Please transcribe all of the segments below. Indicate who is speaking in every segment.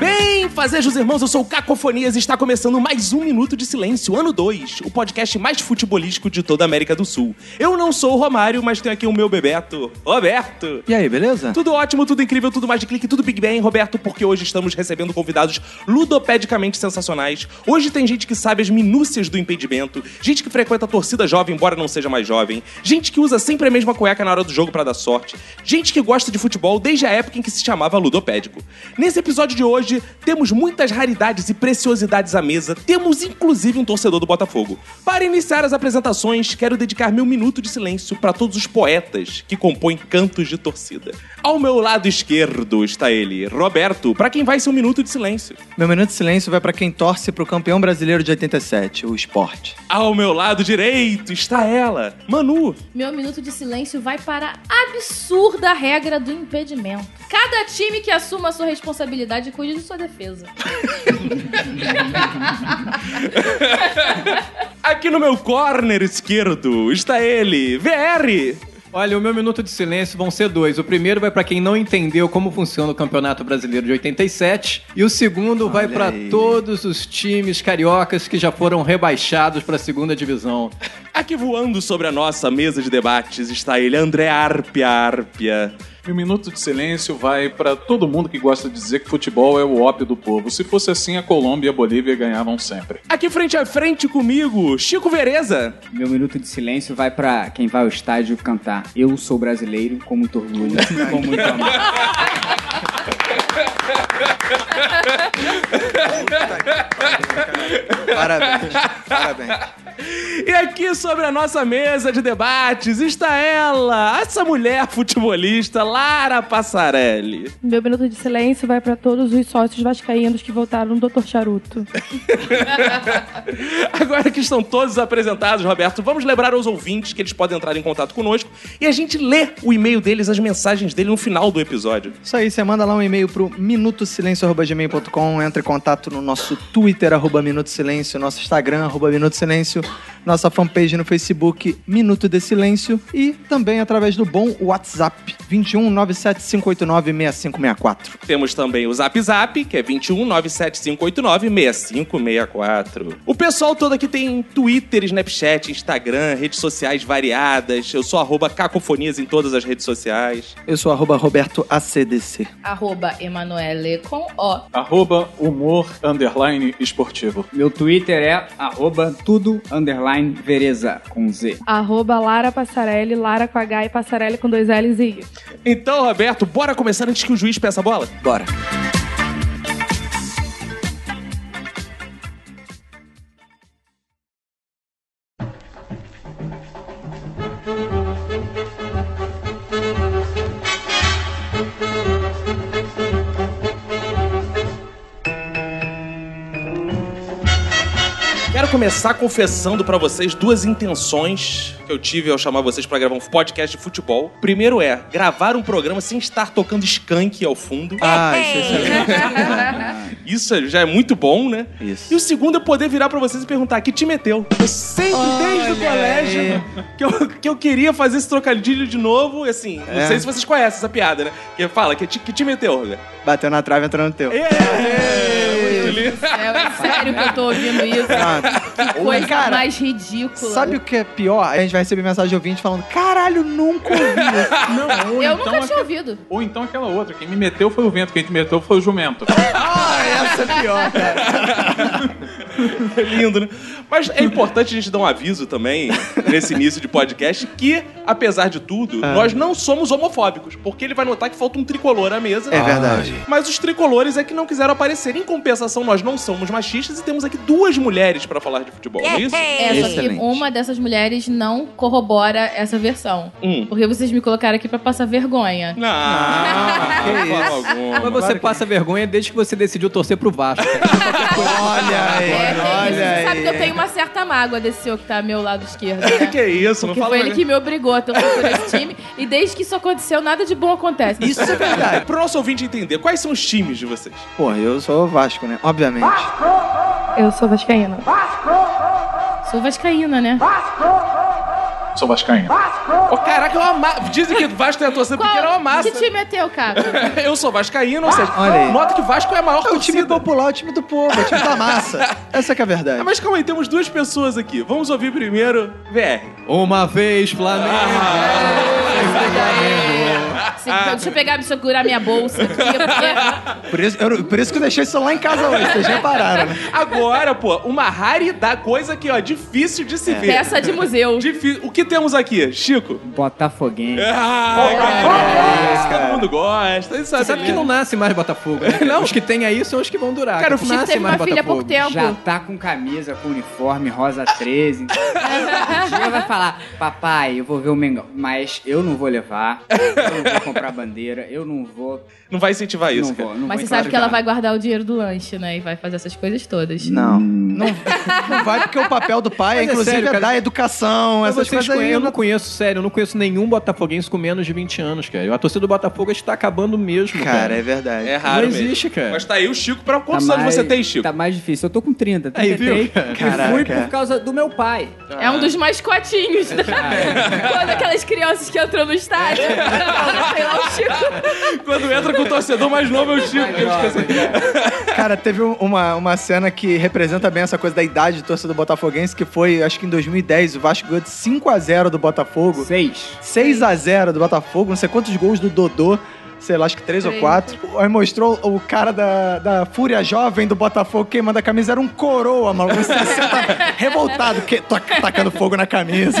Speaker 1: Bem, fazejos irmãos, eu sou o Cacofonias e está começando mais um Minuto de Silêncio, ano 2, o podcast mais futebolístico de toda a América do Sul. Eu não sou o Romário, mas tenho aqui o meu bebeto, Roberto.
Speaker 2: E aí, beleza?
Speaker 1: Tudo ótimo, tudo incrível, tudo mais de clique, tudo Big Bang, Roberto, porque hoje estamos recebendo convidados ludopedicamente sensacionais. Hoje tem gente que sabe as minúcias do impedimento, gente que frequenta a torcida jovem, embora não seja mais jovem, gente que usa sempre a mesma cueca na hora do jogo pra dar sorte, gente que gosta de futebol desde a época em que se chamava ludopédico. Nesse episódio de hoje, temos muitas raridades e preciosidades à mesa, temos inclusive um torcedor do Botafogo. Para iniciar as apresentações, quero dedicar meu minuto de silêncio para todos os poetas que compõem cantos de torcida. Ao meu lado esquerdo está ele, Roberto, para quem vai ser um minuto de silêncio.
Speaker 2: Meu minuto de silêncio vai pra quem torce pro campeão brasileiro de 87, o esporte.
Speaker 1: Ao meu lado direito está ela, Manu.
Speaker 3: Meu minuto de silêncio vai para a absurda regra do impedimento. Cada time que assuma a sua responsabilidade e cuide de sua defesa.
Speaker 1: Aqui no meu corner esquerdo está ele, VR.
Speaker 4: Olha, o meu minuto de silêncio vão ser dois. O primeiro vai pra quem não entendeu como funciona o Campeonato Brasileiro de 87 e o segundo vai
Speaker 2: Olha
Speaker 4: pra
Speaker 2: aí.
Speaker 4: todos os times cariocas que já foram rebaixados pra segunda divisão.
Speaker 1: Aqui voando sobre a nossa mesa de debates está ele, André Arpia Arpia.
Speaker 5: E o minuto de silêncio vai para todo mundo que gosta de dizer que futebol é o ópio do povo. Se fosse assim, a Colômbia e a Bolívia ganhavam sempre.
Speaker 1: Aqui frente a frente comigo, Chico Vereza.
Speaker 6: Meu minuto de silêncio vai pra quem vai ao estádio cantar Eu sou brasileiro com muito orgulho, com muito amor.
Speaker 2: Parabéns, parabéns.
Speaker 1: E aqui sobre a nossa mesa de debates está ela, essa mulher futebolista, Lara Passarelli.
Speaker 7: Meu minuto de silêncio vai pra todos os sócios vascaínos que votaram no Dr. Charuto.
Speaker 1: Agora que estão todos apresentados, Roberto, vamos lembrar aos ouvintes que eles podem entrar em contato conosco e a gente lê o e-mail deles, as mensagens dele no final do episódio.
Speaker 2: Isso aí, você manda lá um e-mail pro minutosilencio.gmail.com, entra em contato no nosso Twitter, arroba Minuto Silêncio, nosso Instagram, arroba Minuto Silêncio, nossa fanpage no Facebook, Minuto de Silêncio, e também através do bom WhatsApp, 21 97 589 6564.
Speaker 1: Temos também o Zap Zap, que é 21 97589 6564. O pessoal todo aqui tem Twitter, Snapchat, Instagram, redes sociais variadas. Eu sou arroba cacofonias em todas as redes sociais.
Speaker 2: Eu sou arroba Roberto ACDC.
Speaker 3: Arroba Emanuele com O.
Speaker 5: Arroba humor underline esportivo.
Speaker 6: Meu Twitter é arroba tudo underline vereza com Z.
Speaker 7: Arroba Lara Passarelli, Lara com H e Passarelli com dois L's e I.
Speaker 1: Então, Roberto, bora começar antes que o juiz peça a bola?
Speaker 2: Bora.
Speaker 1: Quero começar confessando pra vocês duas intenções que eu tive ao chamar vocês pra gravar um podcast de futebol. Primeiro é gravar um programa sem estar tocando skunk ao fundo.
Speaker 2: Ah, isso é excelente.
Speaker 1: Isso já é muito bom, né?
Speaker 2: Isso.
Speaker 1: E o segundo é poder virar pra vocês e perguntar: que te meteu? Eu sempre, desde o colégio, que eu, que eu queria fazer esse trocadilho de novo. e Assim, não
Speaker 2: É.
Speaker 1: sei se vocês conhecem essa piada, né? Que fala: que te, que te meteu? né?
Speaker 2: Bateu na trave, entrou no teu.
Speaker 1: Ê, muito lindo.
Speaker 3: É sério que eu tô ouvindo isso. Que coisa
Speaker 2: Cara,
Speaker 3: mais ridícula.
Speaker 2: Sabe o que é pior? A gente vai receber mensagem de ouvinte falando: caralho, nunca ouvi.
Speaker 5: Não, ou
Speaker 3: Eu
Speaker 5: então
Speaker 3: nunca tinha
Speaker 5: aquela-
Speaker 3: ouvido.
Speaker 5: Ou então aquela outra. Quem me meteu foi o vento, quem te meteu foi o jumento.
Speaker 2: ah, essa é pior, cara.
Speaker 1: É lindo, né? Mas é importante a gente dar um aviso também, nesse início de podcast, que, apesar de tudo, nós não somos homofóbicos. Porque ele vai notar que falta um tricolor à mesa. Ah.
Speaker 2: É verdade.
Speaker 1: Mas os tricolores é que não quiseram aparecer. Em compensação, nós não somos machistas e temos aqui duas mulheres pra falar de futebol, não é isso?
Speaker 3: É, só que
Speaker 2: Excelente.
Speaker 3: uma dessas mulheres não corrobora essa versão.
Speaker 1: Hum. Ah,
Speaker 3: Porque vocês me colocaram aqui pra passar vergonha.
Speaker 1: Não,
Speaker 4: que
Speaker 1: de forma
Speaker 4: isso.
Speaker 1: alguma.
Speaker 2: é.
Speaker 4: Mas você passa vergonha desde que você decidiu torcer pro Vasco.
Speaker 2: Olha aí,
Speaker 3: É, tem isso.
Speaker 2: olha
Speaker 3: Você
Speaker 2: aí.
Speaker 3: sabe que eu tenho uma certa mágoa desse senhor que tá ao meu lado esquerdo. Né?
Speaker 1: que isso, não
Speaker 3: Porque
Speaker 1: fala
Speaker 3: foi ele
Speaker 1: mais-
Speaker 3: que me obrigou a torcer por esse time. E desde que isso aconteceu, nada de bom acontece.
Speaker 2: Isso é verdade.
Speaker 1: Pro nosso ouvinte entender, quais são os times de vocês?
Speaker 2: Porra, eu sou Vasco, né? Obviamente.
Speaker 4: Ah,
Speaker 7: Eu sou vascaína.
Speaker 3: Sou vascaína, né?
Speaker 2: Ah,
Speaker 5: Sou vascaíno.
Speaker 1: Ô, caraca, eu amava. Dizem que Vasco é a torcida
Speaker 3: Qual-
Speaker 1: pequena, eu amassa.
Speaker 3: Que time é teu, cara?
Speaker 1: Eu sou vascaíno, ou seja,
Speaker 2: Olha aí.
Speaker 1: nota que Vasco é a maior
Speaker 2: É o time
Speaker 1: torcida.
Speaker 2: popular, é o time do povo, é o time da massa. Essa que é a verdade.
Speaker 1: Ah, Mas calma aí, temos duas pessoas aqui. Vamos ouvir primeiro VR.
Speaker 4: Uma vez, Flamengo.
Speaker 3: Sim, então deixa eu pegar, deixa eu segurar minha bolsa aqui, porque...
Speaker 2: Por isso, eu- por isso que eu deixei isso lá em casa hoje, vocês repararam, né?
Speaker 1: Agora, pô, uma raridade, coisa que, ó, difícil de se ver.
Speaker 3: Peça é de museu.
Speaker 2: Tipo,
Speaker 1: Difí- O que temos aqui, Chico?
Speaker 6: Botafoguense.
Speaker 1: Ah, isso todo mundo gosta. Isso é
Speaker 4: Você sabe que não nasce mais Botafogo, né?
Speaker 1: Não.
Speaker 4: Os que tem aí são os que vão durar.
Speaker 1: Cara,
Speaker 4: não
Speaker 1: o
Speaker 3: Chico
Speaker 4: nasce
Speaker 3: teve
Speaker 4: mais
Speaker 3: uma filha há pouco
Speaker 4: Botafogo.
Speaker 3: tempo.
Speaker 6: Já tá com camisa, com uniforme, rosa 13. Então, um dia vai falar, papai, eu vou ver o Mengão, mas eu não vou levar, eu não vou comprar bandeira, eu não vou,
Speaker 1: Não vai incentivar É isso,
Speaker 6: não
Speaker 1: cara.
Speaker 6: vou, não
Speaker 3: Mas
Speaker 6: vou
Speaker 3: você sabe que
Speaker 6: encorajar.
Speaker 3: ela vai guardar o dinheiro do lanche, né? E vai fazer essas coisas todas.
Speaker 2: Não. Não, não vai porque o papel do pai é,
Speaker 4: Mas é
Speaker 2: inclusive,
Speaker 4: sério,
Speaker 2: é
Speaker 4: cara.
Speaker 2: dar educação,
Speaker 4: Mas
Speaker 2: essas
Speaker 4: vocês
Speaker 2: coisas aí.
Speaker 4: conhe- Eu não
Speaker 2: não-
Speaker 4: conheço, sério, eu não conheço nenhum botafoguense com menos de 20 anos, cara. A torcida do Botafogo está acabando mesmo,
Speaker 2: Cara,
Speaker 4: cara.
Speaker 2: é verdade.
Speaker 1: É raro
Speaker 4: Não
Speaker 1: mesmo.
Speaker 4: existe, cara.
Speaker 1: Mas tá aí o Chico. Pra
Speaker 6: Tá
Speaker 1: quantos anos
Speaker 6: mais-
Speaker 1: você tem, Chico?
Speaker 6: Tá mais difícil. Eu tô com 30,
Speaker 4: Aí, viu,
Speaker 6: 33.
Speaker 4: cara?
Speaker 6: e fui
Speaker 2: Caraca.
Speaker 6: por causa do meu pai.
Speaker 3: É um dos mascotinhos. Né?
Speaker 1: É.
Speaker 3: Quando aquelas crianças que entram no estádio. Sei lá, o Chico.
Speaker 1: Quando entra com o torcedor mais novo, é o
Speaker 6: Tá
Speaker 1: Chico. Eu esqueci.
Speaker 2: Cara, teve um- uma, uma cena que representa bem essa coisa da idade do torcedor botafoguense, que foi, acho que em 2010, o Vasco ganhou de 5x0 do Botafogo.
Speaker 6: Seis.
Speaker 2: 6 a 0 do Botafogo, não sei quantos gols do Dodô, sei lá, acho que 3 ou
Speaker 3: Três.
Speaker 2: 4. Aí mostrou o cara da, da Fúria Jovem do Botafogo queimando a camisa, era um coroa, maluco, 60, revoltado, que, tac- tacando fogo na camisa.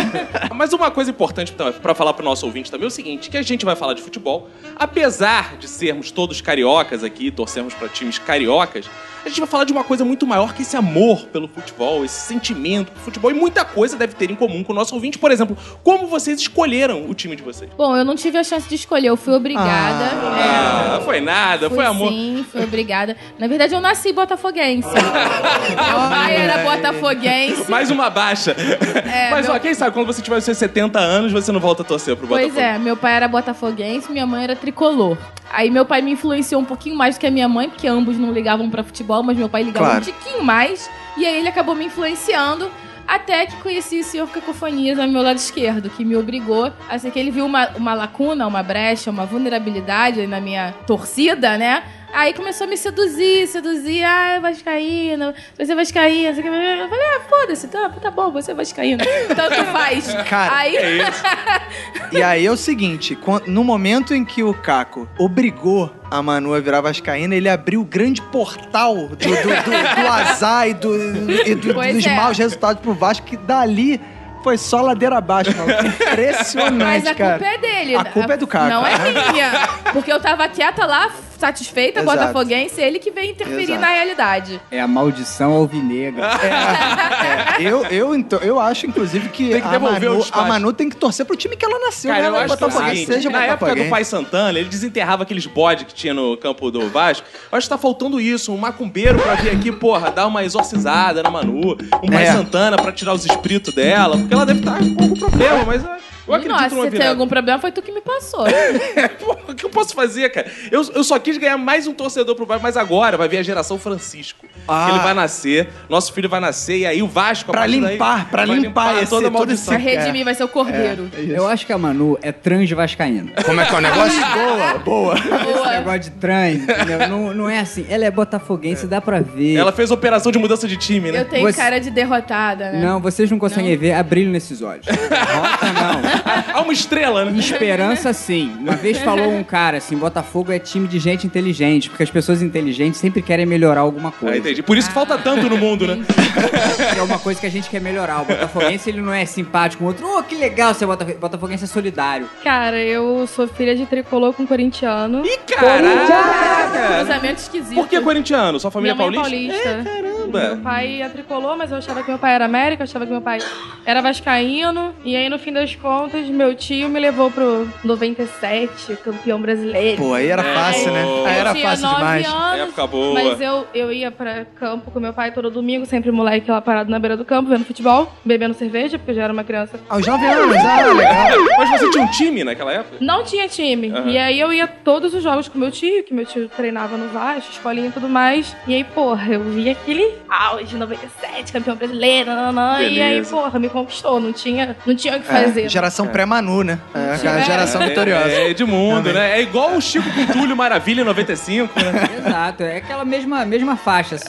Speaker 1: Mas uma coisa importante pra- pra falar pro nosso ouvinte também é o seguinte, que a gente vai falar de futebol, apesar de sermos todos cariocas aqui, torcermos pra times cariocas, a gente vai falar de uma coisa muito maior que esse amor pelo futebol, esse sentimento pro futebol e muita coisa deve ter em comum com o nosso ouvinte, por exemplo, como vocês escolheram o time de vocês.
Speaker 3: Bom, eu não tive a chance de escolher, eu fui obrigada. É.
Speaker 1: Ah, foi nada,
Speaker 3: Fui
Speaker 1: foi amor.
Speaker 3: Sim, fui obrigada. Na verdade, eu nasci botafoguense. Meu pai
Speaker 1: É.
Speaker 3: era botafoguense.
Speaker 1: Mais uma baixa. Mas ó,
Speaker 3: É, meu-
Speaker 1: quem sabe quando você tiver os seus 70 anos, você não volta a torcer pro Botafogo.
Speaker 3: Pois é, meu pai era botafoguense, minha mãe era tricolor. Aí meu pai me influenciou um pouquinho mais do que a minha mãe, porque ambos não ligavam pra futebol, mas meu pai ligava
Speaker 2: Claro.
Speaker 3: um tiquinho mais. E aí ele acabou me influenciando. Até que conheci o senhor Cacofonias ao meu lado esquerdo, que me obrigou a ser que ele viu uma, uma lacuna, uma brecha, uma vulnerabilidade aí na minha torcida, né? Aí começou a me seduzir, seduzir. Ah, Vascaíno, você é Vascaíno. você quer- Eu falei, ah, foda-se, tá, tá bom, você é Vascaíno. Tanto faz.
Speaker 2: Cara,
Speaker 3: aí...
Speaker 2: E aí é o seguinte, quan- no momento em que o Caco obrigou a Manu a virar vascaína, ele abriu o grande portal do, do- do- do azar e, do, e do-
Speaker 3: Pois
Speaker 2: dos
Speaker 3: é.
Speaker 2: maus resultados pro Vasco, que dali foi só ladeira abaixo, maluco. Impressionante,
Speaker 3: Mas a
Speaker 2: cara.
Speaker 3: culpa é dele.
Speaker 2: A culpa é do Caco.
Speaker 3: Não é minha. Porque eu tava quieta lá, satisfeita,
Speaker 2: Exato.
Speaker 3: botafoguense, ele que veio interferir
Speaker 2: Exato.
Speaker 3: na realidade.
Speaker 6: É a maldição alvinegra.
Speaker 2: É, eu, eu, então, eu acho, inclusive, que,
Speaker 1: Tem que
Speaker 2: a,
Speaker 1: devolver o
Speaker 2: Manu,
Speaker 1: despacho.
Speaker 2: a Manu tem que torcer pro time que ela nasceu,
Speaker 1: Cara,
Speaker 2: né?
Speaker 1: eu
Speaker 2: Ela é
Speaker 1: acho que é o
Speaker 2: botafoguense,
Speaker 1: seguinte,
Speaker 2: seja
Speaker 1: na época do
Speaker 2: botafoguense.
Speaker 1: Pai Santana, ele desenterrava aqueles bodes que tinha no campo do Vasco. Eu acho que tá faltando isso, um macumbeiro pra vir aqui, porra, dar uma exorcizada na Manu, um Pai
Speaker 2: É.
Speaker 1: Santana pra tirar os espíritos dela, porque ela deve estar com algum problema, mas é, eu acredito
Speaker 3: Nossa,
Speaker 1: numa
Speaker 3: se tem
Speaker 1: virada.
Speaker 3: algum problema, foi tu que me passou.
Speaker 1: Porra, o que eu posso fazer, cara? Eu, eu só quis ganhar mais um torcedor pro Vasco, mas agora vai vir a geração Francisco.
Speaker 2: Ah.
Speaker 1: Que ele vai nascer, nosso filho vai nascer, e aí o Vasco... a
Speaker 2: Pra
Speaker 1: partir daí,
Speaker 2: limpar, pra
Speaker 1: vai
Speaker 2: limpar esse-
Speaker 1: toda a
Speaker 2: todo esse-
Speaker 1: maldição.
Speaker 3: Vai redimir, vai ser o cordeiro.
Speaker 6: Eu acho que a Manu é transvascaína.
Speaker 2: Como é que é o negócio? boa, boa.
Speaker 6: Esse
Speaker 3: Boa.
Speaker 6: negócio de trans, entendeu? Não, não é assim. Ela é botafoguense, dá pra ver.
Speaker 1: Ela fez operação de mudança de time, né?
Speaker 3: Eu tenho
Speaker 6: Você-
Speaker 3: cara de derrotada, né?
Speaker 6: Não, vocês não conseguem ver a brilho nesses olhos. Rota
Speaker 1: Há uma estrela, né?
Speaker 6: não. Esperança sim. Uma vez falou um cara assim, Botafogo é time de gente inteligente, porque as pessoas inteligentes sempre querem melhorar alguma
Speaker 1: Ah,
Speaker 6: coisa.
Speaker 1: entendi. Por isso que falta tanto no mundo, né?
Speaker 6: é uma coisa que a gente quer melhorar. O botafoguense, ele não é simpático com o outro. Oh, que legal ser botafoguense. Botafoguense é solidário.
Speaker 7: Cara, eu sou filha de tricolor com corintiano.
Speaker 1: Ih, caraca!
Speaker 3: Cruzamento esquisito.
Speaker 1: Por que corintiano? Sua família
Speaker 7: Minha
Speaker 1: é
Speaker 7: mãe
Speaker 1: paulista?
Speaker 7: é paulista.
Speaker 1: Caramba!
Speaker 7: Meu pai é tricolor, mas eu achava que meu pai era América, eu achava que meu pai era vascaíno. E aí, no fim das contas, meu tio me levou pro 97, campeão brasileiro.
Speaker 2: Pô, aí era
Speaker 1: É.
Speaker 2: fácil, né?
Speaker 1: pô.
Speaker 2: Aí era
Speaker 7: eu tinha
Speaker 2: fácil
Speaker 7: nove
Speaker 2: demais.
Speaker 7: anos,
Speaker 1: Época boa.
Speaker 7: Mas eu, eu ia pra campo com meu pai todo domingo, sempre moleque lá parado na beira do campo, vendo futebol, bebendo cerveja, porque eu já era uma criança.
Speaker 2: Aos nove
Speaker 1: É.
Speaker 2: anos, ah, legal.
Speaker 1: Mas você tinha um time naquela época?
Speaker 7: Não tinha time.
Speaker 1: Aham.
Speaker 7: E aí eu ia todos os jogos com meu tio, que meu tio treinava no Vasco, escolinha e tudo mais. E aí, porra, eu vi aquele auge, 97, campeão brasileiro, nananã. E aí,
Speaker 5: Beleza.
Speaker 7: porra, me conquistou. Não tinha, não tinha o que fazer.
Speaker 2: É, geração pré-Manu, né? É, a
Speaker 7: É.
Speaker 2: geração vitoriosa.
Speaker 1: É, é Edmundo, né? É igual o Chico com Túlio Maravilha em 95, né?
Speaker 6: Exato, é aquela mesma, mesma faixa. Assim.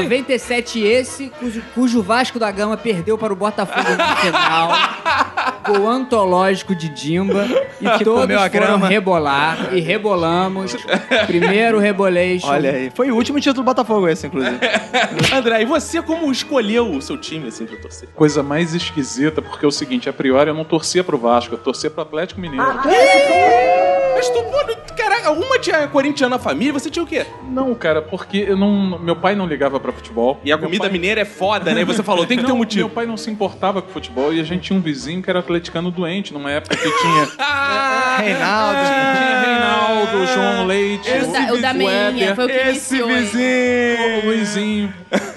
Speaker 6: 97 esse, cujo, cujo Vasco da Gama perdeu para o Botafogo no final. Gol antológico de Dimba. E todos
Speaker 2: comeu a
Speaker 6: foram
Speaker 2: grama.
Speaker 6: rebolar. E rebolamos. Primeiro rebolation.
Speaker 2: Olha aí, foi o último título do Botafogo esse, inclusive.
Speaker 4: É.
Speaker 1: André, e você como escolheu o seu time, assim, pra torcer?
Speaker 5: Coisa mais esquisita, porque é o seguinte, a priori eu não torcia pro Vasco, eu torcia pro Atlético Mineiro.
Speaker 1: Mas tu, mano, caraca, uma tinha corintiana na família, você tinha o quê?
Speaker 5: Não, cara, porque eu não, meu pai não ligava pra futebol.
Speaker 1: E a
Speaker 5: Meu
Speaker 1: comida
Speaker 5: pai-
Speaker 1: mineira é foda, né? E você falou, tem que ter um
Speaker 5: Não,
Speaker 1: motivo.
Speaker 5: Meu pai não se importava com futebol e a gente tinha um vizinho que era atleticano doente numa época que tinha
Speaker 1: Ah, é,
Speaker 2: Reinaldo,
Speaker 5: Tinha Reinaldo, João Leite,
Speaker 3: Ah, O da- o da meinha, foi o que
Speaker 1: Esse
Speaker 3: iniciou. hein?
Speaker 1: vizinho!
Speaker 5: o Luizinho.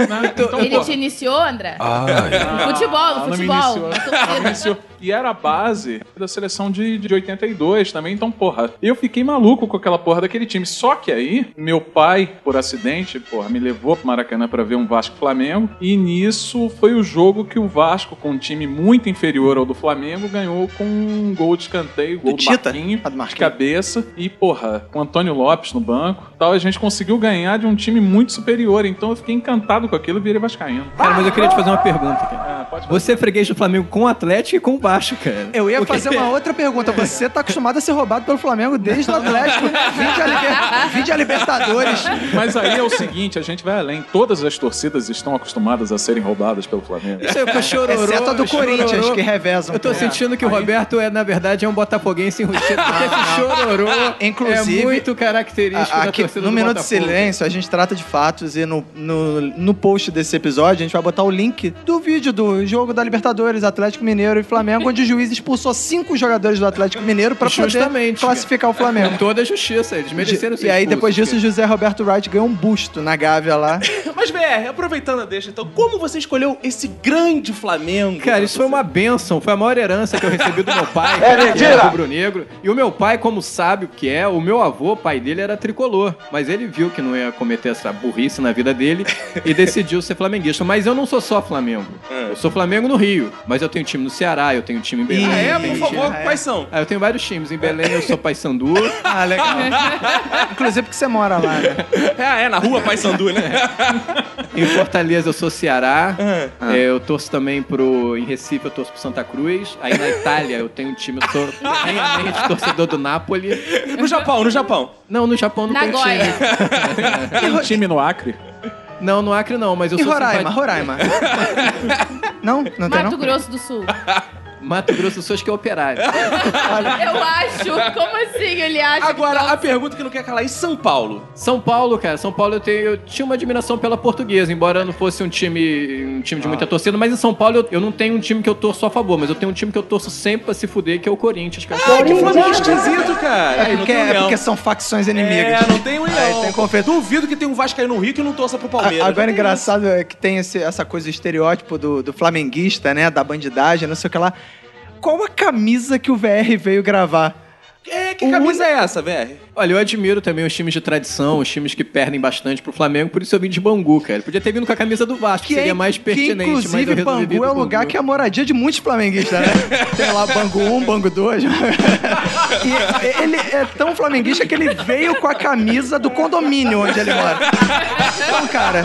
Speaker 5: né? Então,
Speaker 3: Ele
Speaker 5: pô,
Speaker 3: te iniciou, André?
Speaker 5: ah, né?
Speaker 3: No futebol, no
Speaker 5: não me
Speaker 3: futebol.
Speaker 5: iniciou.
Speaker 3: na torcida.
Speaker 5: Não me iniciou. E era a base da seleção de, de 82 também, então, porra, eu fiquei maluco com aquela porra daquele time. Só que aí, meu pai, por acidente, porra, me levou pro Maracanã pra ver um Vasco e Flamengo. E nisso foi o jogo que o Vasco, com um time muito inferior ao do Flamengo, ganhou com um gol de escanteio, gol
Speaker 2: Do
Speaker 5: do,
Speaker 2: Tita?
Speaker 5: Marquinho,
Speaker 2: Ah, do Marquinho.
Speaker 5: de cabeça. E, porra, com o Antônio Lopes no banco tal, a gente conseguiu ganhar de um time muito superior. Então eu fiquei encantado com aquilo e virei Vascaíno.
Speaker 4: Cara, mas eu queria te fazer uma pergunta, cara.
Speaker 5: Ah, pode
Speaker 4: Você é freguês do Flamengo com o Atlético e com o Vasco, cara.
Speaker 2: Eu ia fazer uma outra pergunta. Você tá acostumado a ser roubado pelo Flamengo desde o Atlético. né? Vinde a, liber... Vinde a Libertadores.
Speaker 5: Mas aí é o seguinte, a gente vai além. Todas as torcidas estão acostumadas a serem roubadas pelo Flamengo.
Speaker 4: Isso aí, com a chororô,
Speaker 2: Exceto a do
Speaker 4: chororô.
Speaker 2: Corinthians, que revezam.
Speaker 4: Eu tô sentindo que o Roberto, é, na verdade, é um botafoguense enrustido, porque esse chororô
Speaker 2: Ah, Inclusive,
Speaker 4: é muito característico
Speaker 2: A-
Speaker 4: da
Speaker 2: aqui,
Speaker 4: torcida
Speaker 2: no
Speaker 4: do
Speaker 2: Minuto de
Speaker 4: Botafogo.
Speaker 2: Silêncio, a gente trata de fatos e no, no, no post desse episódio a gente vai botar o link do vídeo do jogo da Libertadores, Atlético Mineiro e Flamengo, onde o juiz expulsou cinco jogadores do Atlético Mineiro pra poder
Speaker 4: Justamente.
Speaker 2: classificar o
Speaker 4: Com
Speaker 2: Flamengo.
Speaker 4: toda a justiça, eles mereceram ser
Speaker 2: E aí,
Speaker 4: expulsos,
Speaker 2: depois disso, o José Roberto Wright ganhou um busto na Gávea lá.
Speaker 1: Mas, BR, aproveitando a deixa, então, como você escolheu esse grande Flamengo? Ah,
Speaker 4: Cara, isso foi uma bênção, foi a maior herança que eu recebi do meu pai, é que era rubro-negro. E o meu pai, como sábio que é, o meu avô, o pai dele, era tricolor. Mas ele viu que não ia cometer essa burrice na vida dele e decidiu ser flamenguista. Mas eu não sou só Flamengo. Eu sou Flamengo no Rio, mas eu tenho time no Ceará, eu tenho time em Belém.
Speaker 1: Ah, é?
Speaker 4: eu
Speaker 1: Por
Speaker 4: tenho
Speaker 1: favor,
Speaker 4: time-
Speaker 1: quais são?
Speaker 4: Ah, eu tenho vários times. Em Belém eu sou Paysandu.
Speaker 2: Ah, legal. Inclusive porque você mora lá, né?
Speaker 1: Ah, é, na rua Paysandu, né?
Speaker 4: Em Fortaleza eu sou Ceará. É, eu torço também pro. Em Recife eu torço pro Santa Cruz. Aí na Itália eu tenho um time, eu sou plenamente torcedor do Napoli.
Speaker 1: No Japão, no Japão.
Speaker 4: Não, no Japão não tem
Speaker 3: Nagoya.
Speaker 4: time.
Speaker 5: Tem um time no Acre.
Speaker 4: Não, no Acre não, mas eu
Speaker 2: E
Speaker 4: sou
Speaker 2: Roraima,
Speaker 4: simpati-
Speaker 2: Roraima. Não? Não tem
Speaker 3: Mato
Speaker 2: não?
Speaker 3: Grosso do Sul.
Speaker 4: Mato Grosso, eu sou acho que é operário.
Speaker 3: Eu acho. Como assim ele acha?
Speaker 1: Agora, a pergunta que não quer calar, e São Paulo?
Speaker 4: São Paulo, cara, São Paulo eu, tenho, eu tinha uma admiração pela portuguesa, embora não fosse um time um time de muita torcida, mas em São Paulo eu, eu não tenho um time que eu torço a favor, mas eu tenho um time que eu torço sempre pra se fuder, que é o Corinthians, cara.
Speaker 1: Ah, que Flamengo esquisito, cara.
Speaker 2: É porque,
Speaker 4: um
Speaker 2: é porque são facções inimigas.
Speaker 1: É, não tem união.
Speaker 2: Aí tem confeito.
Speaker 1: Duvido que tem um Vasco aí no Rio que não torça pro Palmeiras.
Speaker 2: A- Agora,
Speaker 1: Não tem
Speaker 2: engraçado é que tem esse- essa coisa, o estereótipo do, do flamenguista, né? Da bandidagem, não sei o que lá. Qual a camisa que o VR veio gravar?
Speaker 1: isso. É, que camisa é essa, VR?
Speaker 4: Olha, eu admiro também os times de tradição, os times que perdem bastante pro Flamengo, por isso eu vim de Bangu, cara. Podia ter vindo com a camisa do Vasco,
Speaker 2: é-
Speaker 4: seria mais
Speaker 2: que
Speaker 4: pertinente, mas eu
Speaker 2: inclusive
Speaker 4: resolvi vir
Speaker 2: Bangu é
Speaker 4: do
Speaker 2: um lugar
Speaker 4: Bangu.
Speaker 2: que é a moradia de muitos flamenguistas, né? Tem lá Bangu 1, Bangu 2. e ele é tão flamenguista que ele veio com a camisa do condomínio onde ele mora. Então, cara,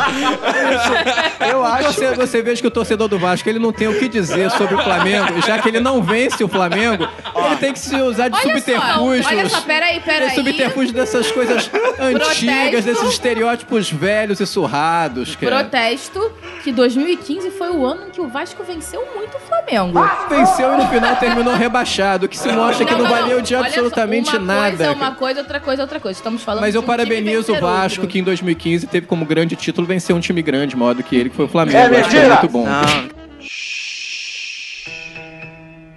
Speaker 2: eu acho...
Speaker 4: Você, você veja que o torcedor do Vasco ele não tem o que dizer sobre o Flamengo, já que ele não vence o Flamengo, ele tem que se usar de
Speaker 3: Olha só,
Speaker 4: Ah, subterfúgios.
Speaker 3: olha só, peraí, peraí.
Speaker 4: Tem subterfúgio dessas coisas antigas,
Speaker 3: Protesto.
Speaker 4: desses estereótipos velhos e surrados. Que é.
Speaker 3: Protesto que 2015 foi o ano em que o Vasco venceu muito o Flamengo.
Speaker 4: Venceu e no final terminou rebaixado, o que se mostra que não, valia de
Speaker 3: Olha só,
Speaker 4: absolutamente
Speaker 3: uma
Speaker 4: nada.
Speaker 3: Coisa é uma coisa, outra coisa é outra coisa. Estamos falando
Speaker 4: Mas
Speaker 3: de
Speaker 4: eu
Speaker 3: um time
Speaker 4: parabenizo o
Speaker 3: vencer
Speaker 4: Vasco,
Speaker 3: outro.
Speaker 4: que em 2015 teve como grande título vencer um time grande, maior do que ele, que foi o Flamengo.
Speaker 8: É
Speaker 4: Eu acho que
Speaker 8: mentira!
Speaker 4: muito bom.
Speaker 2: Não.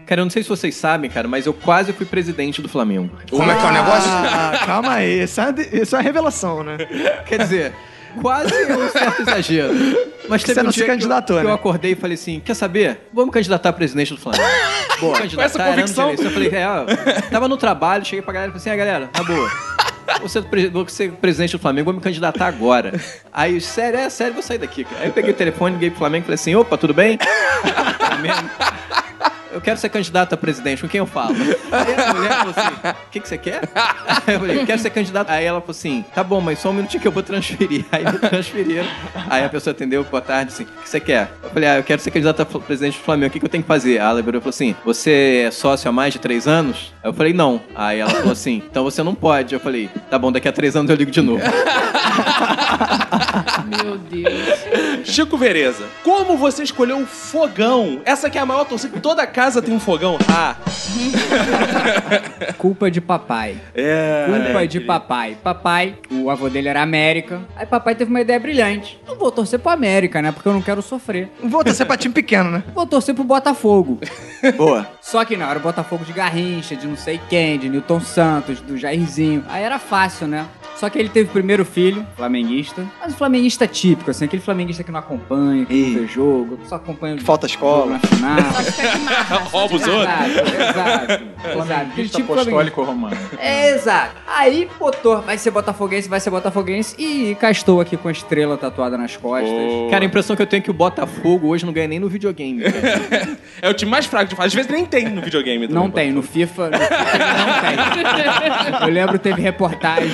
Speaker 4: Cara, eu não sei se vocês sabem, cara, mas eu quase fui presidente do Flamengo.
Speaker 8: Como é que é o negócio?
Speaker 2: Ah, calma aí. Isso é, uma de- isso é uma revelação, né?
Speaker 4: Quer dizer, quase um certo exagero. Mas teve
Speaker 2: Você
Speaker 4: um
Speaker 2: não se
Speaker 4: dia que eu-
Speaker 2: candidatou,
Speaker 4: que eu,
Speaker 2: né?
Speaker 4: acordei e falei assim, quer saber? Vamos candidatar a presidente do Flamengo. Boa. Candidatar,
Speaker 1: essa
Speaker 4: era ano de
Speaker 1: convicção?
Speaker 4: eleição. Eu falei, é, ó, tava no trabalho, cheguei pra galera e falei assim, ah, galera, na boa. Vou ser, pre- vou ser presidente do Flamengo, vou me candidatar agora. Aí, sério, é sério, vou sair daqui, cara. Aí eu peguei o telefone, liguei pro Flamengo e falei assim, opa, tudo bem? Mesmo. Eu quero ser candidato a presidente, com quem eu falo? Aí a mulher falou assim: o que, que você quer? Aí eu falei: eu quero ser candidato. Aí ela falou assim: tá bom, mas só um minutinho que eu vou transferir. Aí me transferiram. Aí a pessoa atendeu, boa tarde, assim: o que você quer? Eu falei: ah, eu quero ser candidato a fl- presidente do Flamengo, o que, que eu tenho que fazer? Aí ela virou e falou assim: você é sócio há mais de três anos? Aí eu falei: não. Aí ela falou assim: então você não pode. Eu falei: tá bom, daqui a três anos eu ligo de novo.
Speaker 3: Meu Deus.
Speaker 1: Chico Vereza, como você escolheu o fogão? Essa aqui é a maior torcida, toda casa tem um fogão. Ah,
Speaker 6: Culpa de papai.
Speaker 1: é.
Speaker 6: Culpa
Speaker 1: né,
Speaker 6: de
Speaker 1: querido?
Speaker 6: papai. Papai, o avô dele era América. Aí papai teve uma ideia brilhante. Não vou torcer pro América, né? Porque eu não quero sofrer.
Speaker 2: Vou torcer pra time pequeno, né?
Speaker 6: Vou torcer pro Botafogo.
Speaker 4: Boa.
Speaker 6: Só que não, era o Botafogo de Garrincha, de não sei quem, de Newton Santos, do Jairzinho. Aí era fácil, né? Só que ele teve primeiro filho, flamenguista. Mas um flamenguista típico, assim, aquele flamenguista que não acompanha, que não vê jogo, que só acompanha o
Speaker 2: Falta
Speaker 6: jogo
Speaker 2: escola.
Speaker 6: na final.
Speaker 3: Só fica de marra, só de
Speaker 1: Rouba os
Speaker 3: marra.
Speaker 1: outros.
Speaker 6: Exato, exato.
Speaker 5: Cristo
Speaker 6: Tipo flamenguista.
Speaker 5: apostólico romano.
Speaker 6: É, Exato. Aí, botou, vai ser botafoguense, vai ser botafoguense. E castou aqui com a estrela tatuada nas costas.
Speaker 4: Cara, a impressão que eu tenho é que o Botafogo hoje não ganha nem no videogame. cara.
Speaker 1: É o time mais fraco de fato. Às vezes nem tem no videogame.
Speaker 6: Não
Speaker 1: também,
Speaker 6: tem, no FIFA, no FIFA não tem. Eu lembro, teve reportagem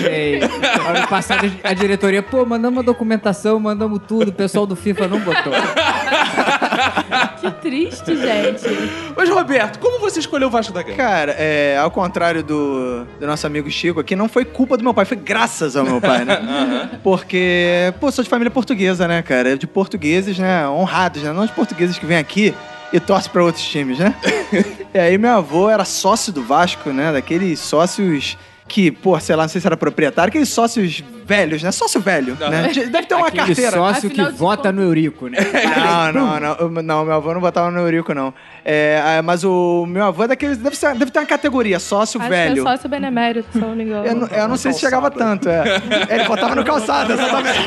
Speaker 6: ano passado, a diretoria, pô, mandamos a documentação, mandamos tudo, o pessoal do FIFA não botou.
Speaker 3: Que triste, gente.
Speaker 1: pô. Mas, Roberto, como você escolheu o Vasco da Gama?
Speaker 2: Cara, é, ao contrário do, do nosso amigo Chico aqui, não foi culpa do meu pai, foi graças ao meu pai, né? Porque, pô, sou de família portuguesa, né, cara? De portugueses, né? Honrados, né? Não de portugueses que vêm aqui e torcem pra outros times, né? e aí meu avô era sócio do Vasco, né? Daqueles sócios que, pô, sei lá, não sei se era proprietário, aqueles sócios velhos, né? Sócio velho, né? Deve ter uma
Speaker 6: Aquele
Speaker 2: carteira.
Speaker 6: sócio que
Speaker 3: Afinal de
Speaker 6: vota
Speaker 3: contas-
Speaker 6: no Eurico, né?
Speaker 2: Não, não, não, Eu- não. Meu avô não botava no Eurico, não. É, ah, mas o meu avô é daqueles. Deve, ser- deve ter uma categoria, sócio
Speaker 7: Acho
Speaker 2: velho.
Speaker 7: que é sócio benemérito, se eu não me engano.
Speaker 2: Eu, não- é eu não sei se chegava tanto, é. Ele botava no calçado, exatamente.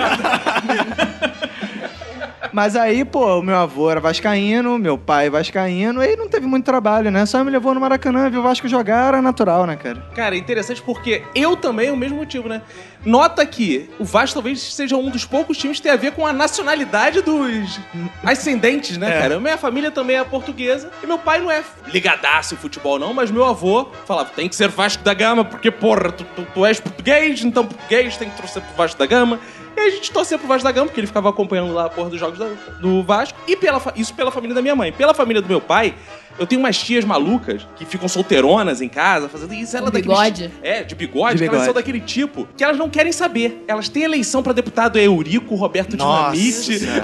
Speaker 2: Mas aí, pô, o meu avô era vascaíno, meu pai vascaíno, e não teve muito trabalho, né? Só me levou no Maracanã, viu o Vasco jogar, era natural, né, cara?
Speaker 4: um
Speaker 1: Cara, interessante porque eu também, o mesmo motivo, né? Nota que o Vasco talvez seja um dos poucos times que tem a ver com a nacionalidade dos ascendentes, né, cara? Minha família também é portuguesa e meu pai não é ligadaço em futebol, não, mas meu avô falava: tem que ser Vasco da Gama, porque, porra, tu, tu- tu és português, então português tem que torcer pro Vasco da Gama. E a gente torcia pro Vasco da Gama, porque ele ficava acompanhando lá a porra dos jogos da- do Vasco. E pela, fa- isso pela família da minha mãe. Pela família do meu pai, eu tenho umas tias malucas que ficam solteironas em casa, fazendo isso. Ela
Speaker 3: Com
Speaker 1: daqueles-
Speaker 3: bigode?
Speaker 1: É, de bigode,
Speaker 2: De
Speaker 1: que elas
Speaker 2: bigode.
Speaker 1: são daquele tipo que elas não querem saber. Elas têm eleição pra deputado é Eurico, Roberto
Speaker 2: Nossa
Speaker 1: Dinamite.
Speaker 2: Senhora.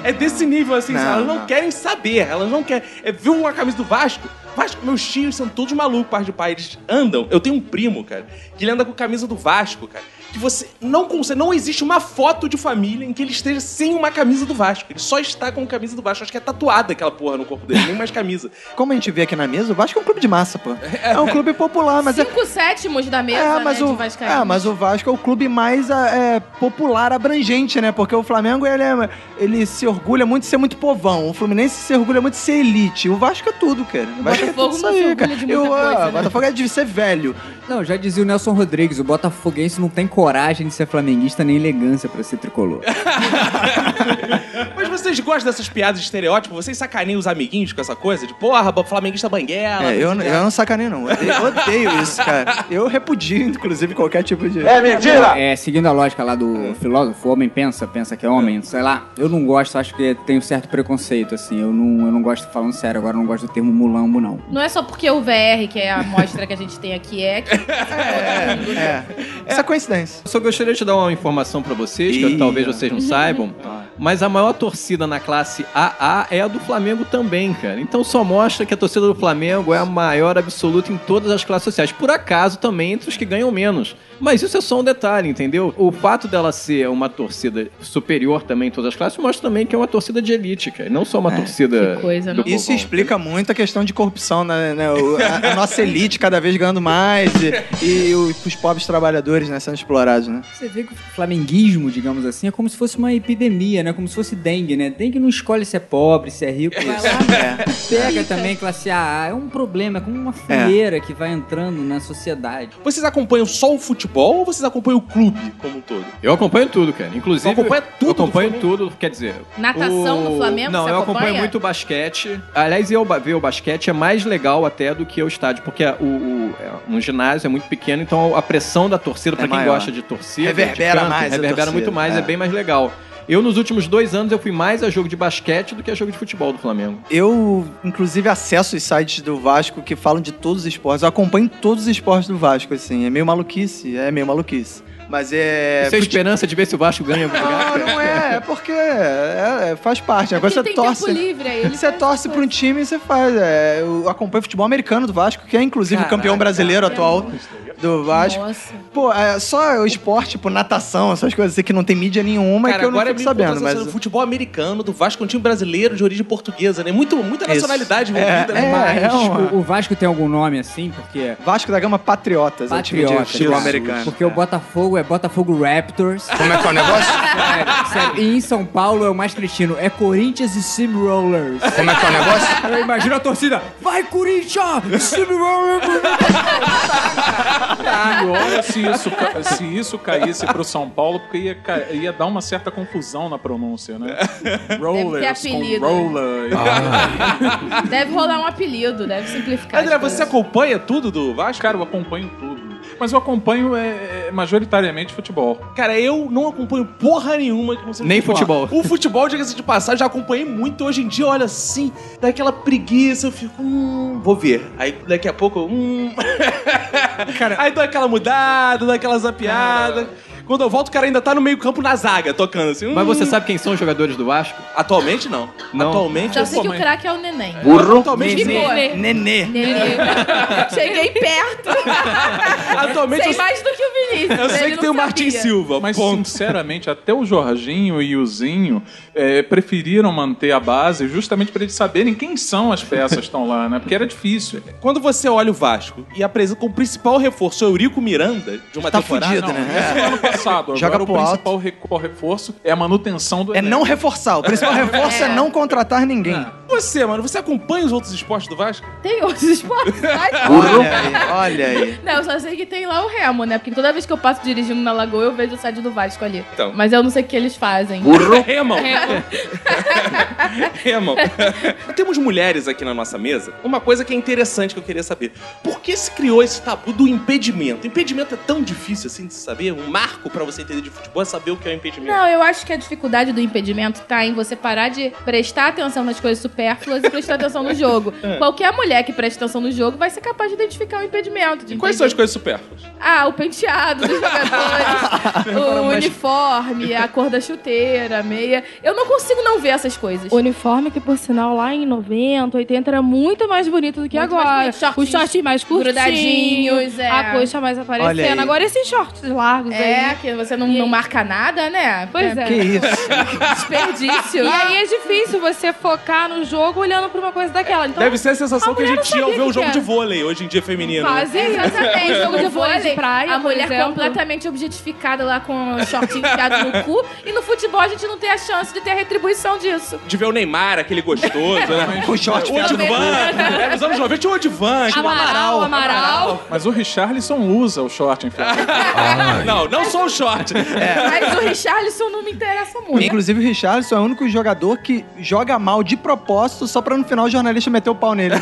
Speaker 1: é desse nível, assim,
Speaker 2: Não,
Speaker 1: sabe? elas não,
Speaker 2: não.
Speaker 1: querem saber, elas não querem. É, viu uma camisa do Vasco? Vasco, meus tios são todos malucos, par de pai, eles andam. Eu tenho um primo, cara, que ele anda com camisa do Vasco, cara. Que você não consegue. Não existe uma foto de família em que ele esteja sem uma camisa do Vasco. Ele só está com camisa do Vasco. Acho que é tatuada aquela porra no corpo dele, nem mais camisa.
Speaker 2: Como a gente vê aqui na mesa, o Vasco é um clube de massa, pô. É um clube popular, mas é.
Speaker 3: Cinco sétimos da mesa,
Speaker 2: É,
Speaker 3: né,
Speaker 2: mas,
Speaker 3: de
Speaker 2: o,
Speaker 3: vascaínos.
Speaker 2: é, mas o Vasco é o clube mais a- é, popular, abrangente, né? Porque o Flamengo, ele, é- ele se orgulha muito de ser muito povão. O Fluminense se orgulha muito de ser elite. O Vasco é tudo, cara. O Vasco é
Speaker 3: Botafogo
Speaker 2: tudo isso
Speaker 3: não se
Speaker 2: aí,
Speaker 3: orgulha
Speaker 2: cara.
Speaker 3: de
Speaker 2: Eu,
Speaker 3: muita coisa,
Speaker 2: ah,
Speaker 3: né?
Speaker 2: O Botafogo é de ser velho.
Speaker 6: Não, já dizia o Nelson Rodrigues, o botafoguense não tem coragem de ser flamenguista nem elegância pra ser tricolor.
Speaker 1: Mas vocês gostam dessas piadas de estereótipo? Vocês sacaneiam os amiguinhos com essa coisa? De de porra, ba- flamenguista banguela.
Speaker 2: É, eu, eu não sacanei, não. Eu, eu odeio isso, cara. Eu repudio, inclusive, qualquer tipo de.
Speaker 6: É, seguindo a lógica lá do filósofo, homem pensa, pensa que é homem, sei lá. Eu não gosto, acho que tenho certo preconceito, assim. Eu não, eu não gosto, falando sério, agora eu não gosto do termo mulambo, não.
Speaker 3: Não é só porque o VR, que é a amostra que a gente tem aqui, é que
Speaker 2: É. Isso é coincidência.
Speaker 4: Eu só gostaria de dar uma informação pra vocês, que
Speaker 2: Ih.
Speaker 4: talvez vocês não saibam, mas a maior torcida na classe AA é a do Flamengo também, cara. Então só mostra que a torcida do Flamengo é a maior absoluta em todas as classes sociais. Por acaso, também entre os que ganham menos. Mas isso é só um detalhe, entendeu? O fato dela ser uma torcida superior também em todas as classes mostra também que é uma torcida de elite, cara. e Não só uma torcida.
Speaker 3: É, que coisa, né?
Speaker 4: do
Speaker 3: não.
Speaker 4: povão.
Speaker 2: Isso explica muito a questão de corrupção, né? né? O- a, a nossa elite cada vez ganhando mais e, e o- os pobres trabalhadores né, sendo explorados, né?
Speaker 6: Você vê que o flamenguismo, digamos assim, é como se fosse uma epidemia, né? Como se fosse dengue, né? Dengue não escolhe se é pobre, se é rico.
Speaker 2: É.
Speaker 6: Pega também classe AA. É um problema, é como uma fogueira que vai entrando na sociedade.
Speaker 1: Vocês acompanham só o futebol ou vocês acompanham o clube como um todo?
Speaker 4: Eu acompanho tudo, cara. Inclusive.
Speaker 1: Você acompanha tudo
Speaker 4: Eu
Speaker 1: do
Speaker 4: acompanho
Speaker 1: Flamengo?
Speaker 4: tudo, quer dizer.
Speaker 3: Natação no Flamengo,
Speaker 4: Não,
Speaker 3: você
Speaker 4: eu
Speaker 3: acompanha?
Speaker 4: acompanho muito basquete. Aliás, eu ba- ver o basquete é mais legal até do que o estádio, porque a- o, o- é, um ginásio é muito pequeno, então a pressão da torcida, pra
Speaker 2: É
Speaker 4: quem
Speaker 2: maior.
Speaker 4: gosta de torcida.
Speaker 2: Reverbera
Speaker 4: de canto,
Speaker 2: mais a
Speaker 4: Reverbera
Speaker 2: torcida,
Speaker 4: muito mais, é.
Speaker 2: é.
Speaker 4: bem mais legal. Eu, nos últimos dois anos, eu fui mais a jogo de basquete do que a jogo de futebol do Flamengo.
Speaker 2: Eu, inclusive, acesso os sites do Vasco que falam de todos os esportes. Eu acompanho todos os esportes do Vasco, assim. É meio maluquice, é meio maluquice. Mas é.
Speaker 4: Isso é esperança de ver se o Vasco ganha algum lugar?
Speaker 2: Não, não é, é porque é, é, faz parte.
Speaker 3: né? É
Speaker 2: Agora
Speaker 3: porque
Speaker 2: você
Speaker 3: tem
Speaker 2: torce.
Speaker 3: tempo livre né? aí. ele
Speaker 2: Você
Speaker 3: faz
Speaker 2: torce
Speaker 3: essas
Speaker 2: pra um time e você faz. É, eu acompanho o futebol americano do Vasco, que é inclusive o campeão brasileiro atual do
Speaker 3: coisas.
Speaker 2: Vasco.
Speaker 3: Nossa.
Speaker 2: Pô, é só o esporte, tipo, natação, essas coisas assim que não tem mídia nenhuma e que eu não fico
Speaker 1: me
Speaker 2: sabendo.
Speaker 1: importa
Speaker 2: Mas...
Speaker 1: essa- futebol americano do Vasco, um time brasileiro de origem portuguesa, né? Muito, muita
Speaker 2: Isso.
Speaker 1: nacionalidade envolvida,
Speaker 2: É,
Speaker 1: né?
Speaker 6: Mas
Speaker 2: é uma-
Speaker 6: o, o Vasco tem algum nome assim, porque.
Speaker 2: Vasco da Gama Patriotas, é o time
Speaker 6: Patriota. né?
Speaker 2: de futebol americano.
Speaker 6: Porque o Botafogo é Botafogo Raptors.
Speaker 2: Como é que é o negócio?
Speaker 6: Sério, sério. E em São Paulo é o mais cretino. É Corinthians e Sim Rollers. Como é que é o negócio? Eu imagino a torcida. Vai, Corinthians! Sim Rollers!
Speaker 5: E olha se isso, ca- se isso caísse pro São Paulo, porque ia, ca- ia dar uma certa confusão na pronúncia, né? Rollers com
Speaker 3: apelido.
Speaker 5: roller.
Speaker 3: Deve rolar um apelido, deve simplificar.
Speaker 1: André,
Speaker 3: as coisas.
Speaker 5: é
Speaker 1: você acompanha tudo do Vasco?
Speaker 5: Tá, Cara, eu acompanho tudo. Mas eu acompanho é, é, majoritariamente futebol.
Speaker 1: Cara, eu não acompanho porra nenhuma que você
Speaker 4: Nem
Speaker 1: falar.
Speaker 4: futebol.
Speaker 1: O futebol, diga-se de passagem, já acompanhei muito. Hoje em dia, olha assim, dá aquela preguiça, eu fico, hum, vou ver. Aí daqui a pouco, eu, hum. Aí dou aquela mudada, dou aquela zapiada. Quando eu volto, o cara ainda tá no meio-campo na zaga, tocando assim. hum.
Speaker 4: Mas você sabe quem são os jogadores do Vasco?
Speaker 1: Atualmente não.
Speaker 4: Não.
Speaker 1: Atualmente
Speaker 3: Já
Speaker 1: eu
Speaker 3: sei
Speaker 1: sou
Speaker 3: que o
Speaker 1: mãe.
Speaker 3: craque é o neném.
Speaker 1: Atualmente,
Speaker 3: Nenê.
Speaker 7: Nenê.
Speaker 2: Nenê.
Speaker 3: Nenê. Cheguei perto.
Speaker 1: atualmente eu,
Speaker 3: Sei mais do que o Vinícius.
Speaker 1: eu sei
Speaker 3: ele
Speaker 1: que
Speaker 3: não
Speaker 1: tem o
Speaker 3: sabia.
Speaker 1: Martin Silva.
Speaker 5: Mas,
Speaker 1: ponto.
Speaker 5: sinceramente, até o Jorginho e o Zinho é, preferiram manter a base justamente pra eles saberem quem são as peças que estão lá, né? Porque era difícil.
Speaker 1: Quando você olha o Vasco e apresenta como principal reforço o Eurico Miranda de uma
Speaker 2: Tá
Speaker 1: temporada.
Speaker 2: fudido,
Speaker 5: Não,
Speaker 2: né?
Speaker 5: isso no ano passado.
Speaker 2: Joga
Speaker 5: Agora o
Speaker 2: pro alto.
Speaker 5: principal reco- reforço é a manutenção do
Speaker 2: É
Speaker 5: elenco.
Speaker 2: não reforçar. O principal reforço é, Ah. não contratar ninguém.
Speaker 1: Você, mano, você acompanha os outros esportes do Vasco?
Speaker 3: Tem outros esportes.
Speaker 2: Olha aí, olha aí.
Speaker 3: Não, eu só sei que tem lá o remo, né? Porque toda vez que eu passo dirigindo na lagoa, eu vejo o site do Vasco ali.
Speaker 1: Então.
Speaker 3: Mas eu não sei o que eles fazem.
Speaker 1: Remam.
Speaker 7: É.
Speaker 3: Remo.
Speaker 1: Remam. É, Temos mulheres aqui na nossa mesa. Uma coisa que é interessante que eu queria saber. Por que se criou esse tabu do impedimento? Impedimento é tão difícil assim de saber? Um marco pra você entender de futebol é saber o que é um impedimento.
Speaker 3: Não, eu acho que a dificuldade do impedimento tá em você parar de prestar atenção nas coisas supérfluas e prestar atenção no jogo.
Speaker 1: É.
Speaker 3: Qualquer mulher que preste atenção no jogo vai ser capaz de identificar o impedimento. de
Speaker 1: Quais
Speaker 3: entender.
Speaker 1: são as coisas supérfluas?
Speaker 3: Ah, o penteado dos jogadores, o uniforme, a cor da chuteira, a meia. Eu não consigo não ver essas coisas.
Speaker 7: O uniforme que, por sinal, lá em 90, 80 era muito mais bonito do que
Speaker 3: Muito mais
Speaker 7: agora.
Speaker 3: bonito, shortinhos
Speaker 7: Os shorts mais curtinhos,
Speaker 3: grudadinhos, é.
Speaker 7: a coxa mais
Speaker 2: Olha aí.
Speaker 7: aparecendo. Agora esses shorts largos
Speaker 3: É,
Speaker 7: aí.
Speaker 3: que você não,
Speaker 7: E aí?
Speaker 3: não marca nada, né?
Speaker 7: Pois é.
Speaker 2: Que isso?
Speaker 3: Desperdício.
Speaker 7: E aí é difícil você focar no jogo olhando pra uma coisa daquela. Então,
Speaker 1: Deve ser a sensação
Speaker 7: a
Speaker 1: que a
Speaker 7: mulher
Speaker 1: gente
Speaker 7: não
Speaker 1: tinha ao
Speaker 7: sabia
Speaker 1: ver o
Speaker 7: que
Speaker 1: jogo
Speaker 7: era.
Speaker 1: de vôlei hoje em dia feminino. né?
Speaker 7: fazer
Speaker 3: Exatamente, jogo de vôlei,
Speaker 7: de praia,
Speaker 3: a
Speaker 7: por
Speaker 3: mulher
Speaker 7: exemplo.
Speaker 3: completamente objetificada lá com o short enfiado no cu. E no futebol a gente não tem a chance de ter a retribuição disso.
Speaker 1: De ver o Neymar, aquele gostoso,
Speaker 7: é
Speaker 1: né?
Speaker 2: Com short
Speaker 1: O Odivan. É, nos anos 90 tinha o Odivan. tinha o
Speaker 7: Amaral, Amaral.
Speaker 5: Mas o Richarlison usa o short enfiado.
Speaker 1: Não, não só o short. É.
Speaker 3: Mas o Richarlison não me interessa muito.
Speaker 2: Inclusive, o Richarlison é o único jogador que joga mal de propósito, só pra no final o jornalista meter o pau nele. Né?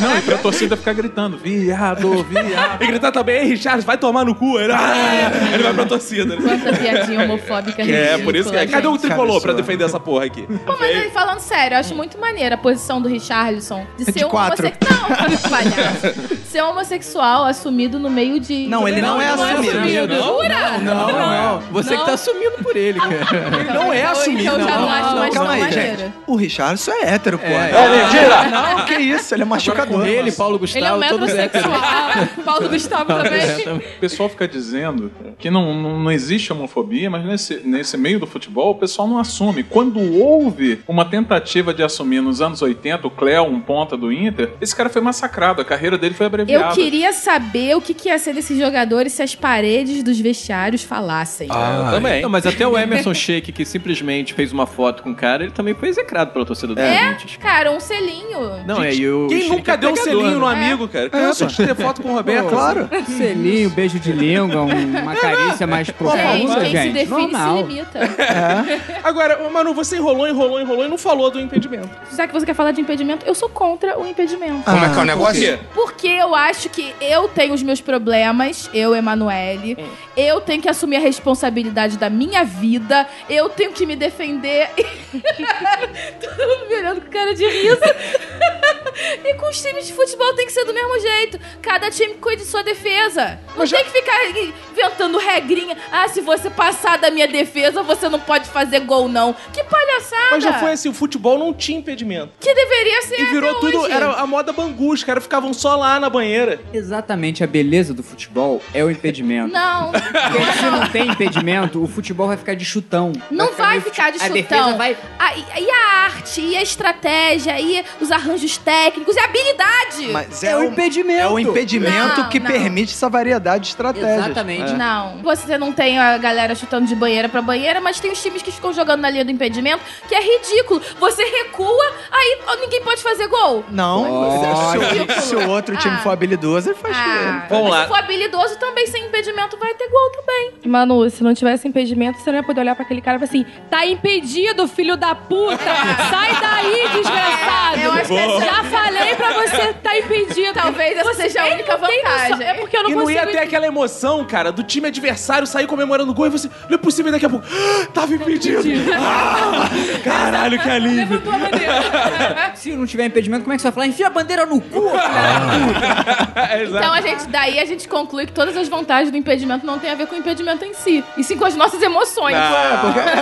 Speaker 5: Não, e pra torcida ficar gritando, é viado, viado.
Speaker 1: E gritar também, "Ei, Richard, vai tomar no cu. Ele, ah! Ele vai pra torcida. né?
Speaker 3: Quanta piadinha homofóbica
Speaker 1: É, por isso que.
Speaker 3: ridícula,
Speaker 1: Cadê o
Speaker 3: gente.
Speaker 1: tricolor pra
Speaker 2: Cabeçudo.
Speaker 1: defender essa porra aqui?
Speaker 3: Pô, mas aí, falando sério, eu acho muito maneira a posição do Richarlison de ser um
Speaker 2: quatro.
Speaker 3: homossexual. Não, palhaço. Ser um homossexual assumido no meio de.
Speaker 2: Não, ele não, é assumido.
Speaker 3: Jura?
Speaker 4: Não, não. Você
Speaker 3: Não.
Speaker 4: que tá assumindo por ele, cara.
Speaker 3: Ele não é assumido. Então eu
Speaker 1: tá
Speaker 3: já não acho mais tão
Speaker 2: Calma aí,
Speaker 3: maneiro.
Speaker 2: gente. O Richardson é hétero, pô.
Speaker 4: mentira!
Speaker 2: Não, que isso, ele é machucador.
Speaker 4: Com ele, Paulo
Speaker 3: Ele é um
Speaker 4: Gustavo, todos héteros.
Speaker 3: metrosexual. Paulo Gustavo
Speaker 4: Tá,
Speaker 3: também.
Speaker 5: O pessoal fica dizendo que não, não, não existe homofobia, mas nesse, nesse meio do futebol o pessoal não assume. Quando houve uma tentativa de assumir nos anos 80, o Cléo, um ponta do Inter, esse cara foi massacrado, a carreira dele foi abreviada.
Speaker 3: Eu queria saber o que, que ia ser desses jogadores se as paredes dos vestiários falassem.
Speaker 9: Ah,
Speaker 1: Também.
Speaker 4: Não, mas até o Emerson Sheik, que simplesmente fez uma foto com o cara, ele também foi execrado pela torcida do Corinthians.
Speaker 3: Cara, um selinho.
Speaker 4: É? Não, é, e o
Speaker 1: Quem
Speaker 4: Sheik
Speaker 1: nunca
Speaker 4: é
Speaker 1: deu um
Speaker 4: pegador,
Speaker 1: selinho no
Speaker 4: né?
Speaker 1: amigo, cara? Canso de ter foto com o Roberto.
Speaker 2: É, Claro.
Speaker 6: Um selinho, um beijo de língua, um- uma carícia mais
Speaker 3: Gente,
Speaker 6: profunda,
Speaker 3: quem se
Speaker 6: gente.
Speaker 3: define se
Speaker 6: Normal.
Speaker 3: limita.
Speaker 1: Agora, ô, Manu, você enrolou, enrolou, enrolou e não falou do impedimento.
Speaker 3: Já que você quer falar de impedimento, eu sou contra o impedimento.
Speaker 4: Ah,
Speaker 2: Como é que é o
Speaker 1: Por quê?
Speaker 3: Porque eu acho que eu tenho os meus problemas, eu, Emanuele.
Speaker 1: É.
Speaker 3: Eu tenho que assumir a responsabilidade da minha vida. Eu tenho que me defender. Todo mundo me olhando com cara de riso. e com os times de futebol tem que ser do mesmo jeito. Cada time cuide de sua defesa. Não tem que ficar inventando regrinha. Ah, se você passar da minha defesa, você não pode fazer gol, não. Que palhaçada!
Speaker 1: Mas já foi assim, o futebol não tinha impedimento.
Speaker 3: Que deveria ser
Speaker 1: E virou
Speaker 3: até
Speaker 1: tudo,
Speaker 3: hoje.
Speaker 1: era a moda bangu, os caras ficavam só lá na banheira.
Speaker 6: Exatamente a beleza do futebol é o impedimento.
Speaker 3: Não,
Speaker 6: Porque se não tem impedimento, o futebol vai ficar de chutão.
Speaker 3: Não vai ficar de
Speaker 6: meio fute- A
Speaker 3: chutão.
Speaker 6: defesa vai... é
Speaker 3: Ah, e, e a arte, e a estratégia, e os arranjos técnicos, e a habilidade.
Speaker 2: Mas é,
Speaker 6: É o
Speaker 2: o,
Speaker 6: impedimento.
Speaker 2: é o impedimento
Speaker 3: Não,
Speaker 2: que
Speaker 3: não.
Speaker 2: permite essa variedade de estratégias.
Speaker 6: Exatamente.
Speaker 3: Não. Você não tem a galera chutando de banheira pra banheira, mas tem os times que ficam jogando na linha do impedimento, que é ridículo. Você recua, aí ó, ninguém pode fazer gol.
Speaker 2: Não,
Speaker 6: Olha.
Speaker 2: se, o- se o outro time
Speaker 3: Ah.
Speaker 2: for habilidoso, ele faz
Speaker 3: Ah,
Speaker 7: é.
Speaker 2: gol.
Speaker 1: Vamos
Speaker 3: mas
Speaker 1: lá.
Speaker 3: Se for habilidoso, também sem impedimento vai ter gol também.
Speaker 7: Manu, se não tivesse impedimento, você não ia poder olhar pra aquele cara e falar assim: tá impedido, filho da puta! Sai daí, desgraçado!
Speaker 3: É, Eu acho que essa-
Speaker 7: Já falei pra você, tá impedido.
Speaker 3: Talvez essa
Speaker 7: Você-
Speaker 3: seja a
Speaker 7: ele
Speaker 3: única
Speaker 7: não tem noção.
Speaker 3: vantagem.
Speaker 7: É porque eu não
Speaker 1: e não
Speaker 7: consigo.
Speaker 1: ia ter aquela emoção, cara, do time adversário sair comemorando o gol e você. Não é possível daqui a pouco. "Ah, Tava impedido! Ah, caralho, que alívio!
Speaker 7: Levantou a bandeira.
Speaker 6: Se não tiver impedimento, como é que você vai falar? Enfia a bandeira no cu,
Speaker 2: Ah.
Speaker 3: Então
Speaker 1: Exato.
Speaker 3: a gente, daí a gente conclui que todas as vantagens do impedimento não tem a ver com o impedimento em si, e sim com as nossas emoções.
Speaker 1: Ah,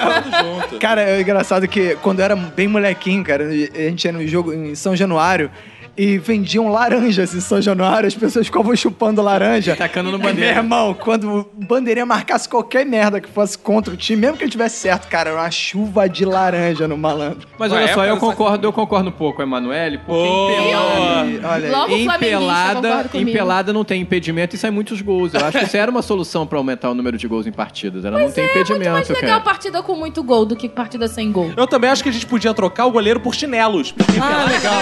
Speaker 2: Cara, é engraçado que quando eu era bem molequinho, cara, a gente ia no jogo em São Januário e vendiam laranjas em São Januário, as pessoas ficavam chupando laranja.
Speaker 4: Tacando no
Speaker 2: Meu
Speaker 4: bandeira.
Speaker 2: irmão, quando o bandeirinha marcasse qualquer merda que fosse contra o time, mesmo que ele tivesse certo, cara, era uma chuva de laranja no malandro.
Speaker 4: Mas
Speaker 1: Ué,
Speaker 4: olha só,
Speaker 1: é
Speaker 4: eu
Speaker 1: pra-
Speaker 4: concordo, eu concordo um pouco, Emanuele, porque
Speaker 1: Pô.
Speaker 4: em pelada-
Speaker 2: E, olha,
Speaker 3: Logo o
Speaker 4: em
Speaker 3: flamenguista,
Speaker 4: pelada,
Speaker 3: concorda
Speaker 4: em
Speaker 3: comigo.
Speaker 4: pelada não tem impedimento e sai muitos gols. Eu acho que isso era uma solução pra aumentar o número de gols em partidas. Ela não tem impedimento,
Speaker 3: É muito mais legal
Speaker 4: cara.
Speaker 3: partida com muito gol do que partida sem gol.
Speaker 1: Eu também acho que a gente podia trocar o goleiro por chinelos. Ah, legal.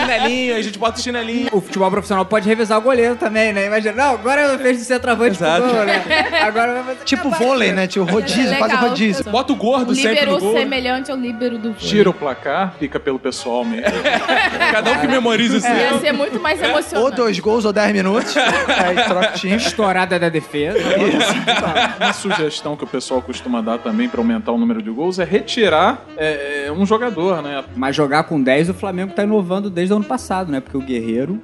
Speaker 1: Chinelinho, aí a gente bota o chinelinho.
Speaker 6: O futebol profissional pode revezar o goleiro também, né? Imagina, não, agora eu vejo o centroavante pro
Speaker 1: Exato.
Speaker 6: gol, né? Agora vai fazer
Speaker 2: tipo vôlei, né? Tipo rodízio, faz o
Speaker 3: É Legal.
Speaker 2: rodízio.
Speaker 1: Bota o gordo sempre no
Speaker 3: Líbero
Speaker 1: gol. né?
Speaker 3: semelhante ao líbero do
Speaker 5: Tira o placar, fica pelo pessoal mesmo.
Speaker 1: Cada um que memoriza isso.
Speaker 3: Ia ser muito mais
Speaker 1: É.
Speaker 2: Ou
Speaker 3: emocionante.
Speaker 2: dois gols ou dez minutos. aí troca o time.
Speaker 6: Estourada da defesa.
Speaker 5: Uma sugestão que o pessoal costuma dar também pra aumentar o número de gols é retirar é, é, um jogador, né?
Speaker 6: Mas jogar com 10, o Flamengo tá inovando desde o ano passado, né? Porque o Guerreiro...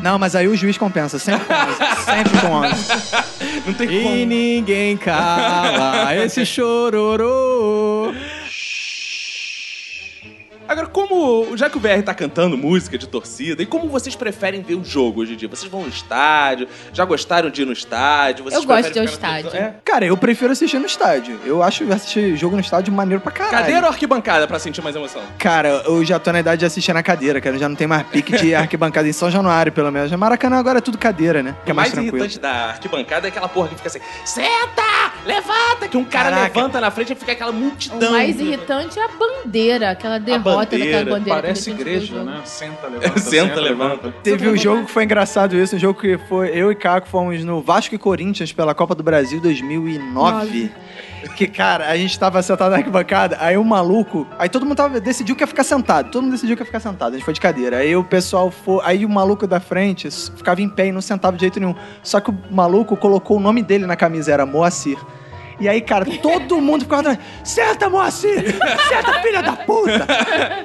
Speaker 2: Não, mas aí o juiz compensa. Sempre com 11. Sempre com 11.
Speaker 1: Não tem
Speaker 4: E
Speaker 1: como.
Speaker 4: ninguém cala esse chororô.
Speaker 1: Agora, como. Já que o VR tá cantando música de torcida, e como vocês preferem ver o jogo hoje em dia? Vocês vão no estádio? Já gostaram de ir no estádio? Vocês
Speaker 3: Eu gosto de ir ao
Speaker 1: preferem ficar no-
Speaker 3: estádio.
Speaker 1: É.
Speaker 2: Cara, eu prefiro assistir no estádio. Eu acho assistir jogo no estádio maneiro pra caralho.
Speaker 1: Cadeira ou arquibancada pra sentir mais emoção?
Speaker 2: Cara, eu já tô na idade de assistir na cadeira, cara. Eu já não tem mais pique de arquibancada em São Januário, pelo menos. Maracanã agora é tudo cadeira, né?
Speaker 1: O
Speaker 2: Que
Speaker 1: que
Speaker 2: é mais
Speaker 1: mais
Speaker 2: tranquilo.
Speaker 1: irritante da arquibancada é aquela porra que fica assim: senta! Levanta! Que um cara
Speaker 2: Caraca.
Speaker 1: levanta na frente e fica aquela multidão.
Speaker 3: O mais irritante é a bandeira, aquela derrota
Speaker 2: né,
Speaker 1: bandeira,
Speaker 3: daquela bandeira.
Speaker 5: Parece
Speaker 3: que a gente
Speaker 5: igreja,
Speaker 3: viu.
Speaker 5: né? Senta, levanta. é
Speaker 1: Senta, levanta.
Speaker 2: Teve um
Speaker 1: né?
Speaker 2: jogo que foi engraçado isso, um jogo que foi eu e Caco fomos no Vasco e Corinthians pela Copa do Brasil 2009. Que, cara, a gente tava sentado na arquibancada, aí um maluco. Aí todo mundo tava, decidiu que ia ficar sentado. Todo mundo decidiu que ia ficar sentado. A gente foi de cadeira. Aí o pessoal foi. Aí o maluco da frente s- ficava em pé e não sentava de jeito nenhum. Só que o maluco colocou o nome dele na camisa, era Moacir. E aí, cara, todo mundo ficava atrás. Senta, Moacir! Senta, filha da puta!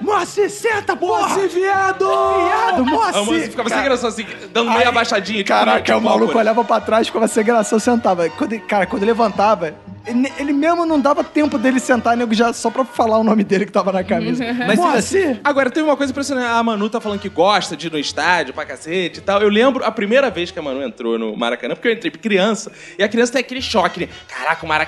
Speaker 2: Moacir, senta, porra! Moacir, viado! Viado,
Speaker 1: A
Speaker 2: Moacir!
Speaker 1: música ficava sem
Speaker 2: Cara,
Speaker 1: graça assim, dando meia
Speaker 2: Aí,
Speaker 1: abaixadinha. tipo,
Speaker 7: é
Speaker 2: Caraca, é
Speaker 1: tipo,
Speaker 2: o maluco
Speaker 1: loucura.
Speaker 2: olhava pra trás, ficava sem graça, sentava. Quando, ele- cara, quando ele levantava, ele, ele mesmo não dava tempo dele sentar, nego, já só pra falar o nome dele que tava na camisa.
Speaker 4: Mas
Speaker 2: Pô,
Speaker 4: assim-
Speaker 2: assim,
Speaker 1: Agora, tem uma coisa impressionante. A Manu tá falando que gosta de ir no estádio pra cacete e tal. Eu lembro a primeira vez que a Manu entrou no Maracanã, porque eu entrei criança, e a criança tem aquele choque, né? Caraca, o Maracanã.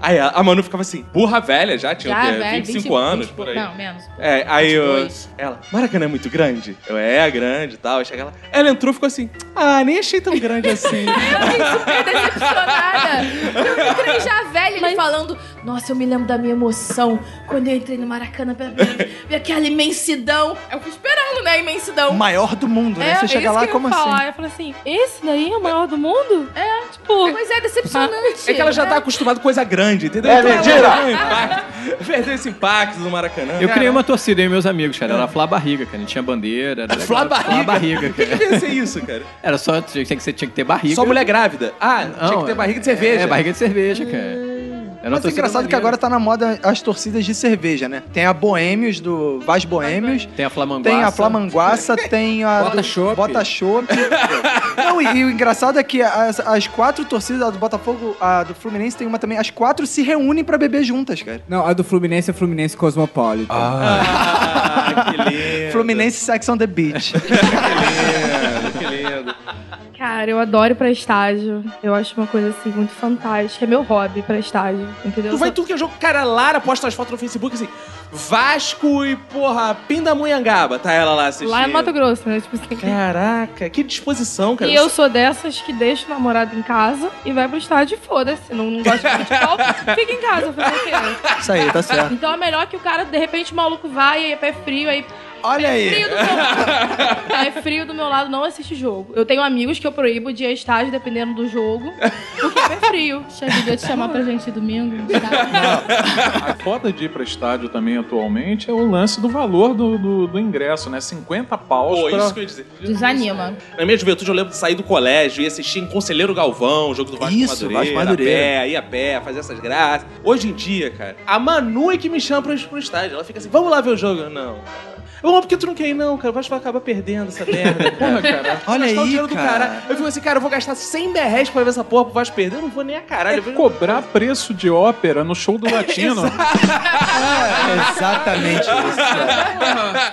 Speaker 1: Aí a a Manu ficava assim, burra velha já, tinha
Speaker 3: Já,
Speaker 1: o quê?
Speaker 3: velho,
Speaker 1: 25
Speaker 3: 20,
Speaker 1: anos,
Speaker 3: 20,
Speaker 1: por aí.
Speaker 3: Não, menos.
Speaker 1: É, aí eu,
Speaker 3: 22.
Speaker 1: ela, Maracanã é muito grande? Eu, é, grande e tal. Aí chega ela, ela entrou e ficou assim, ah, nem achei tão grande assim.
Speaker 3: Eu fiquei super decepcionada. Eu entrei já velha, ele falando: Nossa, eu me lembro da minha emoção quando eu entrei no Maracanã pela primeira vez. Vi aquela imensidão. Eu fui esperando, né? A
Speaker 2: é o
Speaker 3: imensidão.
Speaker 2: maior do mundo, né?
Speaker 7: É,
Speaker 2: Você
Speaker 7: isso
Speaker 2: chega
Speaker 7: que
Speaker 2: lá,
Speaker 7: eu
Speaker 2: como
Speaker 7: ia
Speaker 2: assim?
Speaker 7: falar. Eu falei assim, esse daí é o maior do mundo? É. Tipo,
Speaker 3: Pois é, decepcionante.
Speaker 1: É que ela já tá acostumada com coisa grande, entendeu? É mentira! Perdeu esse impacto no Maracanã.
Speaker 4: Eu
Speaker 1: Cara,
Speaker 4: criei uma torcida aí, meus amigos, cara. Era Flá Barriga, cara. A gente tinha bandeira. Era legal.
Speaker 1: Flá barriga?
Speaker 4: Flá Barriga,
Speaker 1: Por que
Speaker 4: cara.
Speaker 1: que ia ser isso, cara?
Speaker 4: Era só. Tinha que, tinha que ter barriga.
Speaker 1: Só mulher grávida. Ah, tinha
Speaker 4: Não,
Speaker 1: que ter barriga de cerveja.
Speaker 4: É, barriga de cerveja, cara. Era uma
Speaker 2: Mas é
Speaker 4: torcida
Speaker 2: engraçado que
Speaker 4: maneira.
Speaker 2: agora tá na moda as torcidas de cerveja, né? Tem a Boêmios, do Vaz Boêmios.
Speaker 4: Tem a Flamanguaça.
Speaker 2: Tem a Flamanguaça, tem a.
Speaker 6: Bota
Speaker 2: do-
Speaker 6: Chopp.
Speaker 2: Bota Chopp. Não, e, e o engraçado é que as, as quatro torcidas, a do Botafogo, a do Fluminense tem uma também, as quatro se reúnem pra beber juntas, cara.
Speaker 6: Não, a do Fluminense é Fluminense Cosmopolitan.
Speaker 4: Ah.
Speaker 1: Ah, que lindo.
Speaker 2: Fluminense Sex on the Beach.
Speaker 1: Que lindo.
Speaker 7: cara, eu adoro ir pra estágio. Eu acho uma coisa assim muito fantástica. É meu hobby ir pra estágio, entendeu?
Speaker 1: Tu vai
Speaker 7: Só-
Speaker 1: tudo que é jogo. Cara, a Lara posta as fotos no Facebook assim. Vasco e, porra, Pindamonhangaba. Tá ela lá assistindo.
Speaker 7: Lá em Mato Grosso, né? Tipo assim.
Speaker 1: É. Caraca, que disposição, cara.
Speaker 7: E eu sou dessas que deixa o namorado em casa e vai pro estádio e foda-se. Não, não gosta de futebol, fica em casa, fazer o quê?
Speaker 2: Isso aí, tá certo.
Speaker 7: Então é melhor que o cara, de repente, o maluco vai, aí é pé frio, aí
Speaker 2: Olha aí.
Speaker 7: frio do meu lado. Tá, é frio do meu lado, não assiste jogo. Eu tenho amigos que eu proíbo de ir a estágio dependendo do jogo, porque é pé frio.
Speaker 3: Chefe, devia te chamar pra gente domingo. Tá?
Speaker 5: A foda de ir pra estádio também atualmente é o lance do valor do, do, do ingresso, né? 50 paus
Speaker 1: Pô,
Speaker 5: pra...
Speaker 1: isso que eu ia dizer.
Speaker 3: Desanima.
Speaker 1: Na minha juventude, eu lembro de sair do colégio e assistir em Conselheiro Galvão, jogo do Vasco
Speaker 2: Isso,
Speaker 1: Madureira,
Speaker 2: Vasco Madureira.
Speaker 1: a pé, ia É, a pé, fazer essas graças. Hoje em dia, cara, a Manu é que me chama pro, pro estádio. Ela fica assim, vamos lá ver o jogo. Eu, não. Vamos, porque tu não quer ir, não, cara. O Vasco vai acabar perdendo essa merda. Porra, cara.
Speaker 2: Olha
Speaker 1: gastar o
Speaker 2: aí,
Speaker 1: dinheiro do
Speaker 2: cara.
Speaker 1: cara. Eu fico assim, cara, eu vou gastar 100 reais pra ver essa porra pro Vasco perder. Eu não vou nem a caralho.
Speaker 5: É
Speaker 1: Eu vejo-
Speaker 5: cobrar preço de ópera no show do latino.
Speaker 2: É exatamente isso. cara.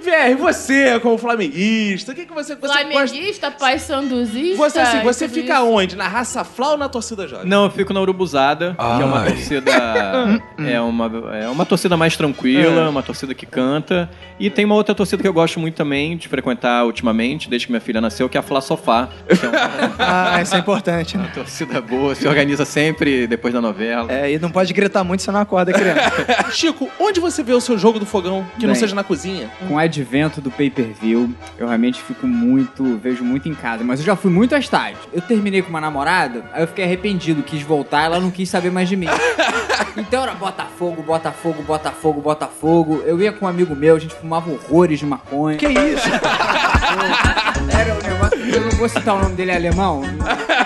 Speaker 1: VR, você, como flamenguista, o que, que você, você gosta?
Speaker 3: Flamenguista, pai sanduzista.
Speaker 1: Você, assim, você
Speaker 3: e tudo
Speaker 1: fica
Speaker 3: isso.
Speaker 1: onde? Na raça fla ou na torcida jovem?
Speaker 4: Não, eu fico na Urubuzada, que é uma
Speaker 9: Ai.
Speaker 4: torcida. é, uma, é uma torcida mais tranquila,
Speaker 3: É.
Speaker 4: uma torcida que canta. E tem uma outra torcida que eu gosto muito também de frequentar ultimamente, desde que minha filha nasceu, que é a Fla Sofá. Que é uma
Speaker 2: Ah, isso é importante, né?
Speaker 4: torcida boa, se organiza sempre depois da novela.
Speaker 2: É, e não pode gritar muito, senão acorda, criança.
Speaker 1: Chico, onde você vê o seu jogo do fogão que não
Speaker 6: Bem.
Speaker 1: seja na cozinha?
Speaker 6: Com o advento do pay-per-view, eu realmente fico muito, vejo muito em casa, mas eu já fui muito a estádio. Eu terminei com uma namorada, aí eu fiquei arrependido, quis voltar, ela não quis saber mais de mim. Então era Botafogo, Botafogo, Botafogo, Botafogo. Eu ia com um amigo meu, a gente fumava horrores de maconha.
Speaker 2: Que isso?
Speaker 6: Era um negócio. Eu não vou citar o nome dele é alemão.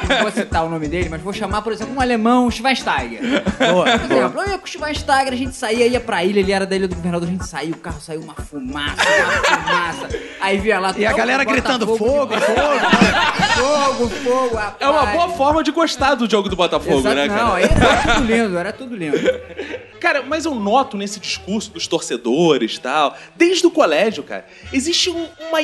Speaker 6: Não vou citar o nome dele, mas vou chamar, por exemplo, um alemão, Schweinsteiger.
Speaker 2: Boa,
Speaker 6: Por exemplo, eu ia com o Schweinsteiger, a gente saía, ia pra ilha, ele era da ilha do governador, a gente saía, o carro saiu uma fumaça, uma fumaça. Aí via lá.
Speaker 2: E a
Speaker 6: todo
Speaker 2: galera
Speaker 6: Botafogo
Speaker 2: gritando,
Speaker 6: de
Speaker 2: "Fogo,
Speaker 6: fogo, fogo, fogo. Rapaz.
Speaker 1: É uma boa forma de gostar do jogo do Botafogo,
Speaker 6: Exato,
Speaker 1: né, cara?
Speaker 6: Não, era tudo lindo, era tudo lindo.
Speaker 1: Cara, mas eu noto nesse discurso dos torcedores e tal, desde o colégio, cara, existe um- uma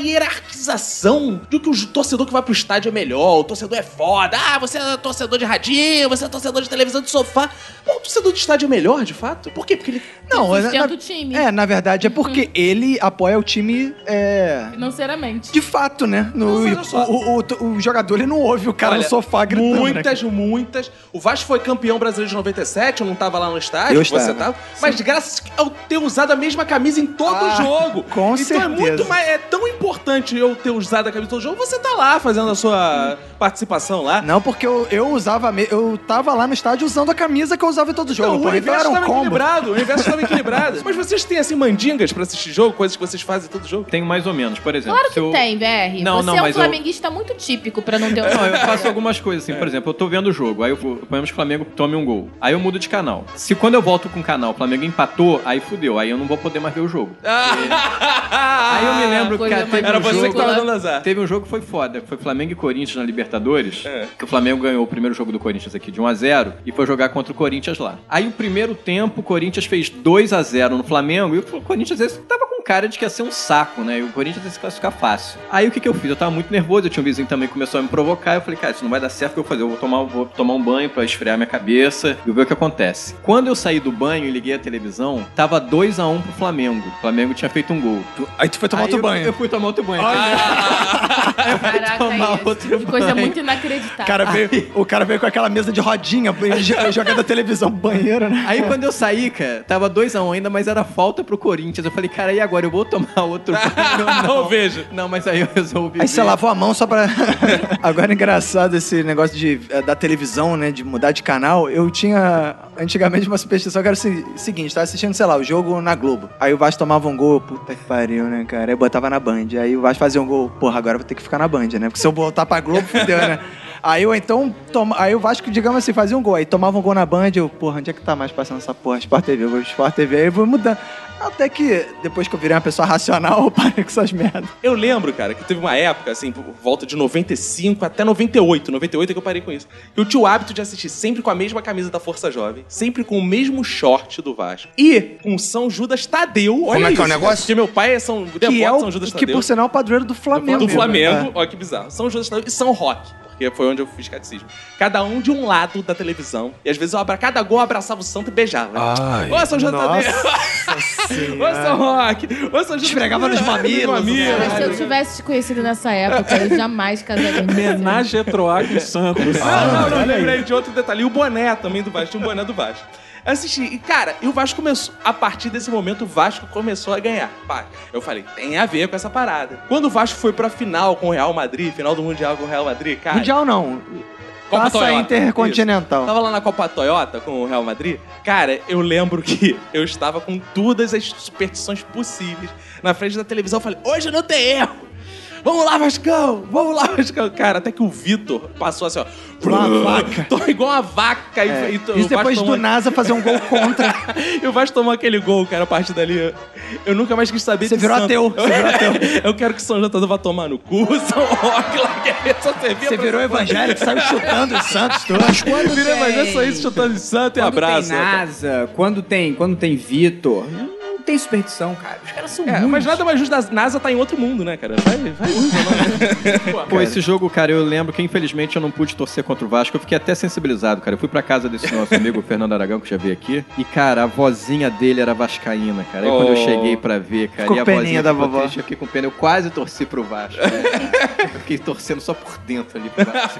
Speaker 1: hierarquização do que o torcedor que vai pro estádio é melhor, o torcedor é foda, ah, você é torcedor de radinho, você é torcedor de televisão de sofá. Mas o torcedor de estádio é melhor, de fato? Por quê? Porque ele.
Speaker 2: Não, é-
Speaker 3: Sustenta
Speaker 2: na-
Speaker 3: o time.
Speaker 2: é, na verdade é porque ele apoia o time é,
Speaker 3: Financeiramente.
Speaker 2: de fato, né? No,
Speaker 1: Mas olha só.
Speaker 2: o, o- o- o o jogador ele não ouve o cara
Speaker 1: Olha,
Speaker 2: no sofá gritando. né, cara?
Speaker 1: Muitas, muitas. O Vasco foi campeão brasileiro de 97, eu não tava lá no estádio,
Speaker 2: Eu
Speaker 1: você
Speaker 2: estava.
Speaker 1: tava. Mas graças ao ter usado a mesma camisa em todo
Speaker 2: Ah,
Speaker 1: jogo. então
Speaker 2: com
Speaker 1: é
Speaker 2: certeza.
Speaker 1: muito mais. É tão importante eu ter usado a camisa em todo jogo, você tá lá fazendo a sua participação lá.
Speaker 2: Não, porque eu, eu usava. a me- Eu tava lá no estádio usando a camisa que eu usava em todo jogo.
Speaker 1: Então, o
Speaker 2: pô. Então
Speaker 1: universo
Speaker 2: era um
Speaker 1: tava
Speaker 2: combo.
Speaker 1: equilibrado, o universo tava equilibrado. Mas vocês têm, assim, mandingas pra assistir jogo, coisas que vocês fazem todo jogo?
Speaker 4: Tem mais ou menos, por exemplo.
Speaker 3: É. Claro que
Speaker 4: se eu-
Speaker 3: tem, BR.
Speaker 4: Não,
Speaker 3: Você
Speaker 4: não,
Speaker 3: é um
Speaker 4: mas eu-
Speaker 3: flamenguista muito típico pra não ter um
Speaker 4: Não, eu faço algumas coisas
Speaker 3: É.
Speaker 4: assim, por exemplo, eu tô vendo o jogo, aí eu vou, ponhamos que o Flamengo tome um gol. Aí eu mudo de canal. Se quando eu volto com o canal, o Flamengo empatou, aí fudeu, aí eu não vou poder mais ver o jogo. aí eu me lembro que
Speaker 3: Ah, coisa
Speaker 4: cara, teve
Speaker 3: mais
Speaker 1: Era
Speaker 4: um
Speaker 1: você
Speaker 4: jogo,
Speaker 1: que tava dando azar.
Speaker 4: Teve um jogo que foi foda, que foi Flamengo e Corinthians na Libertadores,
Speaker 1: É.
Speaker 4: que o Flamengo ganhou o primeiro jogo do Corinthians aqui de 1 a 0 e foi jogar contra o Corinthians lá. Aí o primeiro tempo o Corinthians fez 2 a 0 no Flamengo e o Corinthians esse tava com cara de que ia ser um saco, né? E o Corinthians ia se classificar fácil. Aí o que que eu fiz? Eu tava muito nervoso, eu tinha um vizinho que também que começou a me provocar, eu falei, cara, isso não vai dar certo o que eu vou fazer, eu vou tomar, vou tomar um banho pra esfriar minha cabeça e ver o que acontece. Quando eu saí do banho e liguei a televisão, tava 2 a 1 pro Flamengo. O Flamengo tinha feito um gol.
Speaker 2: Aí tu foi tomar
Speaker 4: Aí
Speaker 2: outro
Speaker 4: eu-
Speaker 2: banho. Ah, é?
Speaker 4: Eu fui tomar outro banho.
Speaker 3: Caraca, é
Speaker 4: tomar
Speaker 3: isso.
Speaker 4: outro
Speaker 3: que coisa
Speaker 4: banho.
Speaker 3: muito
Speaker 2: O
Speaker 3: inacreditável.
Speaker 2: cara veio, o cara veio com aquela mesa de rodinha, jo- jogando a televisão pro banheiro, né?
Speaker 4: Aí quando eu saí, cara, tava 2x1 ainda, mas era falta pro Corinthians. Eu falei, cara, e agora? Eu vou tomar outro banho ou
Speaker 1: Ou
Speaker 4: não?
Speaker 1: veja.
Speaker 4: Não, mas aí eu resolvi.
Speaker 2: Aí você
Speaker 4: ver.
Speaker 2: lavou a mão só pra. Agora é engraçado esse negócio de, eh, da televisão, né? De mudar de canal. Eu tinha antigamente uma superstição que era o se- seguinte: tava assistindo, sei lá, o jogo na Globo. Aí o Vasco tomava um gol, puta que pariu, né, cara? Aí botava na Band. Aí o Vasco fazia um gol, porra, agora eu vou ter que ficar na Band, né? Porque se eu voltar pra Globo, fudeu, né? Aí eu então. Toma... Aí o Vasco, digamos assim, fazia um gol. Aí tomava um gol na Band, eu, porra, onde é que tá mais passando essa porra? Sport TV, eu vou pro Sport TV, aí eu vou mudando. Até que depois que eu virei uma pessoa racional, eu parei com essas merdas.
Speaker 1: Eu lembro, cara, que teve uma época, assim, por volta de 95 até 98, 98 é que eu parei com isso. Eu tinha o hábito de assistir sempre com a mesma camisa da Força Jovem, sempre com o mesmo short do Vasco e com São Judas Tadeu. Olha
Speaker 8: Como é que é
Speaker 1: isso,
Speaker 8: o negócio?
Speaker 1: cara, Porque meu pai é São devoto
Speaker 2: que é
Speaker 1: de
Speaker 2: o,
Speaker 1: São Judas
Speaker 2: que
Speaker 1: Tadeu.
Speaker 2: por sinal é o padroeiro do Flamengo.
Speaker 1: do Flamengo, né? olha que bizarro. São Judas Tadeu e São Roque. Porque foi onde eu fiz catecismo. Cada um de um lado da televisão. E às vezes eu abra cada gol, eu abraçava o santo e beijava.
Speaker 9: Ai.
Speaker 1: Ô, São Judas Tadeu! Ô, São
Speaker 2: É. Senhora.
Speaker 1: Roque! Ô, São Judas
Speaker 2: Esfregava
Speaker 1: Tadeu!
Speaker 2: nos mamilos.
Speaker 3: Mas se eu tivesse te conhecido nessa época, eu jamais casaria com você.
Speaker 5: Homenagem a Troaco e Santos.
Speaker 1: Ah, Não, não, não, lembrei de outro detalhe. E o boné também do Vasco. Tinha um boné do Vasco. Eu Assisti. E, cara, e o Vasco começou. A partir desse momento, o Vasco começou a ganhar. Pá. Eu falei, tem a ver com essa parada. Quando o Vasco foi pra final com o Real Madrid, final do Mundial com o Real Madrid, cara.
Speaker 2: Mundial não.
Speaker 1: Copa
Speaker 2: Taça
Speaker 1: Toyota.
Speaker 2: Intercontinental.
Speaker 1: Eu Tava lá na Copa Toyota com o Real Madrid. Cara, eu lembro que eu estava com todas as superstições possíveis na frente da televisão. Eu falei, hoje não tem erro. Vamos lá, Vascão! Vamos lá, Vascão! Cara, até que o Vitor passou assim, ó.
Speaker 2: Uma vaca.
Speaker 1: Tô igual uma vaca. e-
Speaker 2: É.
Speaker 1: E, to- Então, o
Speaker 2: Isso
Speaker 1: Vasco
Speaker 2: depois
Speaker 1: tomou-
Speaker 2: do NASA fazer um gol contra.
Speaker 1: E o Vasco tomou aquele gol, cara, a partir dali. eu- Eu nunca mais quis saber
Speaker 2: Você
Speaker 1: de
Speaker 2: virou
Speaker 1: santo.
Speaker 2: ateu, você virou ateu.
Speaker 1: Eu quero que São Jantador vá tomar no cu, São Roque, que é só servia
Speaker 2: Você
Speaker 1: pra-
Speaker 2: virou evangélico, saiu chutando os Santos todos.
Speaker 6: Quando
Speaker 1: Virei, mas é
Speaker 6: tem-
Speaker 1: só isso, chutando de santo e
Speaker 6: Quando
Speaker 1: abraço. né,
Speaker 6: tem NASA, quando tem, quando tem Vitor, não tem superstição, cara. Os caras são
Speaker 1: É,
Speaker 6: ruins.
Speaker 1: mas nada mais justo da NASA tá em outro mundo, né, cara? Vai, vai usa lá.
Speaker 4: Pô, esse jogo, cara, eu lembro que infelizmente eu não pude torcer contra o Vasco. Eu fiquei até sensibilizado, cara. Eu fui pra casa desse nosso amigo Fernando Aragão, que já veio aqui. E, cara, a vozinha dele era vascaína, cara. Aí quando eu
Speaker 1: Oh.
Speaker 4: cheguei pra ver, cara,
Speaker 2: Ficou
Speaker 4: e a
Speaker 2: com peninha
Speaker 4: vozinha
Speaker 2: da
Speaker 4: ficou
Speaker 2: vovó.
Speaker 4: triste, eu fiquei com pena. Eu quase torci pro Vasco. né? eu fiquei torcendo só por dentro ali pro Vasco.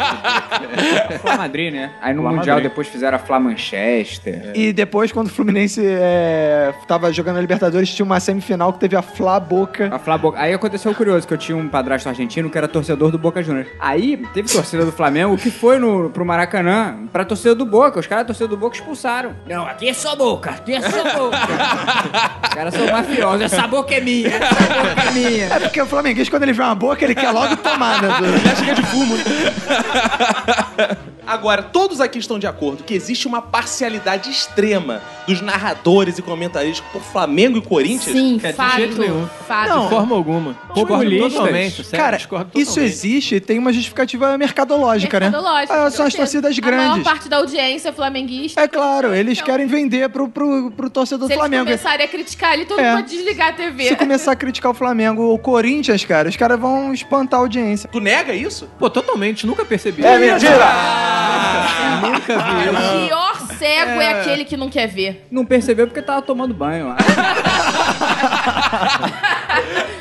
Speaker 6: Flá Madrid, né? Aí no Mundial depois fizeram a Flá Manchester.
Speaker 2: E depois, quando o Fluminense é, tava jogando a Libertadores, tinha uma semifinal que teve a Flá Boca.
Speaker 6: A Flá Boca. Aí aconteceu o curioso, que eu tinha um padrasto argentino que era torcedor do Boca Juniors. Aí teve torcida do Flamengo que foi no, pro Maracanã pra torcida do Boca. Os caras da torcida do Boca expulsaram. Não, aqui é só Boca, aqui é só Boca. Os caras são mafiosos, essa boca é minha, essa boca é minha.
Speaker 2: É porque o Flamenguês, quando ele vê uma boca, ele quer logo tomar, né?
Speaker 1: Já chega de fumo, né? Agora, todos aqui estão de acordo que existe uma parcialidade extrema dos narradores e comentaristas por Flamengo e Corinthians.
Speaker 3: Sim,
Speaker 4: É, de
Speaker 3: fato.
Speaker 4: jeito nenhum.
Speaker 3: Fato. é
Speaker 4: De forma alguma. Discordo totalmente, sério,
Speaker 2: Cara,
Speaker 4: discordo
Speaker 2: isso
Speaker 4: totalmente.
Speaker 2: existe e tem uma justificativa mercadológica,
Speaker 3: Mercadológico,
Speaker 2: né? Ah,
Speaker 3: com
Speaker 2: são as
Speaker 3: certeza.
Speaker 2: torcidas
Speaker 3: A maior
Speaker 2: grandes.
Speaker 3: parte da audiência é flamenguista.
Speaker 2: É claro, eles
Speaker 3: Então,
Speaker 2: querem vender pro, pro, pro torcedor do
Speaker 3: Se eles
Speaker 2: Flamengo.
Speaker 3: começarem a criticar ele, todo
Speaker 2: É.
Speaker 3: mundo pode desligar a TV.
Speaker 2: Se começar a criticar o Flamengo ou o Corinthians, cara, os caras vão espantar a audiência.
Speaker 1: Tu nega isso?
Speaker 4: Pô, totalmente, nunca percebi. É mentira! Nunca vi. isso.
Speaker 3: O pior cego é. aquele que não quer ver.
Speaker 6: Não percebeu porque tava tomando banho lá.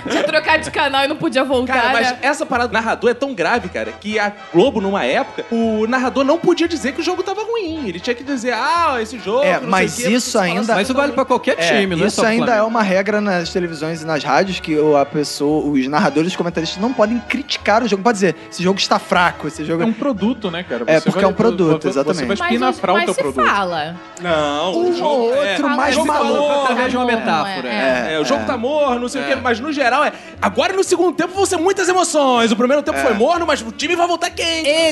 Speaker 3: Já trocado trocar de canal e não podia voltar.
Speaker 1: Cara, mas
Speaker 3: né?
Speaker 1: essa parada do narrador é tão grave, cara, que a Globo, numa época, o narrador não podia dizer que o jogo tava ruim. Ele tinha que dizer, ah, esse jogo.
Speaker 2: É,
Speaker 1: não sei
Speaker 2: mas
Speaker 1: o quê, porque
Speaker 2: isso
Speaker 1: você fala
Speaker 2: ainda-
Speaker 1: assim,
Speaker 4: Mas isso vale pra qualquer
Speaker 2: É,
Speaker 4: time, não é
Speaker 2: isso
Speaker 4: só pro
Speaker 2: ainda é
Speaker 4: Flamengo.
Speaker 2: uma regra nas televisões e nas rádios que o- a pessoa, os narradores, os comentaristas não podem criticar o jogo. Não Pode dizer, esse jogo está fraco, esse jogo
Speaker 5: É um produto, né, cara?
Speaker 2: É,
Speaker 5: Você
Speaker 2: porque
Speaker 5: vai-
Speaker 2: é um produto,
Speaker 5: você- Você vai
Speaker 2: exatamente.
Speaker 3: Mas, mas,
Speaker 5: espinafrar o teu
Speaker 3: se
Speaker 5: produto.
Speaker 3: fala.
Speaker 1: Não,
Speaker 2: Um
Speaker 1: o jogo,
Speaker 2: ou
Speaker 1: é,
Speaker 2: outro mais
Speaker 1: o jogo tá
Speaker 2: maluco,
Speaker 1: morno,
Speaker 4: através de uma
Speaker 3: Não,
Speaker 4: metáfora,
Speaker 3: é, é.
Speaker 1: É, o jogo tá morno, não sei o quê, mas no geral é. Agora no segundo tempo vão ser muitas emoções. O primeiro tempo foi morno, mas o time vai voltar quente.
Speaker 2: É.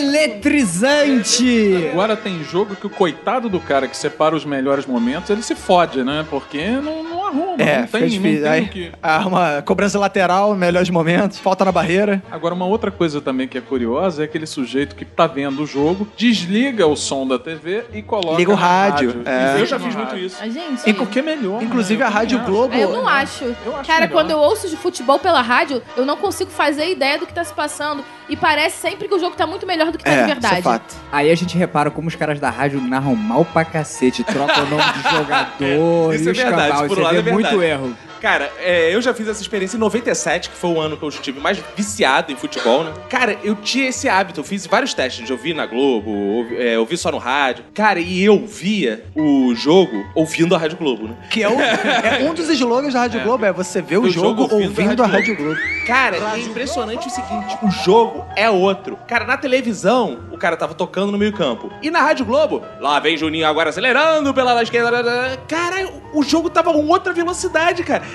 Speaker 6: Eletrizante!
Speaker 5: Agora tem jogo que o coitado do cara que separa os melhores momentos, ele se fode, né? Porque não, não arruma,
Speaker 2: É,
Speaker 5: não
Speaker 2: fica
Speaker 5: tem, não
Speaker 2: difícil.
Speaker 5: tem
Speaker 2: Aí,
Speaker 5: o que...
Speaker 2: ah, uma cobrança lateral, melhores momentos, falta na barreira.
Speaker 5: Agora, uma outra coisa também que é curiosa é aquele sujeito que tá vendo o jogo, desliga o som da TV e coloca.
Speaker 2: Liga o
Speaker 5: no
Speaker 2: rádio, é.
Speaker 5: E
Speaker 1: Eu
Speaker 5: fica
Speaker 1: já
Speaker 5: no
Speaker 1: fiz muito
Speaker 5: rádio.
Speaker 1: isso.
Speaker 3: Ah, Gente.
Speaker 5: E porque é melhor.
Speaker 2: Inclusive
Speaker 5: né?
Speaker 2: a
Speaker 5: Eu também
Speaker 2: Rádio
Speaker 5: acho.
Speaker 2: Globo.
Speaker 3: É, Eu não acho.
Speaker 5: Eu acho
Speaker 3: Cara,
Speaker 5: melhor.
Speaker 3: quando eu ouço de futebol pela rádio, eu não consigo fazer ideia do que tá se passando. E parece sempre que o jogo tá muito melhor do que tá de
Speaker 2: isso é
Speaker 3: verdade.
Speaker 2: fato.
Speaker 6: Aí a gente repara como os caras da rádio narram mal pra cacete, trocam o nome de jogador,
Speaker 1: É, isso
Speaker 6: e
Speaker 1: é
Speaker 6: os
Speaker 1: verdade,
Speaker 6: cambau,
Speaker 1: por
Speaker 6: você
Speaker 1: um lado
Speaker 6: vê
Speaker 1: é verdade.
Speaker 6: muito erro.
Speaker 1: Cara, é, eu já fiz essa experiência em 97, que foi o ano que eu estive mais viciado em futebol, né? Cara, eu tinha esse hábito, eu fiz vários testes, eu vi na Globo, ouvi, é, ouvi só no rádio. Cara, e eu via o jogo ouvindo a Rádio Globo, né?
Speaker 2: Que é, o- é um dos slogans da Rádio Globo, é você vê o
Speaker 1: Do jogo
Speaker 2: jogo,
Speaker 1: ouvindo
Speaker 2: ouvindo a
Speaker 1: a
Speaker 2: Rádio
Speaker 1: Rádio
Speaker 2: Globo.
Speaker 1: Cara, é impressionante o seguinte: o jogo é outro. Cara, na televisão, o cara tava tocando no meio-campo. E na Rádio Globo, lá vem Juninho agora acelerando pela lá esquerda. lá, lá, lá. Cara, o jogo tava com outra velocidade, cara.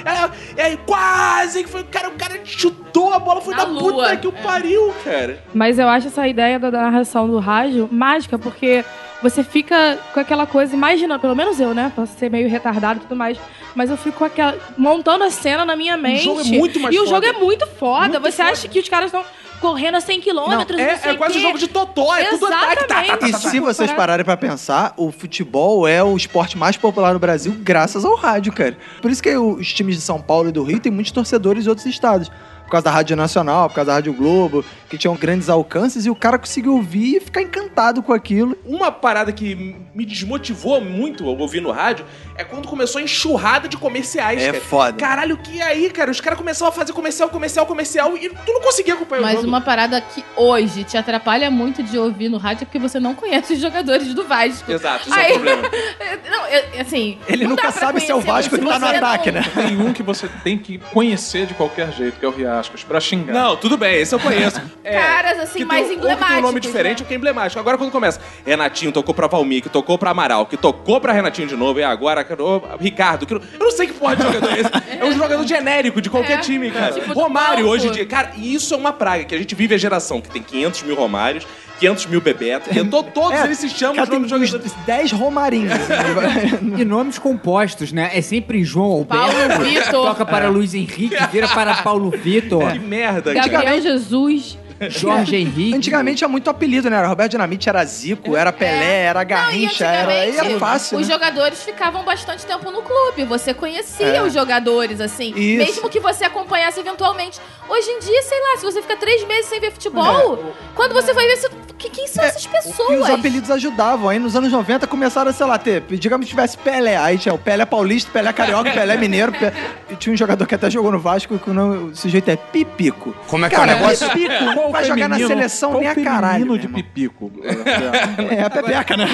Speaker 1: É, é, quase que foi. Cara, o cara chutou a bola, foi
Speaker 3: Na
Speaker 1: da
Speaker 3: lua,
Speaker 1: puta que o pariu, cara.
Speaker 7: Mas eu acho essa ideia da narração do rádio mágica, porque você fica com aquela coisa, imaginando, pelo menos eu, né? Posso ser meio retardado e tudo mais, mas eu fico com aquela. montando a cena na minha mente.
Speaker 1: jogo é muito mais
Speaker 7: E o
Speaker 1: foda.
Speaker 7: jogo é muito foda.
Speaker 1: Muito
Speaker 7: você acha que os caras estão correndo a 100 km, não,
Speaker 1: Não, é,
Speaker 7: sei
Speaker 1: é quase
Speaker 7: quê.
Speaker 1: um jogo de totó, é tudo ataque. Tá, tá, tá,
Speaker 2: E
Speaker 7: Exatamente.
Speaker 1: tá, tá.
Speaker 2: se vocês pararem pra pensar, o futebol é o esporte mais popular no Brasil graças ao rádio, cara. Por isso que os times de São Paulo e do Rio têm muitos torcedores de outros estados. Por causa da Rádio Nacional, por causa da Rádio Globo, que tinham grandes alcances, e o cara conseguiu ouvir e ficar encantado com aquilo.
Speaker 1: Uma parada que me desmotivou muito ao ouvir no rádio é quando começou a enxurrada de comerciais,
Speaker 2: É
Speaker 1: cara.
Speaker 2: foda.
Speaker 1: Caralho, que é aí, cara? Os caras começaram a fazer comercial, comercial, comercial e tu não conseguia acompanhar o
Speaker 3: Mas
Speaker 1: jogo.
Speaker 3: uma parada que hoje te atrapalha muito de ouvir no rádio é porque você não conhece os jogadores do Vasco.
Speaker 1: Exato, isso é
Speaker 3: Aí-
Speaker 1: o problema.
Speaker 3: Não, eu- assim.
Speaker 2: Ele
Speaker 3: não
Speaker 2: nunca
Speaker 3: dá pra
Speaker 2: sabe se é o
Speaker 3: conhecer,
Speaker 2: Vasco que
Speaker 3: mas
Speaker 2: tá
Speaker 3: se
Speaker 2: no
Speaker 3: você não-
Speaker 2: ataque, né?
Speaker 5: Tem um que você tem que conhecer de qualquer jeito, que é o Riascos, pra xingar.
Speaker 1: Não, tudo bem, esse eu conheço. É,
Speaker 3: Caras, assim,
Speaker 1: que
Speaker 3: mais
Speaker 1: tem, um- ou Que tem um
Speaker 3: emblemáticos,
Speaker 1: nome diferente,
Speaker 3: né?
Speaker 1: o que é emblemático. Agora quando começa, Renatinho tocou pra Valmir, que tocou pra Amaral, que tocou pra Renatinho de novo, e agora ô, Ricardo, que não- eu não sei que porra de jogador é esse. É um jogador genérico de qualquer
Speaker 3: É,
Speaker 1: time, cara.
Speaker 3: tipo do
Speaker 1: Romário,
Speaker 3: palco.
Speaker 1: hoje em dia. Cara, e isso é uma praga, que a gente vive a geração que tem 500 mil Romários, 500 mil Bebeto, que to- todos
Speaker 2: É,
Speaker 1: eles se chamam
Speaker 2: Cara,
Speaker 1: de
Speaker 2: tem
Speaker 1: nome de jogador.
Speaker 2: uns 10 romarinhos.
Speaker 6: E nomes compostos, né? É sempre João Alberto.
Speaker 3: Paulo Vitor,
Speaker 6: Toca
Speaker 1: É.
Speaker 6: para Luiz Henrique, vira para Paulo Vitor,
Speaker 1: Que merda, cara.
Speaker 3: Gabriel Jesus.
Speaker 1: É.
Speaker 6: Jorge Henrique.
Speaker 2: Antigamente era muito apelido, né? Era Roberto Dinamite, era Zico, era Pelé, era Garrincha, era... Aí
Speaker 3: antigamente,
Speaker 2: era é, fácil,
Speaker 3: Os
Speaker 2: né?
Speaker 3: jogadores ficavam bastante tempo no clube. Você conhecia os jogadores, assim.
Speaker 2: É. Isso.
Speaker 3: Mesmo que você acompanhasse eventualmente. Hoje em dia, sei lá, se você fica três meses sem ver futebol, quando você vai ver. você- que- Quem são essas
Speaker 2: É. E os
Speaker 3: pessoas?
Speaker 2: apelidos ajudavam. Aí nos anos 90 começaram a, sei lá, ter. Digamos que tivesse Pelé. Aí tinha o Pelé Paulista, Pelé Carioca, Pelé Mineiro. Pelé... E tinha um jogador que até jogou no Vasco, que o, nome- o sujeito é Pipico.
Speaker 9: Como é que é o
Speaker 2: Cara,
Speaker 9: negócio?
Speaker 2: Pipico não vai jogar na
Speaker 5: feminino-
Speaker 2: seleção
Speaker 5: qual
Speaker 2: nem a
Speaker 5: feminino
Speaker 2: caralho. meu
Speaker 5: de
Speaker 2: irmão.
Speaker 5: pipico.
Speaker 2: É a Pepeca, né?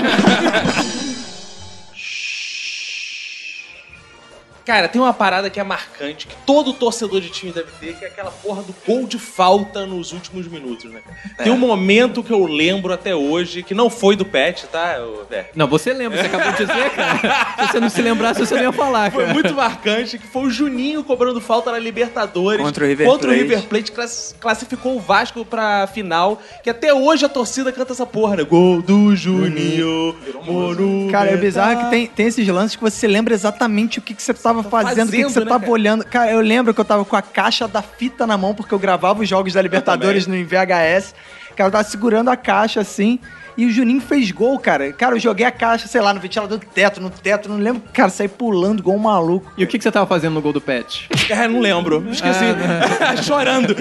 Speaker 1: Cara, tem uma parada que é marcante, que todo torcedor de time deve ter, que é aquela porra do gol de falta nos últimos minutos, né? cara?
Speaker 4: É.
Speaker 1: Tem um momento que eu lembro até hoje, que não foi do Pet, tá? eu- é.
Speaker 4: Não, você lembra, você acabou de dizer, cara. Se você não se lembrasse, você não ia falar,
Speaker 1: Foi
Speaker 4: cara.
Speaker 1: muito marcante, que foi o Juninho cobrando falta na Libertadores.
Speaker 2: Contra o River
Speaker 1: contra o
Speaker 2: Plate.
Speaker 1: River Plate, class- classificou o Vasco pra final, que até hoje a torcida canta essa porra, né? Gol do Juninho, Moru.
Speaker 2: Cara, é bizarro que tem, tem esses lances que você lembra exatamente o que, que você tava fazendo, o que, que
Speaker 1: fazendo,
Speaker 2: você
Speaker 1: né,
Speaker 2: tava
Speaker 1: cara?
Speaker 2: olhando. Cara, eu lembro que eu tava com a caixa da fita na mão, porque eu gravava os jogos da Libertadores no em VHS. Cara, eu tava segurando a caixa assim. E o Juninho fez gol, cara. Cara, eu joguei a caixa, sei lá, no ventilador do teto, no teto, não lembro. Cara, saí pulando igual um maluco.
Speaker 4: E o que, que você tava fazendo no gol do Pet?
Speaker 1: É, não lembro. Esqueci.
Speaker 2: É, né?
Speaker 1: Tá Chorando.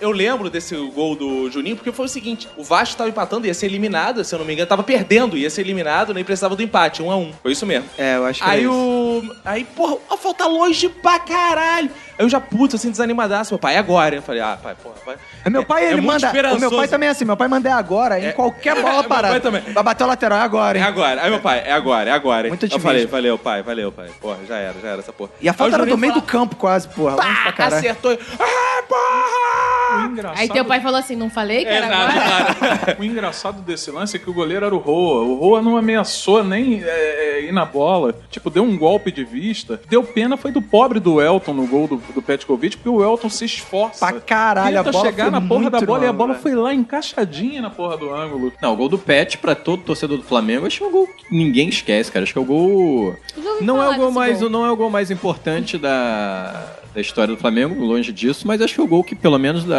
Speaker 1: eu lembro desse gol do Juninho porque foi o seguinte: o Vasco tava empatando, ia ser eliminado, se eu não me engano. Tava perdendo, ia ser eliminado, nem precisava do empate. Um a um. Foi isso mesmo.
Speaker 2: É, eu acho que
Speaker 1: Aí
Speaker 2: era isso.
Speaker 1: o. Aí, porra, a falta longe pra caralho. Aí eu já puto, assim, desanimadaço. Meu pai, é agora. Eu falei, ah, pai, porra, vai.
Speaker 2: É, Meu pai,
Speaker 1: é
Speaker 2: ele
Speaker 1: muito
Speaker 2: manda. O meu
Speaker 1: esperançoso.
Speaker 2: pai também é assim. Meu pai manda é agora, em qualquer bola
Speaker 1: Meu
Speaker 2: parada.
Speaker 1: pai também.
Speaker 2: Vai bater o lateral é agora,
Speaker 1: É
Speaker 2: hein?
Speaker 1: agora. Aí meu pai, é agora, é agora.
Speaker 2: Muito
Speaker 1: Eu
Speaker 2: otimista.
Speaker 1: falei, valeu, pai, valeu, pai. Porra, já era, já era essa porra.
Speaker 2: E a
Speaker 1: Aí
Speaker 2: falta
Speaker 1: o
Speaker 2: era do
Speaker 1: Juninho
Speaker 2: meio do
Speaker 1: fala,
Speaker 2: campo, quase, porra. Longe pra
Speaker 1: Pá,
Speaker 2: caralho.
Speaker 1: acertou. Ah, porra!
Speaker 5: engraçado-
Speaker 3: Ah, Aí teu pai falou assim, não falei que
Speaker 1: É,
Speaker 3: era
Speaker 1: nada,
Speaker 3: agora?
Speaker 1: nada.
Speaker 5: O engraçado desse lance é que o goleiro era o Roa. O Roa não ameaçou nem é, é, ir na bola. Tipo, deu um golpe de vista. Deu pena foi do pobre do Elton no gol do, do Petkovic, porque o Elton se esforça.
Speaker 2: Pra caralho, a
Speaker 5: Tenta
Speaker 2: bola
Speaker 5: chegar
Speaker 2: foi
Speaker 5: na porra
Speaker 2: muito
Speaker 5: da bola
Speaker 2: no
Speaker 5: e a bola
Speaker 2: ângulo,
Speaker 5: foi lá encaixadinha na porra do ângulo.
Speaker 4: Não, o gol do Pet, pra todo torcedor do Flamengo, acho que é um gol que ninguém esquece, cara. Acho que é o gol.
Speaker 3: Já ouvi
Speaker 4: Não é,
Speaker 3: falar
Speaker 4: o gol
Speaker 3: desse
Speaker 4: mais,
Speaker 3: gol.
Speaker 4: não é o gol mais importante da, da história do Flamengo, longe disso, mas acho que é o gol que, pelo menos, da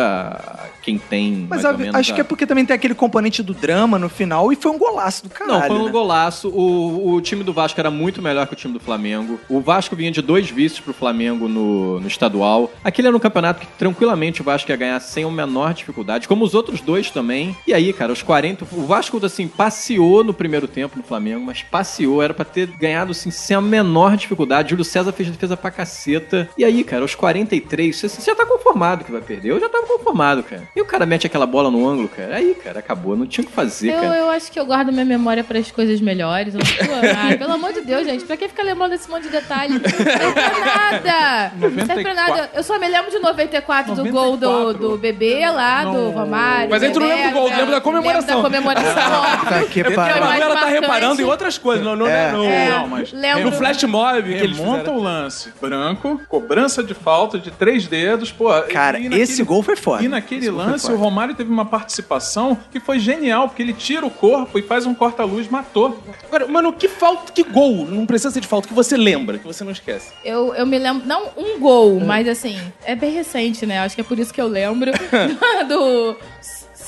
Speaker 4: quem tem.
Speaker 2: Mas
Speaker 4: mais ou
Speaker 2: a-
Speaker 4: menos
Speaker 2: acho
Speaker 4: a-
Speaker 2: que é porque também tem aquele componente do drama no final e foi um golaço do caralho.
Speaker 4: Não, foi um
Speaker 2: né?
Speaker 4: golaço. O, o time do Vasco era muito melhor que o time do Flamengo. O Vasco vinha de dois vices pro Flamengo no, no estadual. Aquele era um campeonato que tranquilamente o Vasco ia ganhar sem a menor dificuldade, como os outros dois também. E aí, cara, os 40. O Vasco, assim, passeou no primeiro tempo no Flamengo, mas passeou. Era pra ter ganhado, assim, sem a menor dificuldade. Júlio César fez defesa pra caceta. E aí, cara, aos 43, você, você já tá conformado que vai perder. Eu já tava conformado, cara. E o cara mete aquela bola no ângulo, cara. Aí, cara, acabou. Não tinha o que fazer,
Speaker 3: Eu,
Speaker 4: cara.
Speaker 3: eu acho que eu guardo minha memória para as coisas melhores. Eu- Pô, ai, pelo amor de Deus, gente. Pra que ficar lembrando desse monte de detalhe? Não serve pra nada. Não serve pra nada. Eu só me lembro de 94, do gol do, do bebê lá, do Romário.
Speaker 1: Mas aí tu não lembra do gol, lembra da comemoração. Ah, tá.
Speaker 3: Lembra da comemoração.
Speaker 2: Puta que
Speaker 3: Porque
Speaker 1: A
Speaker 3: é
Speaker 2: pariu.
Speaker 3: mais
Speaker 1: Manuela tá
Speaker 3: marcante.
Speaker 1: reparando em outras coisas, não, não é, no,
Speaker 3: É,
Speaker 5: Não, né, mas
Speaker 3: lembro.
Speaker 1: no flash mob que eles
Speaker 5: Remonta
Speaker 1: fizeram.
Speaker 5: o lance. Branco, cobrança de falta de três dedos, pô.
Speaker 2: Cara,
Speaker 5: e naquele-
Speaker 2: esse gol foi foda.
Speaker 5: E naquele
Speaker 2: Esse gol foi
Speaker 5: lance,
Speaker 2: foda.
Speaker 5: o Romário teve uma participação que foi genial, porque ele tira o corpo e faz um corta-luz, matou.
Speaker 1: Agora, mano, que falta, que gol, não precisa ser de falta, que você lembra, que você não esquece.
Speaker 3: Eu, eu me lembro, não um gol, mas assim, é bem recente, né? Acho que é por isso que eu lembro do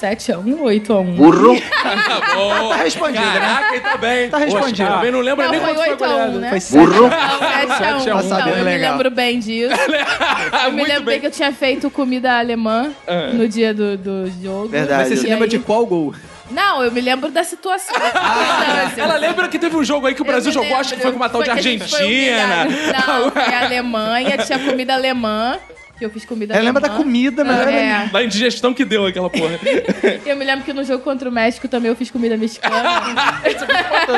Speaker 3: 7x1, 8x1.
Speaker 5: Ah,
Speaker 1: Tá bom.
Speaker 2: Tá respondido, né?
Speaker 1: Caraca, ele tá bem.
Speaker 2: Tá respondido.
Speaker 1: Poxa, também não lembra
Speaker 3: Não,
Speaker 1: nem
Speaker 3: foi
Speaker 1: quanto foi
Speaker 3: 8x1,
Speaker 1: goleado.
Speaker 3: né?
Speaker 2: Foi burro.
Speaker 3: Não, 7
Speaker 2: a
Speaker 1: é
Speaker 3: a 1.
Speaker 2: um. Tá sabendo
Speaker 3: eu me
Speaker 2: legal.
Speaker 3: lembro bem disso. Eu me
Speaker 1: Muito
Speaker 3: lembro
Speaker 1: bem.
Speaker 3: bem que eu tinha feito comida alemã
Speaker 1: Ah.
Speaker 3: no dia do, do jogo.
Speaker 2: Verdade. Mas você
Speaker 3: E
Speaker 2: se
Speaker 3: aí-
Speaker 4: qual gol?
Speaker 3: Não, eu me lembro da situação.
Speaker 1: Ah, Ela lembra que teve um jogo aí que o Brasil jogou, acho que foi com uma tal de
Speaker 3: que a gente foi
Speaker 1: Argentina.
Speaker 3: humilhado. Não, foi a Alemanha, tinha comida alemã. Que eu fiz comida
Speaker 2: Ela
Speaker 3: alemã.
Speaker 2: É, lembra da comida, né? Ah, mas ela
Speaker 3: É.
Speaker 1: Da indigestão que deu aquela porra.
Speaker 3: Eu me lembro que no jogo contra o México também eu fiz comida mexicana.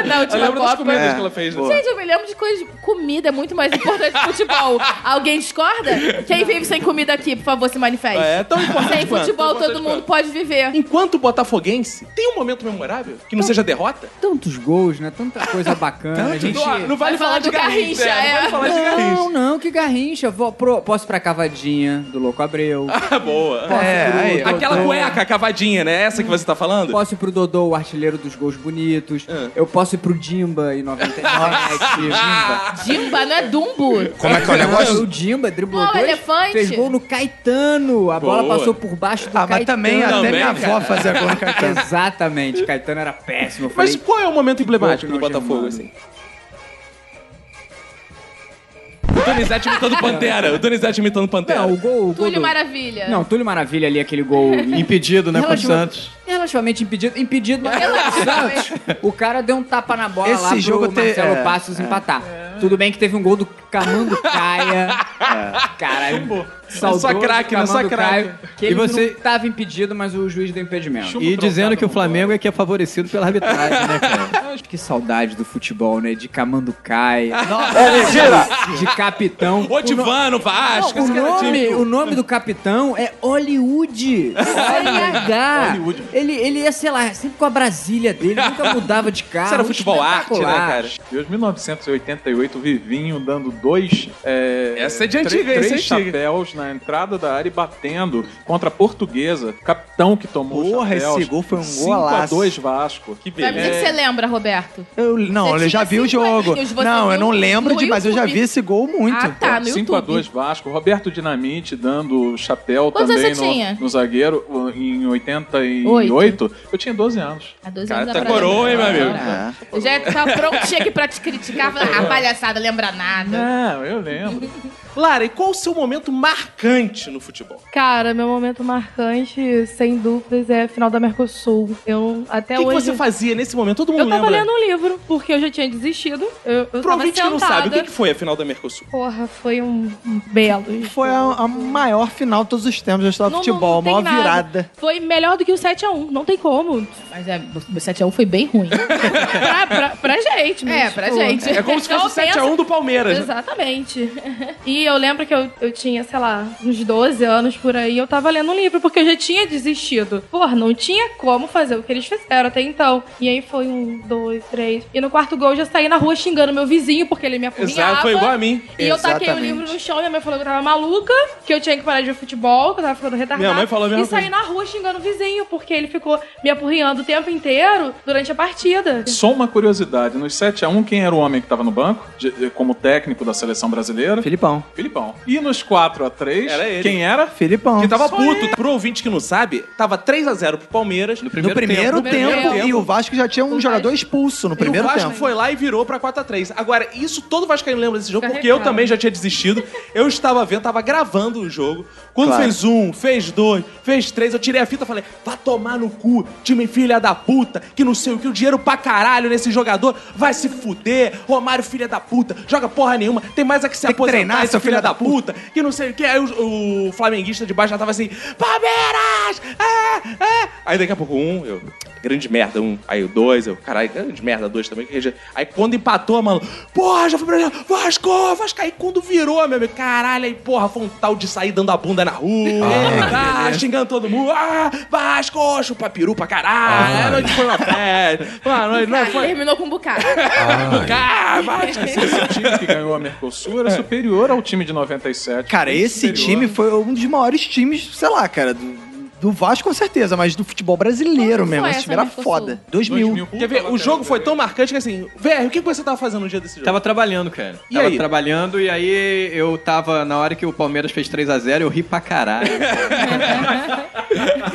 Speaker 3: Na
Speaker 1: Eu
Speaker 3: última
Speaker 1: lembro das
Speaker 3: Copa.
Speaker 1: comidas
Speaker 2: É.
Speaker 1: que ela fez. né?
Speaker 2: Boa.
Speaker 3: Gente, eu me lembro de coisas. de Comida é muito mais importante que futebol. Alguém discorda? Quem vive sem comida aqui, por favor, se manifeste.
Speaker 1: É tão importante
Speaker 3: Sem
Speaker 1: quanto,
Speaker 3: futebol,
Speaker 1: tão importante
Speaker 3: todo mundo
Speaker 1: quanto.
Speaker 3: pode viver.
Speaker 1: Enquanto botafoguense, tem um momento memorável que não seja derrota?
Speaker 6: Tantos gols, né? Tanta coisa bacana. a gente...
Speaker 1: Não, não vale
Speaker 3: Vai
Speaker 1: falar
Speaker 3: falar
Speaker 1: de
Speaker 3: do
Speaker 1: Garrincha,
Speaker 3: Garrincha,
Speaker 1: é,
Speaker 3: é.
Speaker 1: Não vale falar de
Speaker 6: Não,
Speaker 1: Garrincha.
Speaker 6: não, que garrincha. Vou, pro- posso ir pra cavadinha do Louco Abreu.
Speaker 1: Ah, boa.
Speaker 2: É, aí,
Speaker 6: tá
Speaker 2: ó.
Speaker 1: Aquela cueca cavadinha, né? Essa que você tá falando?
Speaker 6: Posso ir pro Dodô, o artilheiro dos gols bonitos.
Speaker 1: Ah.
Speaker 6: Eu posso ir pro Dimba em 97. né?
Speaker 1: Ah,
Speaker 6: Dimba.
Speaker 3: Dimba, não é Dumbo.
Speaker 9: Como é que é o negócio?
Speaker 6: O Dimba driblou
Speaker 3: Não,
Speaker 6: dois,
Speaker 3: elefante.
Speaker 6: fez gol no Caetano. A bola
Speaker 1: Boa.
Speaker 6: passou por baixo do
Speaker 2: Ah, mas
Speaker 6: Caetano.
Speaker 2: também, até
Speaker 1: Também,
Speaker 2: minha
Speaker 1: cara.
Speaker 2: avó fazia gol no cartão.
Speaker 6: Exatamente. Caetano era péssimo. Eu
Speaker 1: Mas
Speaker 6: falei,
Speaker 1: qual é o momento emblemático do
Speaker 6: Pouco não,
Speaker 1: Botafogo, assim?
Speaker 6: Germano.
Speaker 1: O Donizete imitando Pantera. O Donizete imitando Pantera.
Speaker 6: não, o gol... o gol
Speaker 3: Túlio
Speaker 6: do-
Speaker 3: Maravilha.
Speaker 6: Não, Túlio Maravilha ali, aquele gol...
Speaker 4: Impedido, né, com o
Speaker 6: Relativa-
Speaker 4: Santos.
Speaker 6: Relativamente impedido, impedido, mas
Speaker 3: Relativamente.
Speaker 6: o cara deu um tapa na bola
Speaker 2: Esse
Speaker 6: lá pro
Speaker 2: jogo te-
Speaker 6: Marcelo
Speaker 2: é,
Speaker 6: Passos empatar. Tudo bem que teve um gol do Camando Caia. Caralho. Saudoso
Speaker 1: Só craque, né? Só
Speaker 6: Camando
Speaker 1: craque.
Speaker 6: Caia, Que
Speaker 4: E
Speaker 6: ele
Speaker 4: você-
Speaker 6: não tava impedido, mas o juiz deu impedimento.
Speaker 5: Chumbo
Speaker 4: E
Speaker 5: trocado
Speaker 4: dizendo que o
Speaker 5: no gol.
Speaker 4: Flamengo é que é favorecido pela arbitragem, né, cara?
Speaker 6: Que saudade do futebol, né? De Camando Caia. Nossa,
Speaker 5: É
Speaker 6: De capitão.
Speaker 1: Ô, Divano, Vasco,
Speaker 6: Não,
Speaker 1: esse
Speaker 6: o,
Speaker 1: cara é
Speaker 6: nome,
Speaker 1: típico.
Speaker 6: o nome do capitão é Hollywood. LH.
Speaker 5: Hollywood.
Speaker 6: Ele, ele ia, sei lá, sempre com a Brasília dele, nunca mudava de carro. um
Speaker 1: Isso era futebol arte, né,
Speaker 6: espetacular.
Speaker 1: cara?
Speaker 5: Deus, 1988, o Vivinho dando dois. é,
Speaker 1: Essa é de antiga,
Speaker 5: três,
Speaker 1: essa é
Speaker 5: três
Speaker 1: antiga.
Speaker 5: chapéus na na entrada da área e batendo contra a portuguesa. Capitão que tomou o
Speaker 2: Porra,
Speaker 5: chapéu.
Speaker 2: esse gol foi um
Speaker 5: 5 a
Speaker 2: golaço.
Speaker 5: 2 Vasco.
Speaker 1: Que
Speaker 3: Vai me dizer
Speaker 1: beleza.
Speaker 3: que você lembra, Roberto.
Speaker 2: Eu, não,
Speaker 3: Você
Speaker 2: eu já
Speaker 3: tinha
Speaker 2: vi o
Speaker 3: cinco
Speaker 2: jogo.
Speaker 3: amigos, você
Speaker 2: Não, eu
Speaker 3: viu
Speaker 2: não lembro
Speaker 3: no
Speaker 2: de, mas eu já
Speaker 3: YouTube.
Speaker 2: vi esse gol muito.
Speaker 3: Ah, tá, no
Speaker 5: 5 a
Speaker 3: YouTube.
Speaker 5: 2 Vasco. Roberto Dinamite dando chapéu
Speaker 3: Quantos
Speaker 5: também
Speaker 3: anos você tinha?
Speaker 5: no, no zagueiro o- em 88.
Speaker 3: Oito.
Speaker 5: Eu tinha 12 anos.
Speaker 3: Há dois
Speaker 1: Cara,
Speaker 3: anos
Speaker 1: tá
Speaker 3: atrás.
Speaker 1: coroa, hein, meu amigo?
Speaker 2: Ah.
Speaker 3: Eu já tava prontinha aqui pra te criticar. Falar, ah, palhaçada, lembra nada.
Speaker 5: Não, É, eu lembro.
Speaker 1: Lara, e qual o seu momento marcante no futebol?
Speaker 7: Cara, meu momento marcante, sem dúvidas, é a final da Mercosul. Eu até
Speaker 1: o que, que
Speaker 7: hoje.
Speaker 1: você fazia nesse momento? Todo mundo
Speaker 7: eu tava
Speaker 1: lembra.
Speaker 7: lendo um livro, porque eu já tinha desistido. Eu, eu
Speaker 1: Pro
Speaker 7: tava
Speaker 1: ouvinte que
Speaker 7: sentada.
Speaker 1: não sabe, o que, que foi a final da Mercosul?
Speaker 7: Porra, foi um um belo.
Speaker 2: Foi a, a maior final de todos os tempos da história do
Speaker 7: Não-
Speaker 2: futebol, a
Speaker 7: não tem
Speaker 2: maior
Speaker 7: nada.
Speaker 2: virada.
Speaker 7: Foi melhor do que o 7x1, não tem como.
Speaker 3: Mas é, o 7x1 foi bem ruim.
Speaker 7: Pra, pra, pra gente, mas,
Speaker 3: É, pra
Speaker 7: tipo,
Speaker 3: gente.
Speaker 1: É como se
Speaker 7: Então
Speaker 1: fosse o
Speaker 7: pensa-
Speaker 1: 7x1 do Palmeiras. né?
Speaker 7: Exatamente. E eu lembro que eu, eu tinha, sei lá, uns 12 anos por aí, eu tava lendo um livro, porque eu já tinha desistido. Porra, não tinha como fazer o que eles fizeram até então. E aí foi um, dois, três. E no quarto gol eu já saí na rua xingando meu vizinho, porque ele me apunhava.
Speaker 1: Exato, foi igual a mim.
Speaker 7: E eu taquei o
Speaker 2: Exatamente.
Speaker 7: livro no chão, minha mãe falou que eu tava maluca, que eu tinha que parar de ver futebol, que eu tava ficando retardada.
Speaker 1: Minha mãe falou a mesma
Speaker 7: E saí na rua xingando o vizinho, porque ele ficou me apurrinhando o tempo inteiro durante a partida.
Speaker 5: Só uma curiosidade: nos 7x1, quem era o homem que tava no banco, de- de- como técnico da seleção brasileira?
Speaker 2: Filipão.
Speaker 5: Filipão. E nos 4x3,
Speaker 1: Era ele.
Speaker 5: quem era?
Speaker 2: Filipão.
Speaker 1: Que tava puto. Pro ouvinte que não sabe, tava 3x0 pro Palmeiras. No
Speaker 2: no primeiro
Speaker 7: tempo.
Speaker 2: tempo,
Speaker 7: Primeiro
Speaker 2: e o Vasco já tinha um jogador expulso no primeiro
Speaker 1: e o Vasco
Speaker 2: tempo.
Speaker 1: foi lá e virou pra 4x3. Agora, isso todo Vascaíno lembra desse jogo,
Speaker 7: Fica
Speaker 1: porque eu
Speaker 7: recado.
Speaker 1: também já tinha desistido. Eu estava vendo, tava gravando o jogo. Quando
Speaker 2: Claro.
Speaker 1: fez um, fez dois, fez três, eu tirei a fita e falei: vá tomar no cu, time filha da puta, que não sei o que, o dinheiro pra caralho nesse jogador, vai se fuder, Romário filha da puta, joga porra nenhuma, tem mais a que se
Speaker 2: Tem que
Speaker 1: aposentar,
Speaker 2: treinar,
Speaker 1: esse
Speaker 2: seu
Speaker 1: filha
Speaker 2: filho
Speaker 1: da
Speaker 2: da
Speaker 1: puta, que não sei o que. Aí o, o flamenguista de baixo já tava assim: Palmeiras! É, é. Aí daqui a pouco um, eu. Grande merda, um. Aí o dois, eu. Caralho, grande merda, dois também. que reje- Aí quando empatou, mano. Porra, já foi pra. Vasco, Vasco. Aí quando virou, meu amigo. Caralho, aí, porra, foi um tal de sair dando a bunda na rua. Ah, xingando todo mundo. Ah, Vasco, chupa peru pra caralho. Aí a noite foi uma festa. Mano, não
Speaker 3: Cara, ele
Speaker 1: foi.
Speaker 3: terminou com um bocado.
Speaker 1: Ah, Vasco.
Speaker 5: Esse time que ganhou a Mercosul
Speaker 1: É.
Speaker 5: era superior ao time de 97.
Speaker 2: Cara, esse
Speaker 1: né?
Speaker 2: time foi um dos maiores times, sei lá, cara, do, do Vasco com certeza, mas do futebol brasileiro
Speaker 3: Quando
Speaker 2: mesmo.
Speaker 3: foi
Speaker 2: Esse
Speaker 3: essa
Speaker 2: time era
Speaker 3: Mercosul?
Speaker 2: foda. 2000.
Speaker 5: 2000.
Speaker 1: Quer ver? O jogo foi tão marcante que assim. Velho, o que que você tava fazendo no dia desse jogo?
Speaker 4: Tava trabalhando, cara.
Speaker 1: E
Speaker 4: tava
Speaker 1: aí?
Speaker 4: trabalhando e aí eu tava. Na hora que o Palmeiras fez 3x0, eu ri pra caralho.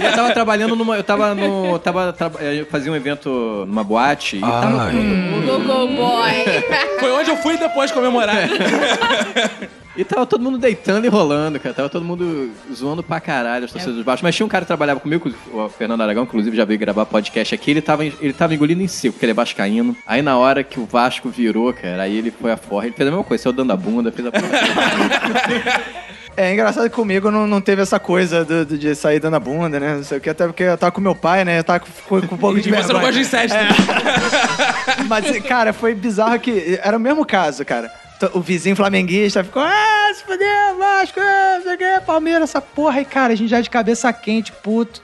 Speaker 4: E eu tava trabalhando numa. Eu tava no. eu Tava, tra- eu fazia um evento numa boate e tava
Speaker 3: Go, go, boy.
Speaker 1: Foi onde eu fui depois comemorar.
Speaker 4: E tava todo mundo deitando e rolando, cara. Tava todo mundo zoando pra caralho as torcidas dos baixos. Mas tinha um cara que trabalhava comigo, o Fernando Aragão, inclusive já veio gravar podcast aqui. Ele tava, ele tava engolindo em seco, porque ele é vascaíno. Aí na hora que o Vasco virou, cara, aí ele foi a forra. Ele fez a mesma coisa, saiu dando a bunda, fez a porra.
Speaker 2: É engraçado que comigo não, não teve essa coisa do- do- de sair dando a bunda, né? Não sei o que, até porque eu tava com meu pai, né? Eu tava com, com um pouco de
Speaker 1: E você não
Speaker 2: vergonha.
Speaker 1: gosta Tipo, de incesto.
Speaker 2: Mas, cara, foi bizarro que era o mesmo caso, cara. T- O vizinho flamenguista ficou, ah, se fudeu, Vasco, ah, não sei o quê, Palmeiras, essa porra. E, cara, a gente já de cabeça quente, puto.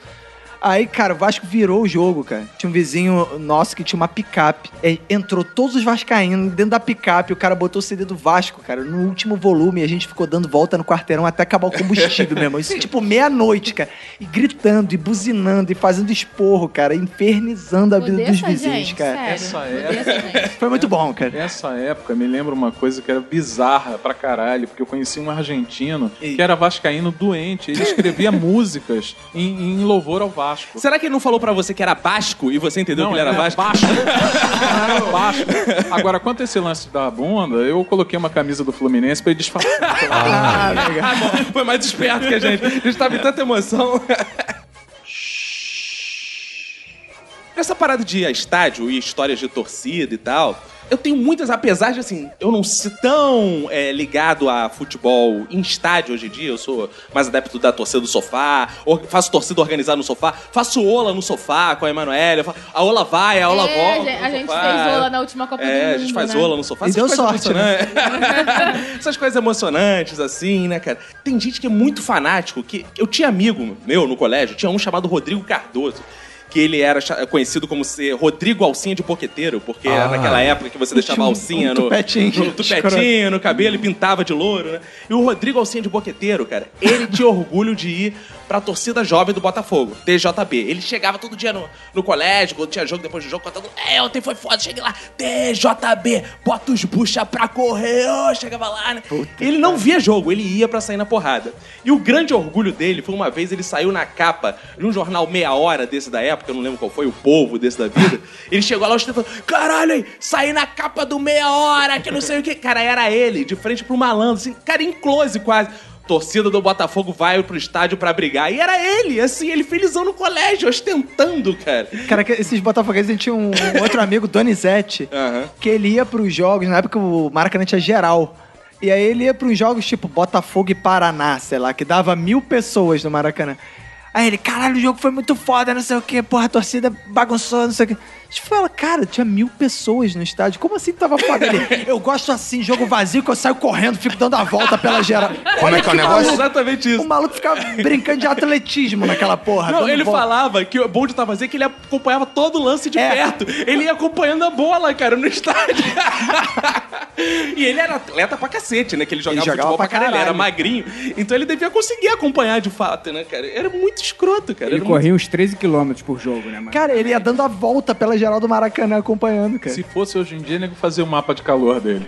Speaker 2: Aí, cara, o Vasco virou o jogo, cara. Tinha um vizinho nosso que tinha uma picape. É, Entrou todos os vascaínos dentro da picape. O cara botou o CD do Vasco, cara, no último volume. E a gente ficou dando volta no quarteirão até acabar o combustível, meu irmão. Isso, tipo, meia-noite, cara. E gritando, e buzinando, e fazendo esporro, cara. Infernizando a vida
Speaker 3: Odeia
Speaker 2: dos
Speaker 3: essa
Speaker 2: vizinhos,
Speaker 3: gente,
Speaker 2: cara.
Speaker 3: sério.
Speaker 5: Essa
Speaker 1: é.
Speaker 3: Odeia
Speaker 5: era.
Speaker 3: essa gente.
Speaker 2: Foi muito bom, cara.
Speaker 5: Essa época me lembra uma coisa que era bizarra pra caralho, porque eu conheci um argentino que era vascaíno doente. Ele escrevia músicas em, em louvor ao Vasco.
Speaker 1: Será que ele não falou pra você que era Basco e você entendeu
Speaker 5: Não,
Speaker 1: que ele era
Speaker 5: ele é
Speaker 1: Vasco?
Speaker 5: Era Vasco. Agora, quanto a esse lance da bunda, eu coloquei uma camisa do Fluminense pra ele disfarçar. Então,
Speaker 2: Ah, legal.
Speaker 1: Ah, bom, foi mais esperto que a gente. tá- A gente tava em tanta emoção. Essa parada de estádio e histórias de torcida e tal, eu tenho muitas, apesar de assim, eu não ser tão é, ligado a futebol em estádio hoje em dia, eu sou mais adepto da torcida do sofá, or- faço torcida organizada no sofá, faço ola no sofá com a Emanuele, eu faço- a ola vai, a ola
Speaker 3: É,
Speaker 1: volta.
Speaker 3: a
Speaker 1: no
Speaker 3: gente
Speaker 1: sofá.
Speaker 3: fez ola na última Copa do Mundo.
Speaker 1: É, a gente faz
Speaker 3: né?
Speaker 1: ola no sofá.
Speaker 2: E
Speaker 1: essas
Speaker 2: deu
Speaker 1: coisas
Speaker 2: sorte, né?
Speaker 1: emocionantes. Essas coisas emocionantes, assim, né, cara? Tem gente que é muito fanático, que... Eu tinha amigo meu no colégio, tinha um chamado Rodrigo Cardoso, que ele era cha- conhecido como ser Rodrigo Alcinha de Porqueteiro, porque era naquela época que você deixava a alcinha no,
Speaker 2: Ah. tupetinho.
Speaker 1: no tupetinho, no cabelo e pintava de louro, né? E o Rodrigo Alcinha de Boqueteiro, cara, ele tinha orgulho de ir pra torcida jovem do Botafogo, TJB. Ele chegava todo dia no, no colégio, quando tinha jogo, depois do jogo, contando, é, ontem foi foda, cheguei lá, TJB, bota os bucha pra correr, ó", chegava lá, né? ele não via jogo, ele ia pra sair na porrada. E o grande orgulho dele foi uma vez ele saiu na capa de um jornal meia hora desse da época, eu não lembro qual foi, o Povo desse da vida. Ele chegou lá e falou, caralho, hein, saí na capa do meia hora, que não sei o que. Cara, era ele, de frente pro malandro, assim, cara, em close quase torcida do Botafogo vai pro estádio pra brigar. E era ele, assim, ele felizão no colégio, ostentando, cara.
Speaker 2: Cara, que esses botafoguenses, ele tinha um outro amigo, Donizete,
Speaker 1: Aham.
Speaker 2: que ele ia pros jogos, na época o Maracanã tinha geral. E aí ele ia pros jogos tipo Botafogo e Paraná, sei lá, que dava mil pessoas no Maracanã. Aí ele, caralho, o jogo foi muito foda, não sei o que, porra, a torcida bagunçou, não sei o que. A gente fala, cara, tinha mil pessoas no estádio, como assim que tava foda ele? Eu gosto assim, jogo vazio, que eu saio correndo, fico dando a volta pela geral.
Speaker 10: Como é que é o negócio?
Speaker 1: Exatamente
Speaker 2: O
Speaker 1: isso.
Speaker 2: maluco ficava brincando de atletismo naquela porra.
Speaker 1: Não,
Speaker 2: dando
Speaker 1: ele
Speaker 2: volta.
Speaker 1: falava que o bom de tava fazendo é que ele acompanhava todo o lance de
Speaker 2: É.
Speaker 1: perto. Ele ia acompanhando a bola, cara, no estádio. e ele era atleta pra cacete, né? Que ele jogava,
Speaker 2: jogava
Speaker 1: futebol pra
Speaker 2: pra
Speaker 1: caralho, ele era
Speaker 2: caralho.
Speaker 1: magrinho. Então ele devia conseguir acompanhar de fato, né, cara? Era muito escroto, cara.
Speaker 6: Ele
Speaker 1: era
Speaker 6: corria uns 13 quilômetros por jogo, né, mano?
Speaker 2: Cara, ele ia dando a volta pela geral do Maracanã acompanhando, cara.
Speaker 5: Se fosse hoje em dia, nego fazia o mapa de calor dele.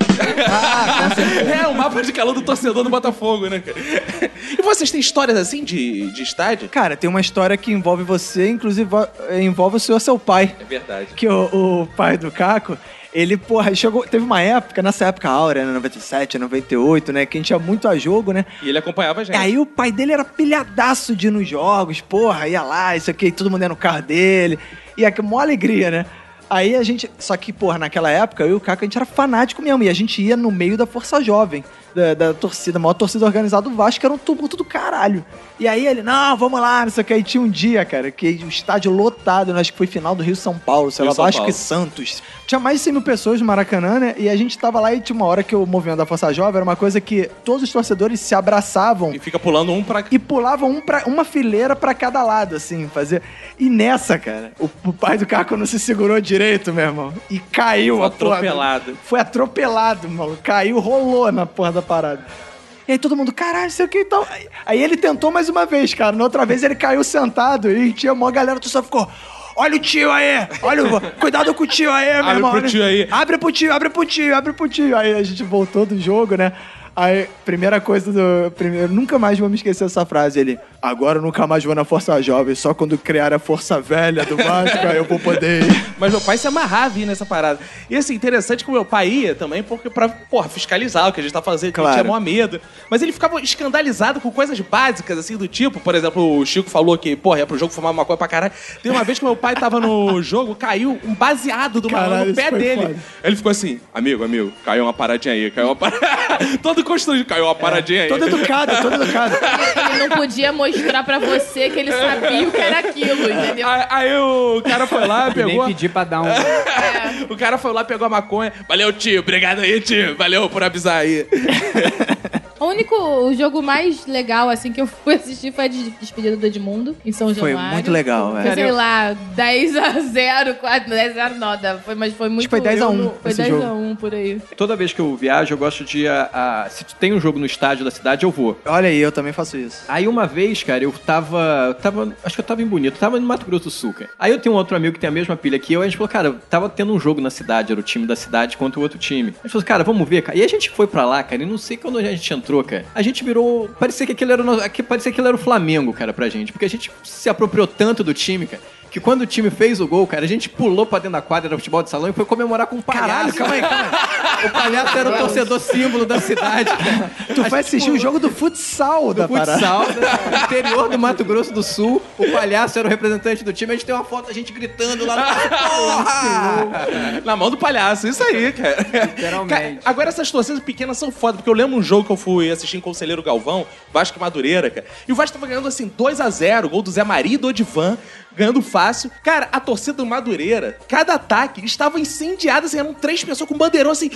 Speaker 1: É, o mapa de calor do torcedor do Botafogo, né, cara? E vocês têm histórias assim de, de estádio?
Speaker 2: Cara, tem uma história que envolve você, inclusive vo- eh, envolve o senhor seu pai.
Speaker 1: É verdade.
Speaker 2: Que o, o pai do Caco, ele, porra, chegou. Teve uma época, nessa época áurea, né, 97, 98, né? Que a gente ia muito a jogo, né?
Speaker 1: E ele acompanhava a gente.
Speaker 2: Aí o pai dele era pilhadaço de ir nos jogos, porra, ia lá, isso aqui, todo mundo ia no carro dele. E é que mó alegria, né? Aí a gente. Só que, porra, naquela época, eu e o Caco, a gente era fanático mesmo. E a gente ia no meio da Força Jovem, da, da torcida, a maior torcida organizada do Vasco, que era um tumulto do caralho. E aí ele, não, vamos lá, não sei o que. Aí tinha um dia, cara, que o estádio lotado, né, acho que foi final do Rio São Paulo, sei
Speaker 1: Rio
Speaker 2: lá,
Speaker 1: São
Speaker 2: Vasco
Speaker 1: Paulo.
Speaker 2: e Santos. Tinha mais de 100 mil pessoas no Maracanã, né? E a gente tava lá e tinha uma hora que o movimento da Força Jovem era uma coisa que todos os torcedores se abraçavam
Speaker 1: E fica pulando um pra.
Speaker 2: e pulava um pra, uma fileira pra cada lado, assim, fazer. E nessa, cara, o, o pai do Caco não se segurou direito, meu irmão. E caiu
Speaker 1: Foi
Speaker 2: a porra do-
Speaker 1: atropelado.
Speaker 2: Foi atropelado, maluco. Caiu, rolou na porra da parada. E aí todo mundo, caralho, não sei o que e tal. Aí- Aí ele tentou mais uma vez, cara. Na outra vez ele caiu sentado e tinha uma galera, tu só ficou. Olha o tio aí! Olha o... Cuidado com o tio aí, meu
Speaker 1: Abre
Speaker 2: irmão!
Speaker 1: pro
Speaker 2: olha-
Speaker 1: tio aí.
Speaker 2: Abre pro tio, abre pro tio, abre pro tio. Aí a gente voltou do jogo, né? Aí, primeira coisa do. Primeiro, nunca mais vou me esquecer dessa frase. Ele. Agora eu nunca mais vou na Força Jovem, só quando criar a Força Velha do Vasco, aí eu vou poder ir.
Speaker 1: Mas meu pai se amarrava a ir nessa parada. E assim, interessante que o meu pai ia também, porque pra, porra, fiscalizar o que a gente tá fazendo, que a gente
Speaker 2: Claro.
Speaker 1: tinha maior medo. Mas ele ficava escandalizado com coisas básicas, assim, do tipo, por exemplo, o Chico falou que, porra, ia pro jogo fumar maconha pra caralho. Tem uma vez que meu pai tava no jogo, caiu um baseado do malandro
Speaker 2: Caralho,
Speaker 1: no pé
Speaker 2: isso foi
Speaker 1: dele.
Speaker 2: foda.
Speaker 1: Ele ficou assim, amigo, amigo, caiu uma paradinha aí, caiu uma paradinha. Todo construído, caiu uma paradinha aí.
Speaker 2: Todo educado, todo educado.
Speaker 3: Ele não podia mostrar pra você que ele sabia o que era aquilo, entendeu?
Speaker 1: Aí, aí o cara foi lá,
Speaker 6: E nem
Speaker 1: pegou. É.
Speaker 6: pedir pra dar um.
Speaker 1: O cara foi lá, pegou a maconha. Valeu, tio. Obrigado aí, tio. Valeu por avisar aí.
Speaker 3: O único o jogo mais legal, assim, que eu fui assistir foi a des- despedida do Edmundo, em São
Speaker 2: Foi
Speaker 3: Januário.
Speaker 2: muito legal,
Speaker 3: Foi,
Speaker 2: velho.
Speaker 3: Sei lá, 10x0, quase 10x0 nada. Foi, mas foi muito...
Speaker 2: que foi 10 a
Speaker 3: eu
Speaker 2: 1
Speaker 3: não- Foi
Speaker 2: esse
Speaker 3: 10 a
Speaker 2: jogo.
Speaker 3: 1 por aí.
Speaker 4: Toda vez que eu viajo, eu gosto de. ir A, a- se tem um jogo no estádio da cidade, eu vou.
Speaker 2: Olha aí, eu também faço isso.
Speaker 4: Aí uma vez, cara, eu tava. tava acho que eu tava em Bonito, tava no Mato Grosso do Sul, cara. Aí eu tenho um outro amigo que tem a mesma pilha que eu, e a gente falou, cara, tava tendo um jogo na cidade, era o time da cidade contra o outro time. A gente falou, cara, vamos ver, cara. E a gente foi pra lá, cara, e não sei quando a gente entrou, cara. A gente virou. Parecia que aquele era o nosso- aqui- parecia que aquele era o Flamengo, cara, pra gente. Porque a gente se apropriou tanto do time, cara. Que quando o time fez o gol, cara, a gente pulou pra dentro da quadra, era futebol de salão, e foi comemorar com um palhaço.
Speaker 2: Caralho, calma aí, calma aí.
Speaker 4: O palhaço era o torcedor símbolo da cidade, cara
Speaker 2: Tu foi assistir o jogo do futsal da
Speaker 4: do
Speaker 2: parada.
Speaker 4: futsal, né? interior do Mato Grosso do Sul. O palhaço era o representante do time. A gente tem uma foto da gente gritando lá no Porra!
Speaker 1: Na mão do palhaço, isso aí, cara.
Speaker 4: Literalmente.
Speaker 1: Ca- Agora essas torcidas pequenas são foda, porque eu lembro um jogo que eu fui assistir em Conselheiro Galvão, Vasco e Madureira, cara. E o Vasco tava ganhando assim 2 a 0 gol do Zé Maria e do Odivan, ganhando fácil. Cara, a torcida do Madureira, cada ataque estava incendiada, assim, eram três pessoas com bandeirão assim: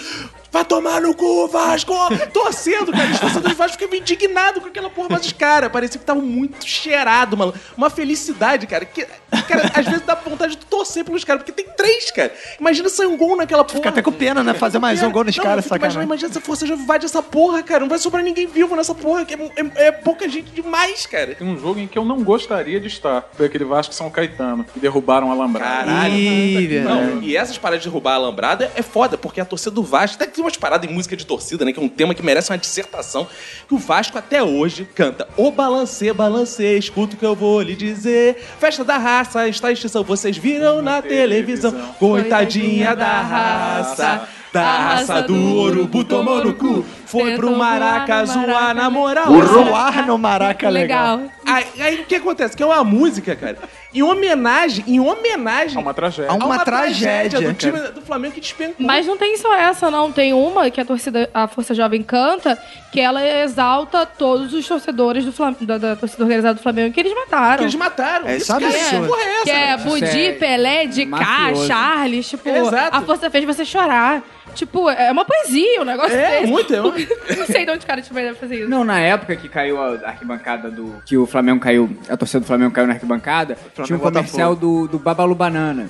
Speaker 1: Vai tomar no cu, Vasco! Torcendo, cara. Os torcedores do Vasco fiquei indignado com aquela porra. Mas os caras parecia que estavam muito cheirado, mano. Uma felicidade, cara. Que, cara, às vezes dá vontade de torcer pelos caras, porque tem três, cara. Imagina sair um gol naquela porra.
Speaker 2: Fica até com pena, né? Fazer mais um gol nos
Speaker 1: Não, eu
Speaker 2: caras,
Speaker 1: fico imaginando,
Speaker 2: sacanagem.
Speaker 1: Imagina se a força já vai dessa porra, cara. Não vai sobrar ninguém vivo nessa porra. Que é, é- é pouca gente demais, cara.
Speaker 5: Tem um jogo em que eu não gostaria de estar. Foi aquele Vasco e São Caetano, que derrubaram a Alambrado.
Speaker 1: Caralho.
Speaker 2: Ih, velho.
Speaker 1: Não, e essas paradas de roubar a alambrada é foda, porque a torcida do Vasco, até que tem umas paradas em música de torcida, né? Que é um tema que merece uma dissertação. Que o Vasco até hoje canta Ô balancê, balancê, escuta o que eu vou lhe dizer. Festa da raça, está em extinção, vocês viram na televisão.
Speaker 5: televisão.
Speaker 1: Coitadinha da raça. Da raça do urubu tomou no cu, foi pro Maraca zoar na moral.
Speaker 2: Zoar no maraca é legal.
Speaker 7: legal.
Speaker 1: Aí, aí o que acontece? Que é uma música, cara. Em homenagem, em homenagem
Speaker 5: É uma tragédia.
Speaker 2: Há uma
Speaker 1: Há um
Speaker 2: tragédia,
Speaker 1: do tipo, time do Flamengo que despencou.
Speaker 7: Mas não tem só essa, não. Tem uma que a torcida, a Força Jovem canta, que ela exalta todos os torcedores do Flam- da, da torcida organizada do Flamengo que eles
Speaker 1: que
Speaker 7: mataram.
Speaker 1: eles mataram.
Speaker 2: É, isso é um
Speaker 1: cara,
Speaker 7: absurdo.
Speaker 1: Que porra é essa?
Speaker 7: Que é
Speaker 1: cara?
Speaker 6: Isso
Speaker 7: Budi,
Speaker 6: é
Speaker 7: Pelé, de cá,
Speaker 6: mafioso.
Speaker 7: Charles, tipo,
Speaker 1: Exato.
Speaker 7: a força fez você chorar. Tipo, é uma poesia o negócio
Speaker 1: É,
Speaker 7: desse.
Speaker 1: muito, é uma-
Speaker 7: não sei de onde o cara tiver deve fazer isso.
Speaker 6: Não, na época que caiu a arquibancada do. Que o Flamengo caiu. A torcida do Flamengo caiu na arquibancada. tinha um comercial do, do Babalu Banana.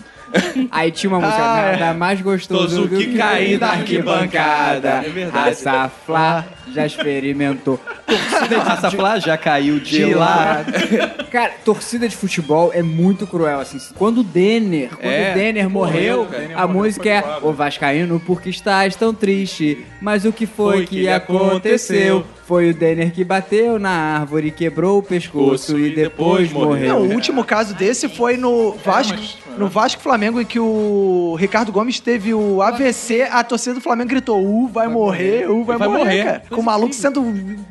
Speaker 6: Aí tinha uma música, nada mais gostoso
Speaker 1: Toso
Speaker 6: do
Speaker 1: que
Speaker 6: que
Speaker 1: Ah, é. cair
Speaker 6: cair
Speaker 1: da
Speaker 6: da
Speaker 1: arquibancada.
Speaker 6: arquibancada.
Speaker 1: É verdade.
Speaker 6: Raça Fla já experimentou.
Speaker 2: Raça Flá já caiu
Speaker 6: De lá. Cara, torcida de futebol é muito cruel, assim. Quando o Denner, quando
Speaker 4: É,
Speaker 6: o Denner morreu,
Speaker 5: morreu, cara.
Speaker 6: a
Speaker 5: Denner morreu,
Speaker 6: música
Speaker 5: foi
Speaker 6: é
Speaker 5: suave.
Speaker 6: O Vascaíno, por que estás tão triste? Mas o que foi, que, aconteceu? Foi o Denner que bateu na árvore, quebrou o pescoço e depois morreu.
Speaker 2: Não, o último caso desse foi
Speaker 1: É,
Speaker 2: no Vasco, no Vasco Flamengo, em que o Ricardo Gomes teve o AVC, a torcida do Flamengo gritou: U vai morrer, U vai,
Speaker 1: Vai
Speaker 2: morrer,
Speaker 1: morrer.
Speaker 2: cara. Com o maluco sendo,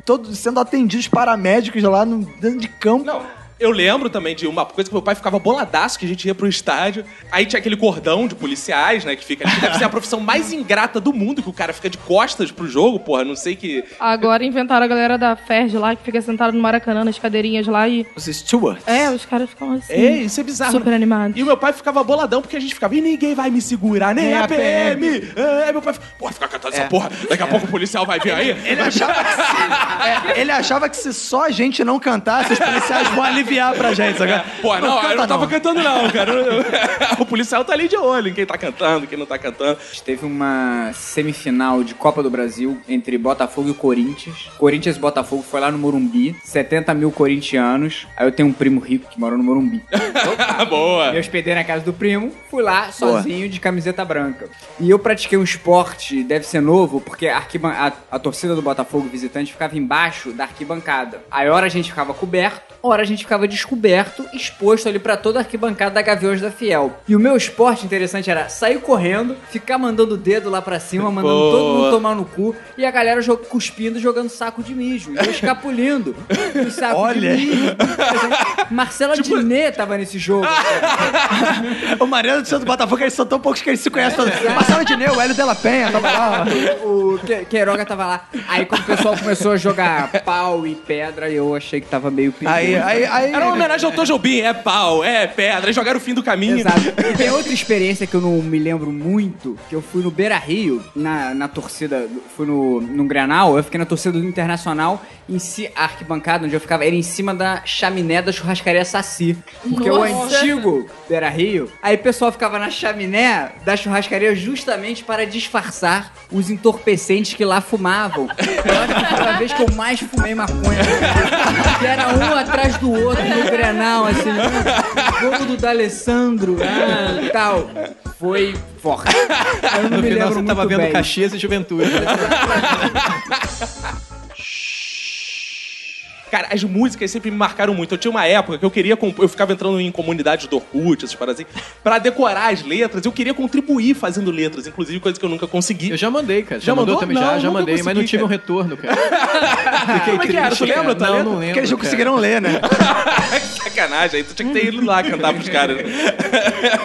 Speaker 2: todo, sendo atendidos paramédicos lá no, dentro de campo.
Speaker 1: Não. Eu lembro também de uma coisa que meu pai ficava boladaço que a gente ia pro estádio. Aí tinha aquele cordão de policiais, né, que fica ali. Que deve ser a profissão mais ingrata do mundo, que o cara fica de costas pro jogo, porra. Não sei que.
Speaker 7: Agora inventaram a galera da Ferg lá, que fica sentada no Maracanã, nas cadeirinhas lá e...
Speaker 2: Os Stewards.
Speaker 7: É, os caras ficam assim,
Speaker 1: É, isso é bizarro.
Speaker 7: super
Speaker 1: né?
Speaker 7: animados.
Speaker 1: E o meu pai ficava boladão porque a gente ficava, e ninguém vai me segurar, nem, a PM. É, meu pai ficava, porra, fica cantando
Speaker 2: É.
Speaker 1: essa porra, daqui a pouco o policial vai vir aí.
Speaker 2: Ele achava, que se, é, ele achava que se só a gente não cantasse, os policiais vão aliviar pra gente. Agora.
Speaker 1: É, Pô, não, eu não
Speaker 2: canta,
Speaker 1: tava cantando, não, cara. o policial tá ali de olho em quem tá cantando, quem não tá cantando.
Speaker 6: Teve uma semifinal de Copa do Brasil entre Botafogo e Corinthians. Corinthians e Botafogo foi lá no Morumbi, 70 mil corintianos. Aí eu tenho um primo rico que mora no Morumbi.
Speaker 1: Ah, boa.
Speaker 6: Me hospedei na casa do primo, fui lá sozinho de camiseta branca. E eu pratiquei um esporte, deve ser novo, porque a, arquiban- a- a torcida do Botafogo visitante ficava embaixo da arquibancada. Aí, hora a gente ficava coberto, hora a gente ficava descoberto, exposto ali pra toda a arquibancada da Gaviões da Fiel. E o meu esporte interessante era sair correndo, ficar mandando o dedo lá pra cima, mandando todo mundo tomar no cu, e a galera jo- cuspindo, jogando saco de mijo. E eu escapulindo no saco
Speaker 2: Olha.
Speaker 6: de mijo. Marcela Diné tava nesse jogo.
Speaker 2: O Mariano do Santo Botafogo, eles são tão poucos que eles se conhecem todos. Marcelo Dineu, o Hélio Della Penha, tava lá.
Speaker 6: O Que- Queiroga tava lá. Aí quando o pessoal começou a jogar pau e pedra, eu achei que tava meio perigoso.
Speaker 2: Aí, aí, aí.
Speaker 1: Era um uma homenagem ao Tom Jobim, é pau, é pedra, eles jogaram o fim do caminho.
Speaker 6: Exato. E tem outra experiência que eu não me lembro muito, que eu fui no Beira Rio, na, na torcida, fui no, no Granal, eu fiquei na torcida do Internacional, em si, a arquibancada onde eu ficava era em cima da chaminé da churrascaria Saci. Porque o
Speaker 7: Nossa.
Speaker 6: antigo Beira Rio, aí o pessoal ficava na chaminé da churrascaria justamente para disfarçar os entorpecentes que lá fumavam. Eu acho que foi a vez que eu mais fumei maconha. Que era um atrás do outro no Grenal, assim. Jogo do D'Alessandro ah, tal. Foi forte. Eu não
Speaker 4: No final
Speaker 6: me lembro
Speaker 4: você
Speaker 6: muito
Speaker 4: tava vendo
Speaker 6: bem.
Speaker 4: Caxias e Juventude.
Speaker 1: Cara, as músicas sempre me marcaram muito. Eu tinha uma época que eu queria. comp- Eu ficava entrando em comunidades do Orkut, essas paradas assim, pra decorar as letras. Eu queria contribuir fazendo letras, inclusive, coisa que eu nunca consegui.
Speaker 4: Eu já mandei, cara.
Speaker 1: Já mandou?
Speaker 4: também?
Speaker 1: Não,
Speaker 4: já, já
Speaker 1: nunca
Speaker 4: mandei, mas não
Speaker 1: consegui,
Speaker 4: tive
Speaker 1: cara.
Speaker 4: um retorno, cara. Fiquei
Speaker 1: Como é que era? Tu lembra,
Speaker 4: cara.
Speaker 1: tá
Speaker 4: Não,
Speaker 1: lendo?
Speaker 4: não lembro.
Speaker 2: Porque eles não
Speaker 4: cara.
Speaker 2: conseguiram ler, né?
Speaker 1: Sacanagem, aí tu tinha que ter ido lá cantar pros caras.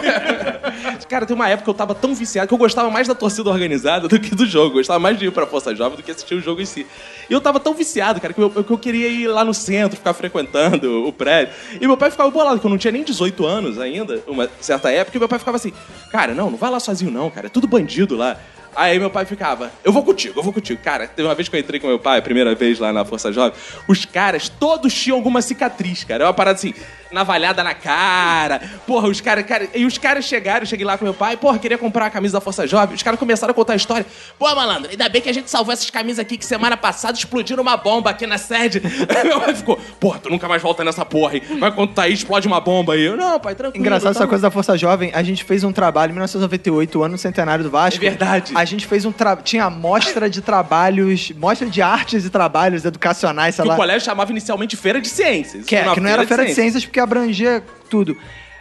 Speaker 1: Cara, tem uma época que eu tava tão viciado que eu gostava mais da torcida organizada do que do jogo. Eu gostava mais de ir pra Força Jovem do que assistir o jogo em si. E eu tava tão viciado, cara, que eu, que eu queria ir lá no centro, ficar frequentando o prédio. E meu pai ficava bolado, que eu não tinha nem 18 anos ainda, uma certa época, e meu pai ficava assim, cara, não, não vai lá sozinho não, cara, é tudo bandido lá. Aí meu pai ficava, eu vou contigo, eu vou contigo. Cara, teve uma vez que eu entrei com meu pai, a primeira vez lá na Força Jovem, os caras todos tinham alguma cicatriz, cara. É uma parada assim, navalhada na cara. Porra, os caras, cara, e os caras chegaram, eu cheguei lá com meu pai, porra, queria comprar uma camisa da Força Jovem. Os caras começaram a contar a história. Pô, malandro, ainda bem que a gente salvou essas camisas aqui que semana passada explodiram uma bomba aqui na sede. Aí meu pai ficou, porra, tu nunca mais volta nessa porra aí. Vai quando tá aí, explode uma bomba aí. Eu, não, pai, tranquilo.
Speaker 2: Engraçado
Speaker 1: tá
Speaker 2: essa coisa da Força Jovem. A gente fez um trabalho em 1998, o ano centenário do Vasco.
Speaker 1: É verdade.
Speaker 2: A gente fez um tra... tinha mostra de trabalhos, mostra de artes e trabalhos educacionais, sei
Speaker 1: Que
Speaker 2: lá.
Speaker 1: o colégio chamava inicialmente Feira de Ciências.
Speaker 2: Que, é,
Speaker 1: Uma
Speaker 2: que não era Feira de Ciências porque abrangia tudo.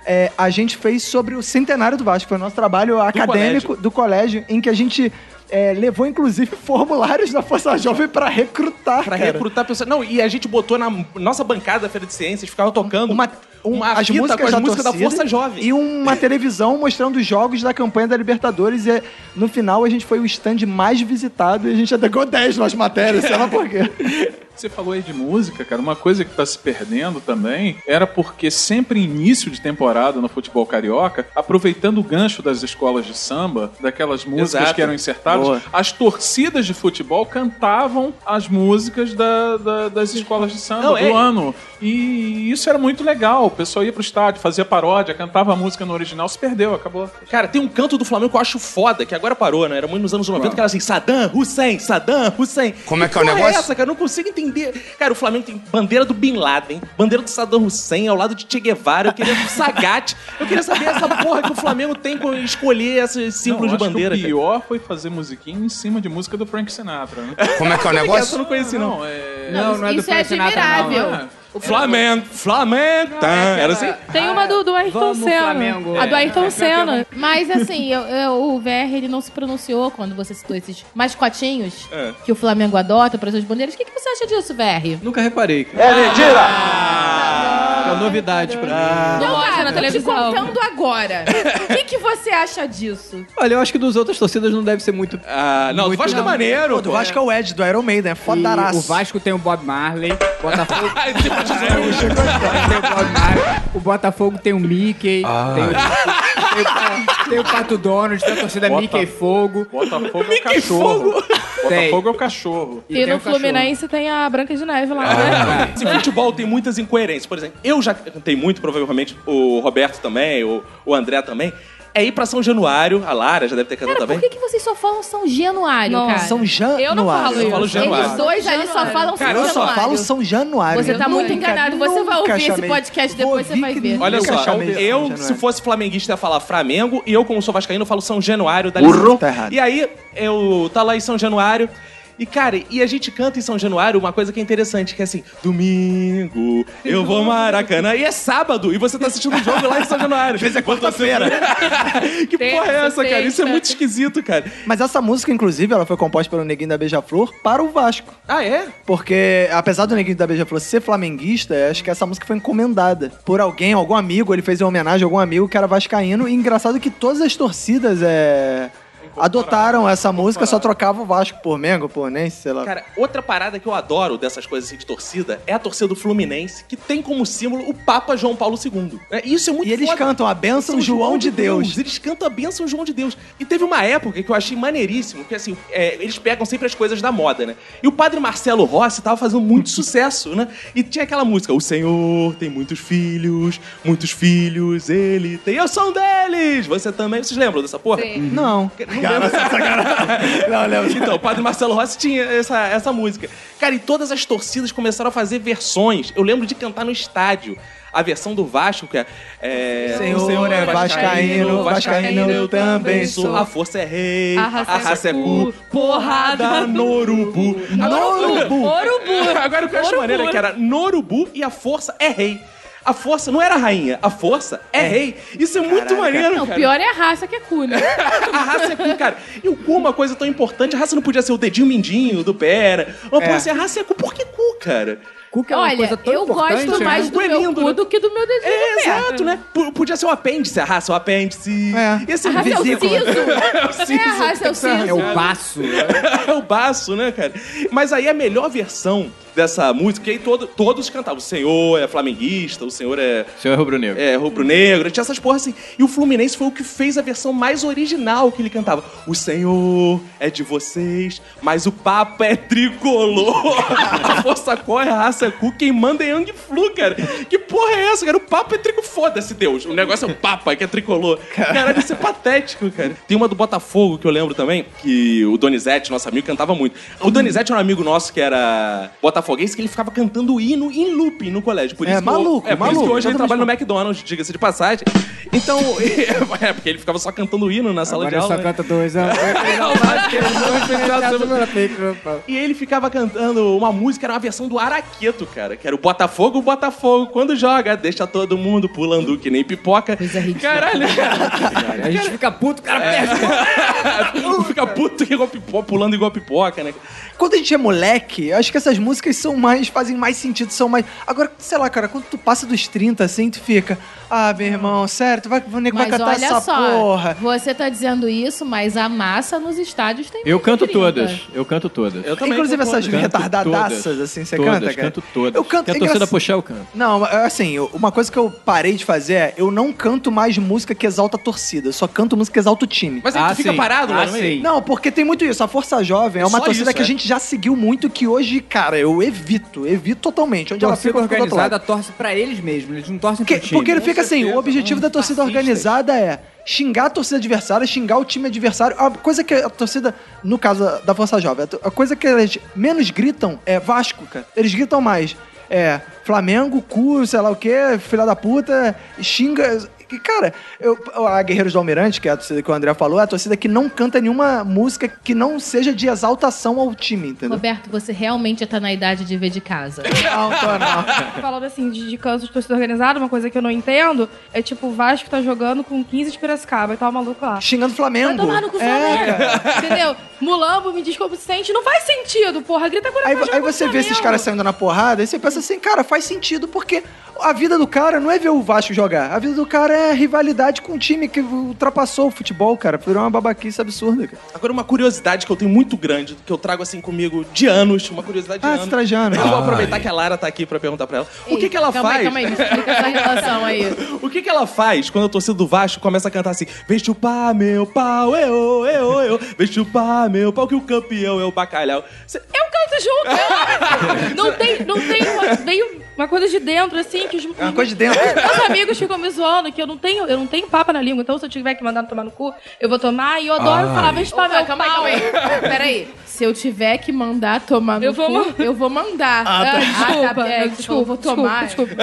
Speaker 2: É, a gente fez sobre o centenário do Vasco. Foi o nosso trabalho acadêmico do colégio, em que a gente é, levou, inclusive, formulários da Força Jovem pra recrutar.
Speaker 1: Pra
Speaker 2: cara.
Speaker 1: recrutar pessoas. Não, e a gente botou na nossa bancada da Feira de Ciências, ficava tocando
Speaker 2: Uma, um- as
Speaker 1: fita
Speaker 2: músicas,
Speaker 1: com
Speaker 2: da,
Speaker 1: as músicas da
Speaker 2: torcida
Speaker 1: Força Jovem.
Speaker 2: E uma televisão mostrando os jogos da campanha da Libertadores. E no final a gente foi o stand mais visitado e a gente até ganhou 10 nas matérias, sei lá por quê.
Speaker 5: Você falou aí de música, cara. Uma coisa que tá se perdendo também era porque sempre início de temporada no futebol carioca, aproveitando o gancho das escolas de samba, daquelas músicas
Speaker 1: Exato.
Speaker 5: que eram insertadas,
Speaker 4: Boa.
Speaker 5: as torcidas de futebol cantavam as músicas da- da- das escolas de samba
Speaker 1: Não,
Speaker 5: do
Speaker 1: é-
Speaker 5: ano. E isso era muito legal. O pessoal ia pro estádio, fazia paródia, cantava a música no original, se perdeu, acabou.
Speaker 1: Cara, tem um canto do Flamengo que eu acho foda, que agora parou, né? Era muito nos anos 90, que era assim, Saddam Hussein, Saddam Hussein.
Speaker 8: Como é que é o
Speaker 1: porra
Speaker 8: negócio?
Speaker 1: essa, cara? Eu não consigo entender. Cara, o Flamengo tem bandeira do Bin Laden, bandeira do Saddam Hussein, ao lado de Che Guevara, eu queria do Sagat. Eu queria saber essa porra que o Flamengo tem com escolher esses símbolos
Speaker 5: Não,
Speaker 1: de
Speaker 5: acho que
Speaker 1: bandeira.
Speaker 5: O
Speaker 1: cara.
Speaker 5: pior foi fazer musiquinha em cima de música do Frank Sinatra, né?
Speaker 8: Como é que é o
Speaker 1: Essa eu
Speaker 8: negócio?
Speaker 1: não conheci, não.
Speaker 5: é.
Speaker 6: Não,
Speaker 3: isso
Speaker 6: não é do
Speaker 3: isso é
Speaker 6: Frank Sinatra, não,
Speaker 3: admirável.
Speaker 5: não é?
Speaker 3: O
Speaker 1: Flamengo, Flamengo. tá.
Speaker 2: é,
Speaker 1: Era assim.
Speaker 7: Tem uma do, do Ayrton
Speaker 6: Vamos,
Speaker 7: Senna.
Speaker 6: Flamengo.
Speaker 7: A do Ayrton Senna.
Speaker 3: Mas assim, eu- eu- o VR ele não se pronunciou quando você citou esses mascotinhos
Speaker 1: É.
Speaker 3: que o Flamengo adota para suas bandeiras. O que, que você acha disso, VR?
Speaker 4: Nunca reparei, cara.
Speaker 2: É mentira!
Speaker 4: É uma novidade pra mim.
Speaker 3: Não,
Speaker 7: acho na
Speaker 3: cara, tô te
Speaker 7: televisão.
Speaker 3: contando agora. O que, que você acha disso?
Speaker 4: Olha, eu acho que dos outras torcidas não deve ser muito.
Speaker 1: Ah, não, o
Speaker 4: Muito
Speaker 1: Vasco é
Speaker 4: não.
Speaker 1: maneiro.
Speaker 2: O Vasco é o Ed do Iron Maiden, é
Speaker 6: E
Speaker 2: fodaraço.
Speaker 6: o Vasco tem o Bob Marley, o Botafogo
Speaker 1: Ai, tipo, Jesus.
Speaker 6: tem o Bob Marley, o Botafogo tem o Mickey,
Speaker 2: Ah.
Speaker 6: tem, o, tem o- tem o Pato Donald, tem a torcida
Speaker 5: Bota-
Speaker 6: Mickey Fogo.
Speaker 5: Botafogo é o cachorro. Botafogo é o cachorro.
Speaker 6: tem
Speaker 7: E,
Speaker 6: o
Speaker 7: no
Speaker 6: cachorro.
Speaker 7: Fluminense tem a Branca de Neve lá, né?
Speaker 2: É.
Speaker 1: Esse futebol tem muitas incoerências. Por exemplo, eu já cantei muito, provavelmente o Roberto também, o, o André também. É ir pra São Januário, a Lara já deve ter cantado
Speaker 3: Cara,
Speaker 1: também.
Speaker 3: por que, que vocês só falam São Januário,
Speaker 7: Não,
Speaker 3: cara?
Speaker 2: é São Januário.
Speaker 7: Eu não falo isso.
Speaker 1: falo Januário.
Speaker 3: Eles dois ali só
Speaker 1: Cara,
Speaker 3: falam São
Speaker 1: eu
Speaker 3: Januário.
Speaker 1: só
Speaker 2: Só falo São Januário.
Speaker 3: Você tá
Speaker 2: Eu
Speaker 3: muito
Speaker 2: nunca,
Speaker 3: enganado. Você vai
Speaker 2: nunca
Speaker 3: ouvir esse
Speaker 2: chamei. Vou
Speaker 3: podcast depois, você
Speaker 2: ouvir
Speaker 3: vai
Speaker 2: que
Speaker 3: ver.
Speaker 2: nunca
Speaker 1: Olha só,
Speaker 2: chamei São
Speaker 1: eu,
Speaker 2: Januário.
Speaker 1: se fosse flamenguista, ia falar Flamengo, e eu, como sou vascaíno, falo São Januário. Dá
Speaker 2: Burro.
Speaker 1: licença.
Speaker 2: Tá errado.
Speaker 1: E aí, eu tá lá em São Januário. E, cara, e a gente canta em São Januário uma coisa que é interessante, que é assim, domingo, eu vou ao Maracanã. E é sábado, e você tá assistindo o jogo lá em São Januário. Às vezes é quarta-feira. que porra é essa, cara? Isso é
Speaker 7: sexta.
Speaker 1: muito esquisito, cara.
Speaker 2: Mas essa música, inclusive, ela foi composta pelo Neguinho da Beija-Flor para o Vasco.
Speaker 1: Ah, é?
Speaker 2: Porque, apesar do Neguinho da Beija-Flor ser flamenguista, acho que essa música foi encomendada por alguém, algum amigo. Ele fez uma homenagem a algum amigo que era vascaíno. E engraçado que todas as torcidas é, adotaram essa música, só trocava o Vasco por Mengo, por Nense, sei lá.
Speaker 1: Cara, outra parada que eu adoro dessas coisas assim de torcida é a torcida do Fluminense, que tem como símbolo o Papa João Paulo II. né? Isso é muito
Speaker 2: e eles
Speaker 1: foda.
Speaker 2: cantam a bênção
Speaker 1: São
Speaker 2: João de Deus.
Speaker 1: Eles cantam a bênção João de Deus. E teve uma época que eu achei maneiríssimo, que assim, é, eles pegam sempre as coisas da moda, né? E o padre Marcelo Rossi tava fazendo muito sucesso, né? E tinha aquela música, o senhor tem muitos filhos, muitos filhos ele tem. Eu sou um deles! Você também, vocês lembram dessa porra? Sim.
Speaker 2: Não.
Speaker 1: Não lembro. Então, o padre Marcelo Rossi tinha essa, essa música. Cara, e todas as torcidas começaram a fazer versões. Eu lembro de cantar no estádio. A versão do Vasco, que é. é
Speaker 2: Senhor,
Speaker 1: o
Speaker 2: é vascaíno, vascaíno, eu também sou.
Speaker 1: A força é rei,
Speaker 7: A raça é cu,
Speaker 1: porrada no urubu.
Speaker 2: Norubu.
Speaker 7: Orubu.
Speaker 1: Agora o que eu acho
Speaker 7: Orubu.
Speaker 1: maneiro é que era Norubu e a força é rei. A força não era rainha, a força é, rei. Isso é muito maneiro,
Speaker 7: Não, o
Speaker 1: cara.
Speaker 7: pior é a raça que é cu, né?
Speaker 1: A raça é cu, cara. E o cu é uma coisa tão importante. A raça não podia ser o dedinho mindinho do pera. Uma porra assim, a raça é cu. Por que cu, cara?
Speaker 6: Cuca é uma coisa
Speaker 3: Olha,
Speaker 6: tão
Speaker 3: eu
Speaker 6: importante,
Speaker 3: gosto
Speaker 6: né?
Speaker 3: mais do
Speaker 1: Cu é
Speaker 3: meu
Speaker 1: lindo,
Speaker 3: cu
Speaker 1: né?
Speaker 3: do que do meu dedinho.
Speaker 1: É,
Speaker 3: do pé.
Speaker 1: exato, né? P- podia ser o apêndice, a raça, o apêndice.
Speaker 2: É.
Speaker 1: Esse
Speaker 3: A raça é o siso.
Speaker 1: É o siso.
Speaker 3: É a arrasar seu
Speaker 6: É
Speaker 3: cinto.
Speaker 6: o passo.
Speaker 1: é o baço, né, cara? Mas aí a melhor versão dessa música, que aí todo- todos cantavam. O senhor é flamenguista, o senhor é,
Speaker 4: Senhor Rubro-Negro.
Speaker 1: é rubro-negro, tinha essas porras assim. E o Fluminense foi o que fez a versão mais original que ele cantava. O senhor é de vocês, mas o papo é tricolor. a força corre, a raça é cu, quem manda é Yang Flu, cara. Que porra é essa, cara? O papo é tricolor. Foda-se, Deus. O negócio é o papa que é tricolor. Caralho, isso é patético, cara. Tem uma do Botafogo que eu lembro também, que o Donizete, nosso amigo, cantava muito. O Donizete era um amigo nosso que era botafoguense, que ele ficava cantando o hino em looping no colégio. Por
Speaker 2: É,
Speaker 1: isso que eu-
Speaker 2: maluco,
Speaker 1: é, por isso que
Speaker 2: maluco,
Speaker 1: hoje ele
Speaker 2: exatamente
Speaker 1: trabalha no McDonald's, diga-se de passagem. Então, é porque ele ficava só cantando o hino na sala de
Speaker 6: Agora é
Speaker 1: aula.
Speaker 6: só
Speaker 1: né?
Speaker 6: canta dois anos. é né,
Speaker 1: E ele ficava cantando uma música, era uma versão do Araqueto, cara. Que era o Botafogo, o Botafogo, quando joga, deixa todo mundo pulando que nem pipoca.
Speaker 6: Coisa ridícula.
Speaker 1: Caralho, cara.
Speaker 6: A gente fica puto, o cara perde.
Speaker 1: Fica puto igual pipoca, pulando igual pipoca, né?
Speaker 2: Quando a gente é moleque, eu acho que essas músicas são mais, fazem mais sentido, são mais. Agora, sei lá, cara, quando tu passa dos 30, assim, tu fica. Ah, meu irmão, sério, tu vai, o nego vai
Speaker 3: Mas
Speaker 2: cantar
Speaker 3: olha
Speaker 2: essa
Speaker 3: só,
Speaker 2: porra.
Speaker 3: você tá dizendo isso, mas a massa nos estádios tem né?
Speaker 4: Eu
Speaker 3: muito
Speaker 4: canto
Speaker 3: 30.
Speaker 4: todas. Eu canto todas.
Speaker 1: Eu também.
Speaker 2: Inclusive
Speaker 1: concordo.
Speaker 2: essas
Speaker 4: Canto
Speaker 2: retardadaças,
Speaker 4: todas,
Speaker 2: assim, você
Speaker 4: todas,
Speaker 2: canta, cara?
Speaker 4: canto todas.
Speaker 2: Eu canto-
Speaker 4: Quer
Speaker 2: é
Speaker 4: a torcida
Speaker 2: engraçado.
Speaker 4: puxar, eu canto.
Speaker 2: Não, assim, eu- uma coisa que eu parei de fazer é eu não canto mais música que exalta a torcida, eu só canto música que exalta o time.
Speaker 1: Mas aí
Speaker 4: Ah,
Speaker 1: tu fica
Speaker 4: sim.
Speaker 1: parado lá
Speaker 4: Ah,
Speaker 1: no meio?
Speaker 4: sim.
Speaker 2: Não, porque tem muito isso. A Força Jovem é uma
Speaker 1: Só
Speaker 2: torcida
Speaker 1: isso,
Speaker 2: que a
Speaker 1: é.
Speaker 2: gente já seguiu muito, que hoje, cara, eu evito, evito totalmente. Onde ela
Speaker 6: Então, torcida
Speaker 2: fica, eu fico do outro lado.
Speaker 6: organizada torce pra eles mesmos, eles não torcem
Speaker 2: Porque,
Speaker 6: pro time.
Speaker 2: porque ele fica assim, o objetivo
Speaker 6: né?
Speaker 2: da torcida organizada é xingar a torcida adversária, xingar o time adversário. A coisa que a torcida, no caso da Força Jovem, a to- a coisa que eles menos gritam é Vasco, cara. Eles gritam mais. É, Flamengo, cu, sei lá o quê, filha da puta, xinga. E, cara, eu, a Guerreiros do Almirante, que é a torcida que o André falou, é a torcida que não canta nenhuma música que não seja de exaltação ao time, entendeu?
Speaker 3: Roberto, você realmente tá na idade de ver de casa.
Speaker 2: Não, tô, não.
Speaker 7: Falando assim de, de canto de torcida organizada, uma coisa que eu não entendo é tipo, o Vasco tá jogando com 15 de Piracicaba e tá o maluco lá.
Speaker 2: Xingando
Speaker 3: Vai
Speaker 2: Flamengo.
Speaker 3: tomar no cu
Speaker 2: É,
Speaker 3: Flamengo,
Speaker 2: cara.
Speaker 3: entendeu?
Speaker 7: Mulambo, me desculpa, sente. Não faz sentido, porra. Grita agora
Speaker 2: Aí,
Speaker 7: vai jogar
Speaker 2: aí
Speaker 7: com o
Speaker 2: você vê esses
Speaker 7: Flamengo.
Speaker 2: caras saindo na porrada, aí você pensa assim, cara, faz sentido, porque a vida do cara não é ver o Vasco jogar. A vida do cara é rivalidade com um time que ultrapassou o futebol, cara. Virou uma babaquice absurda, cara.
Speaker 1: Agora, uma curiosidade que eu tenho muito grande, que eu trago assim comigo de anos, uma curiosidade de
Speaker 2: Ah,
Speaker 1: anos.
Speaker 2: se trajando.
Speaker 1: Eu vou aproveitar que a Lara tá aqui pra perguntar pra ela. o que,
Speaker 3: Ei,
Speaker 1: que ela
Speaker 3: calma
Speaker 1: faz?
Speaker 3: Aí, calma aí, me explica essa relação aí.
Speaker 1: O que, que ela faz quando a torcida do Vasco começa a cantar assim? Vem chupar meu pau, eu, eu, eu. Vem chupar meu pau, que o campeão é o bacalhau. Cê-
Speaker 7: Eu canto junto! eu- não tem, não tem uma, veio uma coisa de dentro, assim, que os
Speaker 2: É uma coisa de dentro.
Speaker 7: meus amigos ficam me zoando, que eu não tenho, eu não tenho papa na língua, então se eu tiver que mandar tomar no cu, eu vou tomar e eu adoro falar, vem
Speaker 3: Opa,
Speaker 7: chupar meu
Speaker 3: calma aí,
Speaker 7: pau.
Speaker 3: calma aí. Peraí. Se eu tiver que mandar tomar no
Speaker 7: Eu vou
Speaker 3: cu, eu vou mandar. Ah,
Speaker 7: tá. Desculpa,
Speaker 3: é,
Speaker 7: eu-
Speaker 3: que você falou, vou
Speaker 7: desculpa,
Speaker 3: tomar.
Speaker 7: desculpa,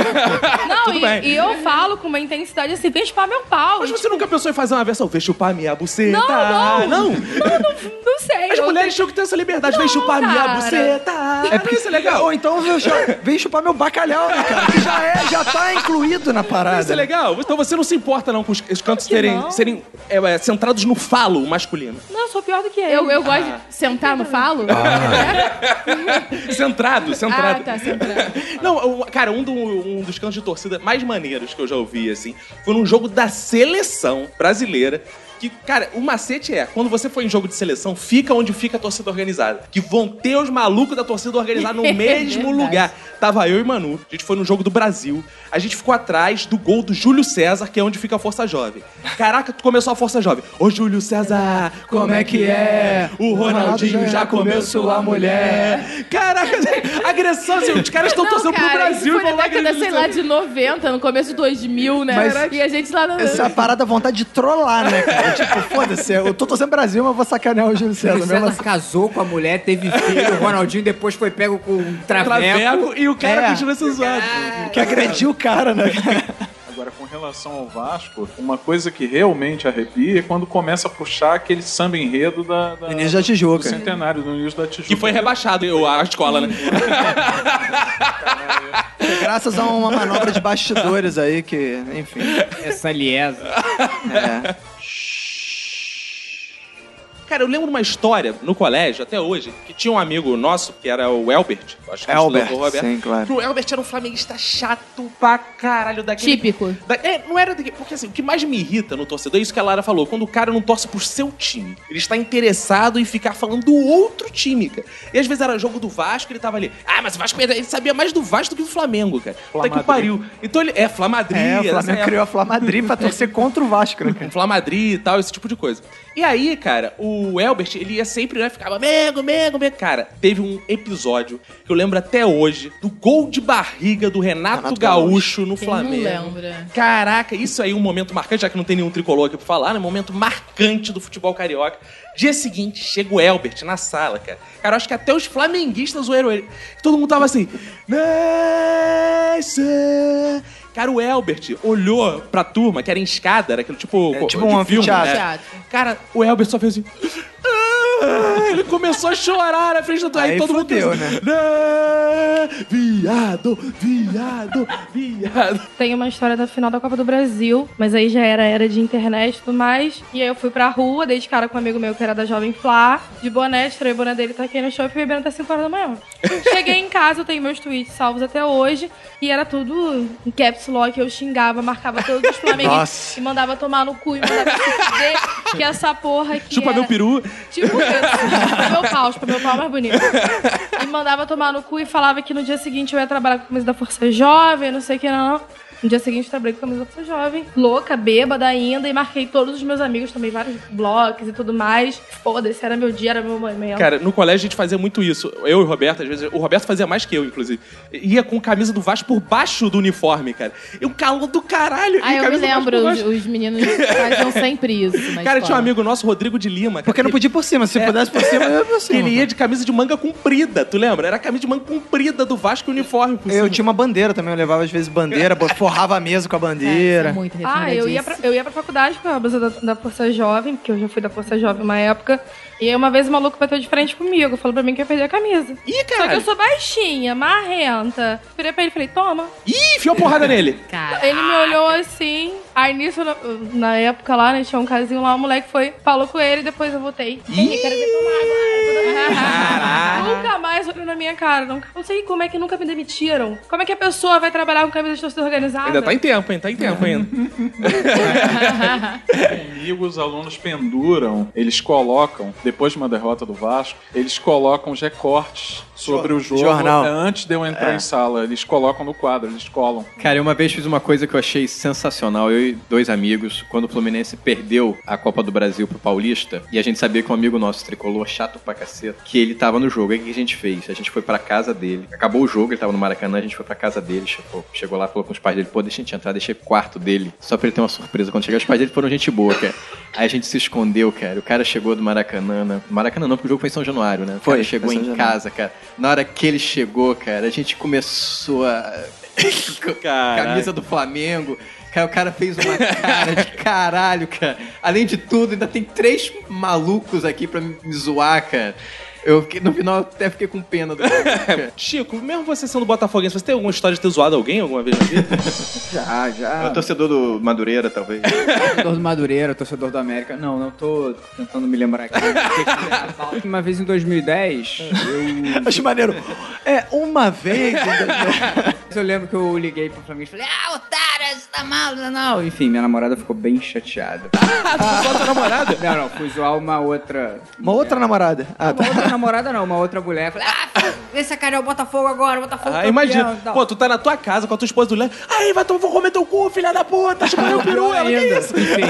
Speaker 7: Não,
Speaker 1: Tudo bem.
Speaker 7: e, e eu falo com uma intensidade assim, vem chupar meu pau.
Speaker 1: Mas
Speaker 7: E,
Speaker 1: você nunca pensou em fazer uma versão? Vem chupar minha buceta.
Speaker 7: Não, não.
Speaker 1: Não?
Speaker 7: tipo, não, não, não sei.
Speaker 1: As
Speaker 7: eu-
Speaker 1: mulheres tinham que ter essa liberdade. Vem chupar minha
Speaker 7: cara.
Speaker 1: buceta. É porque isso é legal.
Speaker 2: Ou então eu já- vem chupar meu bacalhau, né, cara? Que já, é, já tá incluído na
Speaker 1: Isso é
Speaker 2: parada. né?
Speaker 1: legal. Então você não se importa não com os, os cantos
Speaker 7: que
Speaker 1: serem,
Speaker 7: não.
Speaker 1: serem é, é, centrados no falo masculino.
Speaker 7: Não, eu sou pior do que ele.
Speaker 3: Eu, eu gosto de sentar no falo?
Speaker 1: Ah.
Speaker 3: É?
Speaker 1: Centrado, centrado.
Speaker 3: Ah, tá, centrado.
Speaker 1: Não, o- cara, um, do- um dos cantos de torcida mais maneiros que eu já ouvi, assim, foi num jogo da seleção brasileira. Que, cara, o macete é, quando você for em jogo de seleção, fica onde fica a torcida organizada. Que vão ter os malucos da torcida organizada no mesmo
Speaker 3: É verdade.
Speaker 1: lugar. Tava eu e Manu, a gente foi no jogo do Brasil. A gente ficou atrás do gol do Júlio César, que é onde fica a Força Jovem. Caraca, começou a Força Jovem. Ô, Júlio César, como é que é? O Ronaldinho já comeu sua mulher. Caraca, agressão, assim, os caras estão
Speaker 3: Não,
Speaker 1: torcendo
Speaker 3: cara,
Speaker 1: pro Brasil.
Speaker 3: isso foi
Speaker 1: vão
Speaker 3: na
Speaker 1: lá
Speaker 3: década,
Speaker 1: agredir
Speaker 3: sei
Speaker 1: o
Speaker 3: lá,
Speaker 1: César.
Speaker 3: de 90, no começo de 2000, né?
Speaker 2: Mas-
Speaker 3: e a gente lá no...
Speaker 2: Essa é parada vontade de trollar, né, cara? tipo, foda-se, eu tô torcendo Brasil, mas eu vou sacanear o Júlio César.
Speaker 6: Júlio
Speaker 2: Mesmo
Speaker 6: César
Speaker 2: assim.
Speaker 6: casou com a mulher, teve filho, o Ronaldinho depois foi pego com um traveco.
Speaker 1: Traveco e o cara
Speaker 2: É.
Speaker 1: continua se zoando.
Speaker 3: Ah.
Speaker 2: Que agrediu o cara, né?
Speaker 5: Agora, com relação ao Vasco, uma coisa que realmente arrepia é quando começa a puxar aquele samba enredo da, da-
Speaker 2: Menino da Tijuca.
Speaker 5: do centenário, do início da Tijuca.
Speaker 1: Que foi rebaixado, eu, a escola, né?
Speaker 2: Graças a uma manobra de bastidores aí que, enfim.
Speaker 6: Essa liesa.
Speaker 2: É.
Speaker 1: Cara, eu lembro uma história no colégio, até hoje, que tinha um amigo nosso, que era o Elbert. Acho que ele
Speaker 2: Elbert,
Speaker 1: estudou com o Roberto.
Speaker 2: sim, claro.
Speaker 1: O Elbert era um flamenguista chato pra caralho daquele.
Speaker 11: Típico.
Speaker 1: Da- é, não era daquele. Porque assim, o que mais me irrita no torcedor é isso que a Lara falou: quando o cara não torce pro seu time. Ele está interessado em ficar falando do outro time, cara. E às vezes era jogo do Vasco, ele tava ali. Ah, mas o Vasco perdeu. Ele sabia mais do Vasco do que do Flamengo, cara. Puta que pariu. Então ele. É, Flamadri.
Speaker 2: É, o
Speaker 1: era essa
Speaker 2: Flamengo
Speaker 1: época.
Speaker 2: criou a Flamadri pra torcer contra o Vasco, né,
Speaker 1: Com
Speaker 2: cara?
Speaker 1: Flamadri e tal, esse tipo de coisa. E aí, cara, o Elbert, ele ia sempre, né, ficava mego, mego, mego. Cara, teve um episódio que eu lembro até hoje do gol de barriga do Renato,
Speaker 2: Renato
Speaker 1: Gaúcho, no
Speaker 3: um
Speaker 11: Quem
Speaker 1: Flamengo.
Speaker 11: não lembra?
Speaker 1: Caraca, isso aí é um momento marcante, já que não tem nenhum tricolor aqui pra falar, né? Um momento marcante do futebol carioca. Dia seguinte, chega o Elbert na sala, cara. Cara, eu acho que até os flamenguistas zoeram ele. Todo mundo tava assim... Nessa... Cara, o Elbert olhou pra turma, que era em escada, era aquele tipo...
Speaker 2: É, tipo
Speaker 1: de
Speaker 2: um
Speaker 1: filme,
Speaker 2: anfiteatro.
Speaker 1: né?
Speaker 11: Teatro.
Speaker 1: Cara, o Elber só fez assim. "Ah", Ele começou a chorar na frente da tua. Aí,
Speaker 2: Aí
Speaker 1: todo mundo
Speaker 2: fudeu,
Speaker 1: fez assim, "Né, Viado, viado, viado.
Speaker 3: Tem uma história da final da Copa do Brasil, mas aí já era era de internet e tudo mais. E aí eu fui pra rua, dei de cara com um amigo meu que era da Jovem Flá, de boné, tirei o boné dele, taquei no chão e fui bebendo até 5 horas da manhã. Cheguei em casa, eu tenho meus tweets salvos até hoje, e era tudo em caps lock, eu xingava, marcava todos os flamenguistas
Speaker 2: Nossa.
Speaker 3: e mandava tomar no cu e mandava se fuder, que essa porra aqui
Speaker 1: Chupa
Speaker 3: era...
Speaker 1: meu peru.
Speaker 3: Tipo isso. meu pau, tipo, meu pau mais bonito. E mandava tomar no cu e falava que no dia seguinte eu ia trabalhar com a camisa da Força Jovem, não sei o que não. No dia seguinte eu trabalhei com a camisa da Força Jovem. Louca, bêbada ainda, e marquei todos os meus amigos, também vários blocos e tudo mais. Foda-se, era meu dia, era meu
Speaker 11: Tá
Speaker 3: momento.
Speaker 1: Cara, no colégio a gente fazia muito isso. Eu e o Roberto, às vezes. O Roberto fazia mais que eu, inclusive. Ia com camisa do Vasco por baixo do uniforme, cara. E um calor do caralho.
Speaker 11: Ah,
Speaker 1: e
Speaker 11: eu me
Speaker 1: camisa do Vasco por
Speaker 11: lembro, os,
Speaker 1: baixo.
Speaker 11: os meninos faziam sempre isso. na
Speaker 1: Cara, tinha um
Speaker 11: escola.
Speaker 1: amigo nosso, Rodrigo de Lima. cara,
Speaker 2: Porque não
Speaker 1: que-
Speaker 2: podia ir por cima. Se
Speaker 1: É.
Speaker 2: pudesse por cima, eu ia por
Speaker 1: que
Speaker 2: cima.
Speaker 1: ele ia de camisa de manga comprida, tu lembra? Era camisa de manga comprida do Vasco e uniforme. por
Speaker 2: Eu
Speaker 1: cima.
Speaker 2: tinha uma bandeira também, eu levava às vezes bandeira, bo- forrava a mesa com a
Speaker 11: É,
Speaker 2: bandeira.
Speaker 11: muito
Speaker 3: Ah, eu ia, pra, eu ia pra faculdade com a blusa da, da Força Jovem, porque eu já fui da Força Jovem uma época. E aí uma vez o maluco bateu de frente comigo, falou pra mim que ia perder a camisa.
Speaker 1: Ih,
Speaker 3: Só que eu
Speaker 1: cara.
Speaker 3: sou baixinha, marrenta. Virei pra ele e falei, toma.
Speaker 1: Ih, enfiou a porrada nele.
Speaker 11: Cara,
Speaker 3: Ele me olhou assim. Aí nisso, na, na época lá, né, tinha um casinho lá, o moleque foi, falou com ele, depois eu voltei. Ih, quero ver tomar agora. nunca mais olhou na minha cara. Nunca, não sei como é que nunca me demitiram. Como é que a pessoa vai trabalhar com camisa de torcida organizada?
Speaker 1: Ainda tá em tempo, hein? Tá em tempo ainda.
Speaker 5: Comigo, os alunos penduram, eles colocam, depois de uma derrota do Vasco, eles colocam os recortes sobre o jogo É
Speaker 2: jornal. É.
Speaker 5: antes de eu entrar em sala. Eles colocam no quadro, eles colam.
Speaker 4: Cara, eu uma vez fiz uma coisa que eu achei sensacional. Eu e dois amigos, quando o Fluminense perdeu a Copa do Brasil pro Paulista, e a gente sabia que um amigo nosso tricolor, chato pra caceta, que ele tava no jogo. Aí o que a gente fez? A gente foi pra casa dele. Acabou o jogo, ele tava no Maracanã, a gente foi pra casa dele, chegou, chegou lá, falou com os pais dele, pô, deixa a gente entrar, deixei o quarto dele, só pra ele ter uma surpresa. Quando chegar, os pais dele foram gente boa, cara. Aí a gente se escondeu, cara. O cara chegou do Maracanã, né? Maracanã não, porque o jogo foi em São Januário, né? O
Speaker 2: Foi,
Speaker 4: cara chegou
Speaker 2: foi em
Speaker 4: em
Speaker 2: São Januário.
Speaker 4: casa, cara. Na hora que ele chegou, cara, a gente começou a camisa do Flamengo. Cara, o cara fez uma cara de caralho, cara. Além de tudo, ainda tem três malucos aqui pra me zoar, cara. Eu, fiquei- no final até fiquei com pena do cara. cara.
Speaker 1: Chico, mesmo você sendo botafoguense, você tem alguma história de ter zoado alguém alguma vez na vida?
Speaker 6: Já,
Speaker 4: É
Speaker 6: já.
Speaker 4: o torcedor do Madureira, tá talvez.
Speaker 6: Torcedor do Madureira, torcedor do América. Não, não tô tentando me lembrar aqui. Uma vez em 2010, eu
Speaker 2: Acho maneiro. É, uma vez.
Speaker 6: Mas Eu lembro que eu liguei pro Flamengo e falei, ah, otário, você tá mal, não, não. Enfim, minha namorada ficou bem chateada.
Speaker 1: namorada?
Speaker 6: Não, não, fui zoar uma outra.
Speaker 2: uma outra namorada. Ah, tá.
Speaker 6: Uma outra namorada não, uma outra mulher. Falei, ah, vê se a cara é o Botafogo agora, o Botafogo.
Speaker 1: Ah,
Speaker 6: campeão,
Speaker 1: imagina.
Speaker 6: e tal.
Speaker 1: Pô, tu tá na tua casa com a tua esposa do Léo. Aí, vai tomar, vou comer teu cu, filha da puta. Chupa meu peru,
Speaker 6: Ah, Pior
Speaker 1: ela, que
Speaker 6: ainda.
Speaker 1: isso?
Speaker 6: Enfim,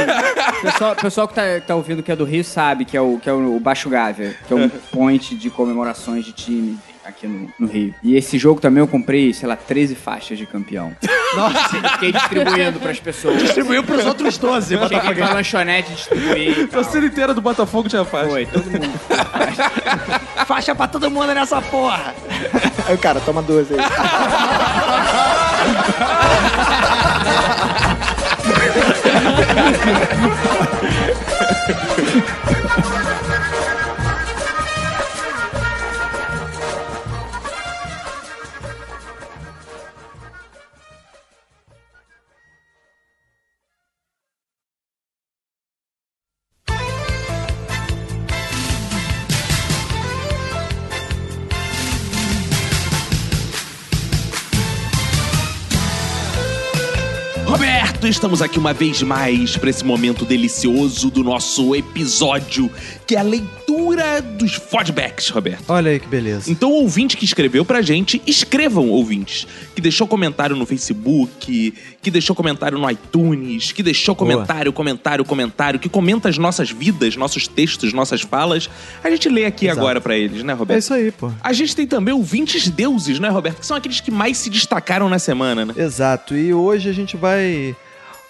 Speaker 6: pessoal, pessoal que tá, tá ouvindo que é do Rio sabe que é o, que é o Baixo Gávea, que é um point de comemorações de time aqui no, no Rio. E esse jogo também eu comprei, sei lá, 13 faixas de campeão. Nossa! Fiquei distribuindo pras pessoas.
Speaker 2: Distribuiu pros outros 12.
Speaker 6: Cheguei pra lanchonete distribuir e tal.
Speaker 1: Torcida inteira do Botafogo tinha faz.
Speaker 6: Foi, todo mundo.
Speaker 2: Faixa pra todo mundo nessa porra. Aí o cara, toma duas aí.
Speaker 1: certo, estamos aqui uma vez mais para esse momento delicioso do nosso episódio, que é a leitura dos feedbacks, Roberto.
Speaker 2: Olha aí que beleza.
Speaker 1: Então, o ouvinte que escreveu pra gente, escrevam, ouvintes. Que deixou comentário no Facebook, que deixou comentário no iTunes, que deixou
Speaker 2: Boa.
Speaker 1: comentário, comentário, comentário, que comenta as nossas vidas, nossos textos, nossas falas. A gente lê aqui
Speaker 2: Exato.
Speaker 1: agora pra eles, né,
Speaker 2: É
Speaker 1: Roberto?
Speaker 2: isso aí, pô.
Speaker 1: A gente tem também ouvintes deuses, né, Roberto? Que são aqueles que mais se destacaram na semana, né?
Speaker 2: Exato. E hoje a gente vai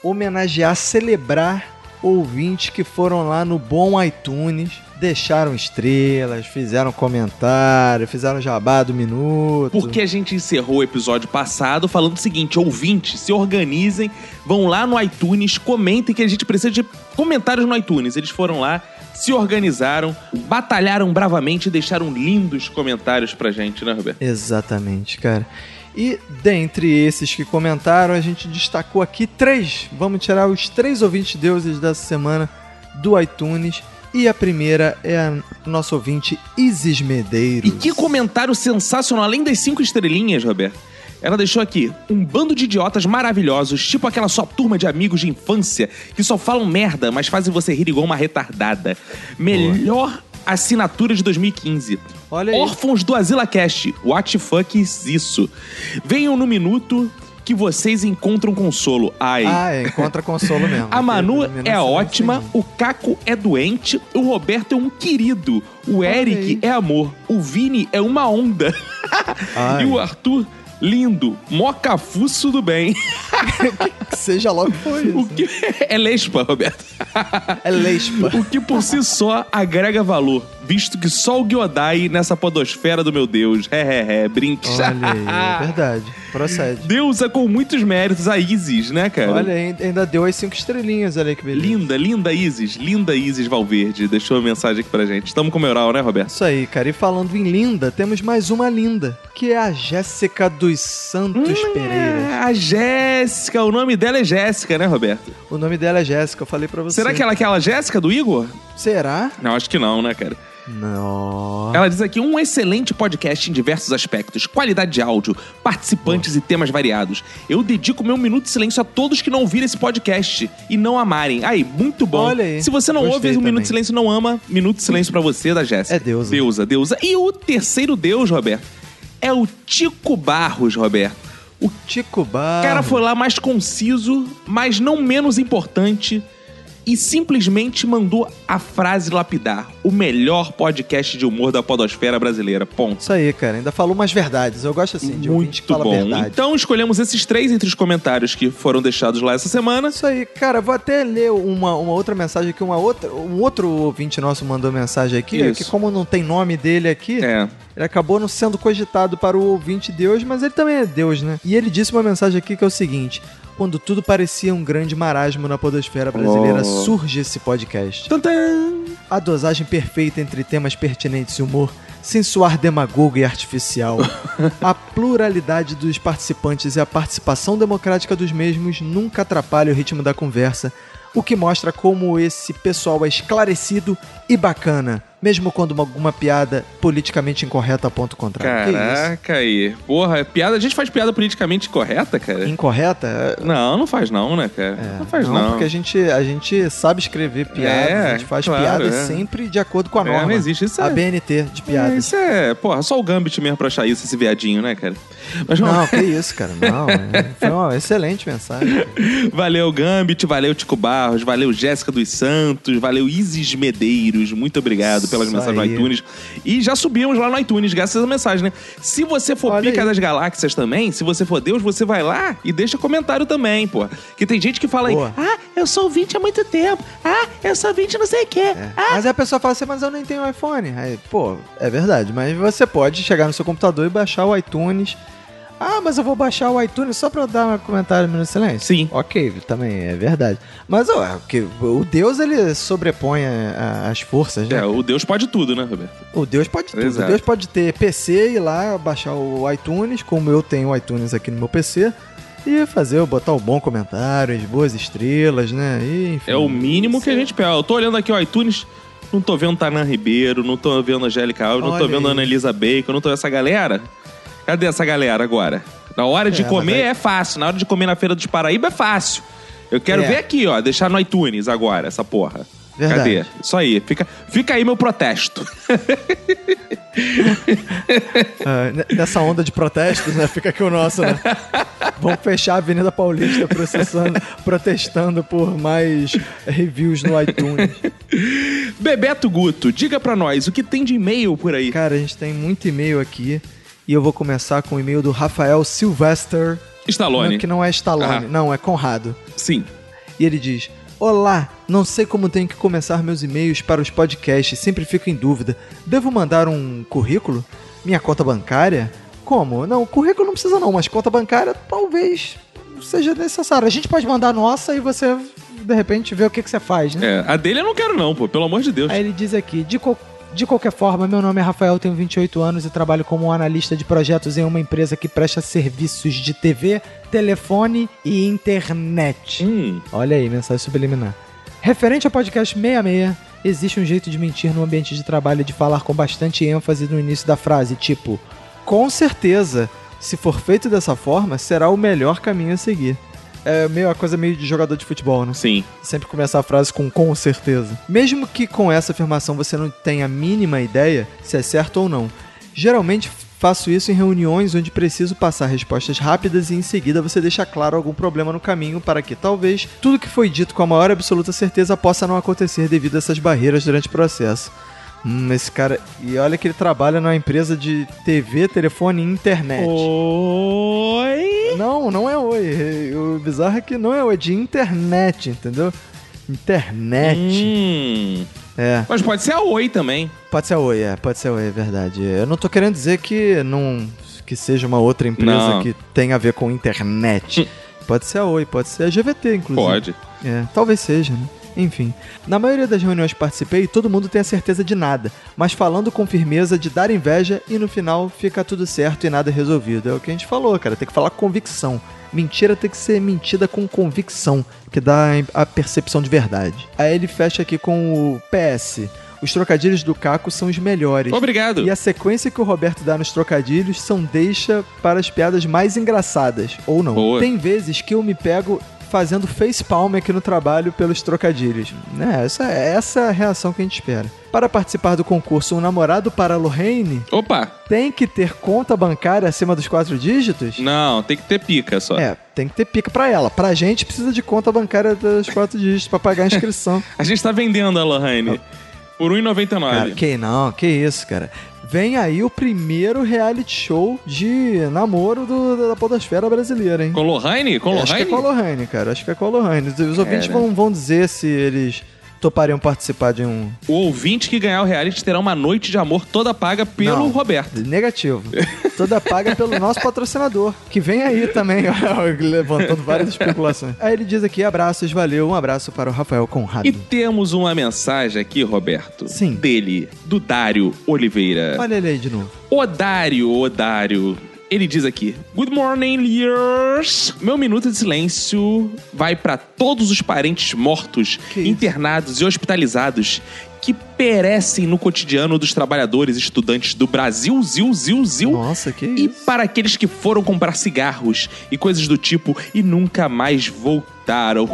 Speaker 2: homenagear, celebrar ouvintes que foram lá no Bom iTunes, deixaram estrelas, fizeram comentário, fizeram jabá do minuto.
Speaker 1: Porque a gente encerrou o episódio passado falando o seguinte: ouvintes, se organizem, vão lá no iTunes, comentem que a gente precisa de comentários no iTunes. Eles foram lá, se organizaram, batalharam bravamente e deixaram lindos comentários pra gente, né, Roberto?
Speaker 2: Exatamente, cara. E dentre esses que comentaram, a gente destacou aqui três. Vamos tirar os três ouvintes deuses dessa semana do iTunes. E a primeira é a nossa ouvinte Isis Medeiros.
Speaker 1: E que comentário sensacional, além das cinco estrelinhas, Roberto. Ela deixou aqui um bando de idiotas maravilhosos, tipo aquela sua turma de amigos de infância que só falam merda, mas fazem você rir igual uma retardada. Melhor assinatura de 2015.
Speaker 2: Olha aí.
Speaker 1: Órfãos do Azila Cast. What the fuck is isso? Venham no minuto que vocês encontram consolo. Ai.
Speaker 2: Ah, é, encontra consolo mesmo.
Speaker 1: A Manu
Speaker 2: Porque,
Speaker 1: é
Speaker 2: não,
Speaker 1: ótima,
Speaker 2: não sei.
Speaker 1: o Caco é doente, o Roberto é um querido, o Eric é amor, o Vini é uma onda
Speaker 2: Ai,
Speaker 1: e o Arthur lindo, mocafuço do bem.
Speaker 2: Seja logo que foi
Speaker 1: O
Speaker 2: isso.
Speaker 1: que é lespa, Roberto.
Speaker 2: É lespa.
Speaker 1: O que por si só agrega valor, visto que só o Giodai nessa podosfera do meu Deus. É, é, é, brinques.
Speaker 2: Olha aí, é verdade. Procede.
Speaker 1: Deusa com muitos méritos, a Isis, né, cara?
Speaker 2: Olha, ainda ainda deu as cinco estrelinhas, olha aí que beleza.
Speaker 1: Linda, linda Isis, linda Isis Valverde. Deixou a mensagem aqui pra gente. Estamos com o Meural, né, Roberto?
Speaker 2: Isso aí, cara. E falando em linda, temos mais uma linda, que é a Jéssica dos Santos Pereira.
Speaker 1: É, a Jéssica, o nome dela é Jéssica, né, Roberto?
Speaker 2: O nome dela é Jéssica, eu falei pra você.
Speaker 1: Será que ela é aquela Jéssica do Igor?
Speaker 2: Será?
Speaker 1: Não, acho que não, né, cara?
Speaker 2: Não.
Speaker 1: Ela diz aqui: um excelente podcast em diversos aspectos, qualidade de áudio, participantes e temas variados. Eu dedico meu minuto de silêncio a todos que não ouviram esse podcast e não amarem. Aí, muito bom.
Speaker 2: Olha aí.
Speaker 1: Se você não
Speaker 2: Gostei
Speaker 1: ouve o Minuto
Speaker 2: também.
Speaker 1: de Silêncio e não ama, Minuto de Silêncio pra você, da Jéssica.
Speaker 2: É deusa.
Speaker 1: Deusa, deusa. E o terceiro deus, Roberto, é o Tico Barros, Roberto. O
Speaker 2: Tico Bar.
Speaker 1: cara foi lá mais conciso, mas não menos importante, e simplesmente mandou a frase lapidar: o melhor podcast de humor da podosfera brasileira. Ponto.
Speaker 2: Isso aí, cara. Ainda falou umas verdades. Eu gosto assim, de ouvinte que
Speaker 1: Muito
Speaker 2: fala
Speaker 1: bom.
Speaker 2: verdade.
Speaker 1: Então escolhemos esses três entre os comentários que foram deixados lá essa semana.
Speaker 2: É Isso aí, cara, vou até ler uma, uma outra mensagem aqui, uma outra, um outro ouvinte nosso mandou mensagem aqui,
Speaker 1: Isso.
Speaker 2: que como não tem nome dele aqui,
Speaker 1: É.
Speaker 2: ele acabou não sendo cogitado para o ouvinte Deus, mas ele também é Deus, né? E ele disse uma mensagem aqui que é o seguinte: quando tudo parecia um grande marasmo na podosfera brasileira,
Speaker 1: Oh.
Speaker 2: surge esse podcast.
Speaker 1: Tantã!
Speaker 2: A dosagem perfeita entre temas pertinentes e humor, sem soar demagogo e artificial. a pluralidade dos participantes e a participação democrática dos mesmos nunca atrapalha o ritmo da conversa, o que mostra como esse pessoal é esclarecido e bacana, mesmo quando uma- alguma piada politicamente incorreta aponta o contrário. Que isso?
Speaker 1: Caraca aí. Porra, é piada. A gente faz piada politicamente correta, cara?
Speaker 2: Incorreta?
Speaker 1: Não, não faz não, né, cara?
Speaker 2: É,
Speaker 1: não faz não.
Speaker 2: porque a gente, a gente sabe escrever piadas,
Speaker 1: É,
Speaker 2: a gente faz
Speaker 1: claro,
Speaker 2: piadas
Speaker 1: é.
Speaker 2: sempre de acordo com a norma.
Speaker 1: É, não existe isso.
Speaker 2: A
Speaker 1: É,
Speaker 2: BNT de piadas.
Speaker 1: é, isso é, porra, só o Gambit mesmo pra achar isso, esse viadinho, né, cara? Mas vamos
Speaker 2: Não, que isso, cara. Não, é- foi uma excelente mensagem.
Speaker 1: Valeu, Gambit, valeu, Tico Barros, valeu, Jéssica dos Santos, valeu, Isis Medeiros. Muito obrigado pelas
Speaker 2: Isso
Speaker 1: mensagens
Speaker 2: aí.
Speaker 1: no iTunes. E já subimos lá no iTunes, graças a mensagem, né? Se você for
Speaker 2: Olha
Speaker 1: Pica
Speaker 2: aí.
Speaker 1: das Galáxias também, se você for Deus, você vai lá e deixa comentário também, pô. Que tem gente que fala
Speaker 2: Boa.
Speaker 1: aí, ah, eu sou ouvinte há muito tempo, ah, eu sou ouvinte não sei o quê.
Speaker 2: Mas aí a pessoa fala assim, mas eu nem tenho iPhone. Aí, pô, é verdade. Mas você pode chegar no seu computador e baixar o iTunes. Ah, mas eu vou baixar o iTunes só pra eu dar um comentário no silêncio?
Speaker 1: Sim.
Speaker 2: Ok, também é verdade. Mas ó, é que o Deus, ele sobrepõe a- a- as forças, né?
Speaker 1: É, o Deus pode tudo, né, Roberto?
Speaker 2: O Deus pode tudo.
Speaker 1: Exato.
Speaker 2: O Deus pode ter PC e ir lá baixar o iTunes, como eu tenho o iTunes aqui no meu PC, e fazer, botar o bom comentário, as boas estrelas, né? E, enfim.
Speaker 1: É o mínimo que a gente pega. Eu tô olhando aqui o iTunes, não tô vendo Tanan Ribeiro, não tô vendo Angélica Alves, não tô
Speaker 2: Olha
Speaker 1: vendo
Speaker 2: aí.
Speaker 1: Ana Elisa Bacon, não tô vendo essa galera. Cadê essa galera agora? Na hora de
Speaker 2: É,
Speaker 1: comer
Speaker 2: mas aí-
Speaker 1: é fácil, na hora de comer na Feira dos Paraíba é fácil. Eu quero
Speaker 2: É.
Speaker 1: ver aqui, ó. Deixar no iTunes agora, essa porra.
Speaker 2: Verdade.
Speaker 1: Cadê? Isso aí. Fica, fica aí meu protesto.
Speaker 2: Ah, n- nessa onda de protestos, né? Fica aqui o nosso, né? Vamos fechar a Avenida Paulista processando, protestando por mais reviews no iTunes.
Speaker 1: Bebeto Guto, diga pra nós o que tem de e-mail por aí.
Speaker 2: Cara, a gente tem muito e-mail aqui. E eu vou começar com o e-mail do Rafael Sylvester.
Speaker 1: Stallone.
Speaker 2: Não, que não é Stallone,
Speaker 1: Ah.
Speaker 2: não, é Conrado.
Speaker 1: Sim.
Speaker 2: E ele diz: Olá, não sei como tenho que começar meus e-mails para os podcasts, sempre fico em dúvida. Devo mandar um currículo? Minha conta bancária? Como? Não, currículo não precisa não, mas conta bancária talvez seja necessário. A gente pode mandar a nossa e você, de repente, vê o que, que você faz, né?
Speaker 1: É, a dele eu não quero, não, pô. Pelo amor de Deus.
Speaker 2: Aí ele diz aqui, de, qual- de qualquer forma, meu nome é Rafael, tenho 28 anos e trabalho como um analista de projetos em uma empresa que presta serviços de TV, telefone e internet.
Speaker 1: Hum.
Speaker 2: Olha aí, mensagem subliminar. Referente ao podcast 66, existe um jeito de mentir no ambiente de trabalho e de falar com bastante ênfase no início da frase, tipo, com certeza, se for feito dessa forma, será o melhor caminho a seguir. É meio a coisa meio de jogador de futebol, né?
Speaker 1: Sim.
Speaker 2: Sempre começar a frase com com certeza. Mesmo que com essa afirmação você não tenha a mínima ideia se é certo ou não. Geralmente faço isso em reuniões onde preciso passar respostas rápidas e em seguida você deixa claro algum problema no caminho para que talvez tudo que foi dito com a maior absoluta certeza possa não acontecer devido a essas barreiras durante o processo. Hum, esse cara. E olha que ele trabalha numa empresa de TV, telefone e internet.
Speaker 1: Oi.
Speaker 2: Não, não é oi. O bizarro é que não é oi, é de internet, entendeu? Internet.
Speaker 1: Hum.
Speaker 2: É,
Speaker 1: Mas pode ser a Oi também.
Speaker 2: pode ser oi, é, pode ser oi, é verdade. Eu não tô querendo dizer que não que seja uma outra empresa
Speaker 1: Não. Hum.
Speaker 2: que tenha a ver com internet. Pode ser a Oi, pode ser a GVT, inclusive.
Speaker 1: Pode.
Speaker 2: É, talvez seja, né? Enfim, na maioria das reuniões que participei, todo mundo tem a certeza de nada, mas falando com firmeza de dar inveja e no final fica tudo certo e nada resolvido. É o que a gente falou, cara, tem que falar com convicção. Mentira tem que ser mentida com convicção, que dá a percepção de verdade. Aí ele fecha aqui com o PS. Os trocadilhos do Caco são os melhores.
Speaker 1: Obrigado.
Speaker 2: E a sequência que o Roberto dá nos trocadilhos são deixa para as piadas mais engraçadas, ou não.
Speaker 1: Boa.
Speaker 2: Tem vezes que eu me pego fazendo facepalm aqui no trabalho pelos trocadilhos. Né, essa, essa é a reação que a gente espera. Para participar do concurso Um Namorado para Lorraine,
Speaker 1: Opa.
Speaker 2: tem que ter conta bancária acima dos quatro dígitos?
Speaker 1: Não, tem que ter pica só.
Speaker 2: É, tem que ter pica pra ela. Pra gente precisa de conta bancária dos quatro dígitos pra pagar a inscrição.
Speaker 1: A gente tá vendendo a Lohane. Por
Speaker 2: Cara,
Speaker 1: 1,99.
Speaker 2: que não, que isso, cara. Vem aí o primeiro reality show de namoro do- da podosfera brasileira, hein?
Speaker 1: Com Lohane? Com
Speaker 2: Acho que
Speaker 1: Lohane?
Speaker 2: é com a Lohane, cara. Acho que é com a Lohane. Os ouvintes vão, vão dizer se eles topariam participar de um
Speaker 1: O ouvinte que ganhar o reality terá uma noite de amor toda paga pelo
Speaker 2: Não.
Speaker 1: Roberto.
Speaker 2: negativo. Toda paga pelo nosso patrocinador, que vem aí também, ó, levantando várias especulações. Aí ele diz aqui, abraços, valeu, um abraço para o Rafael Conrado.
Speaker 1: E temos uma mensagem aqui, Roberto.
Speaker 2: Sim.
Speaker 1: Dele, do Dário Oliveira.
Speaker 2: Olha ele aí de novo.
Speaker 1: Odário, Odário. Ele diz aqui: Good morning, leaders. Meu minuto de silêncio vai para todos os parentes mortos,
Speaker 2: Que isso?
Speaker 1: internados e hospitalizados que perecem no cotidiano dos trabalhadores e estudantes do Brasil, zil, zil, zil.
Speaker 2: Nossa, que
Speaker 1: E
Speaker 2: isso.
Speaker 1: para aqueles que foram comprar cigarros e coisas do tipo e nunca mais voltaram.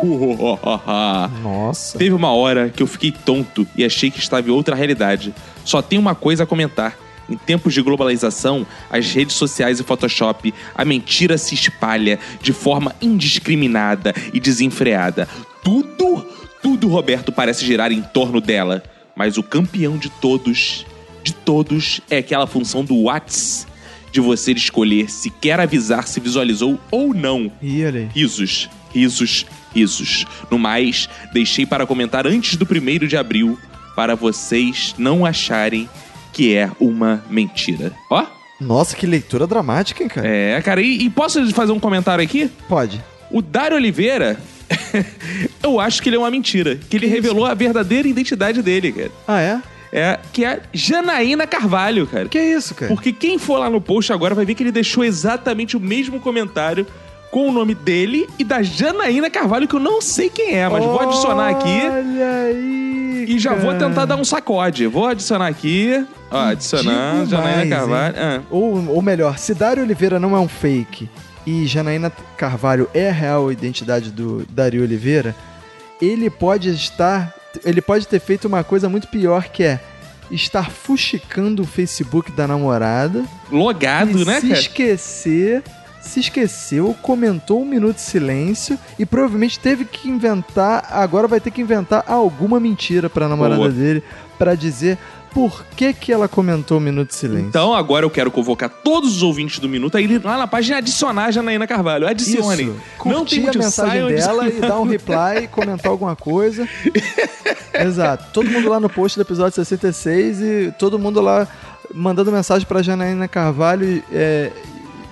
Speaker 2: Nossa.
Speaker 1: Teve uma hora que eu fiquei tonto e achei que estava em outra realidade. Só tem uma coisa a comentar. Em tempos de globalização, as redes sociais e Photoshop, a mentira se espalha de forma indiscriminada e desenfreada. Tudo, tudo, Roberto, parece girar em torno dela. Mas o campeão de todos, de todos, é aquela função do Whats, de você escolher se quer avisar se visualizou ou não
Speaker 2: Ih, olha aí.
Speaker 1: risos, risos, risos. No mais, deixei para comentar antes do 1 de abril para vocês não acharem que é uma mentira. Ó?
Speaker 2: Nossa, que leitura dramática, hein, cara?
Speaker 1: É, cara, e, e posso fazer um comentário aqui?
Speaker 2: Pode.
Speaker 1: O Dário Oliveira, eu acho que ele é uma mentira. Que ele revelou a verdadeira identidade dele, cara.
Speaker 2: Ah, é?
Speaker 1: É, que é Janaína Carvalho, cara.
Speaker 2: Que isso, cara?
Speaker 1: Porque quem for lá no post agora vai ver que ele deixou exatamente o mesmo comentário com o nome dele e da Janaína Carvalho, que eu não sei quem é, mas vou adicionar aqui
Speaker 2: Olha aí.
Speaker 1: e já vou tentar dar um sacode. Vou adicionar aqui. Ó, adicionar
Speaker 2: Digo
Speaker 1: Janaína
Speaker 2: mais,
Speaker 1: Carvalho. Ah.
Speaker 2: Ou, ou melhor, se Dário Oliveira não é um fake e Janaína Carvalho é a real identidade do Dario Oliveira, ele pode estar. Ele pode ter feito uma coisa muito pior que é estar fuxicando o Facebook da namorada
Speaker 1: Logado,
Speaker 2: e
Speaker 1: né,
Speaker 2: se
Speaker 1: cara?
Speaker 2: esquecer, se esqueceu, comentou um minuto de silêncio e provavelmente teve que inventar, agora vai ter que inventar alguma mentira pra namorada
Speaker 1: Boa.
Speaker 2: dele pra dizer por que que ela comentou um minuto de silêncio.
Speaker 1: Então, agora eu quero convocar todos os ouvintes do Minuto a ir lá na página e adicionar a Janaína Carvalho. Adicione.
Speaker 2: Isso.
Speaker 1: Não tem
Speaker 2: Curtir a
Speaker 1: onde
Speaker 2: mensagem
Speaker 1: saia, onde
Speaker 2: dela e dar um reply, comentar alguma coisa. Exato. Todo mundo lá no post do episódio 66 e todo mundo lá mandando mensagem pra Janaína Carvalho é,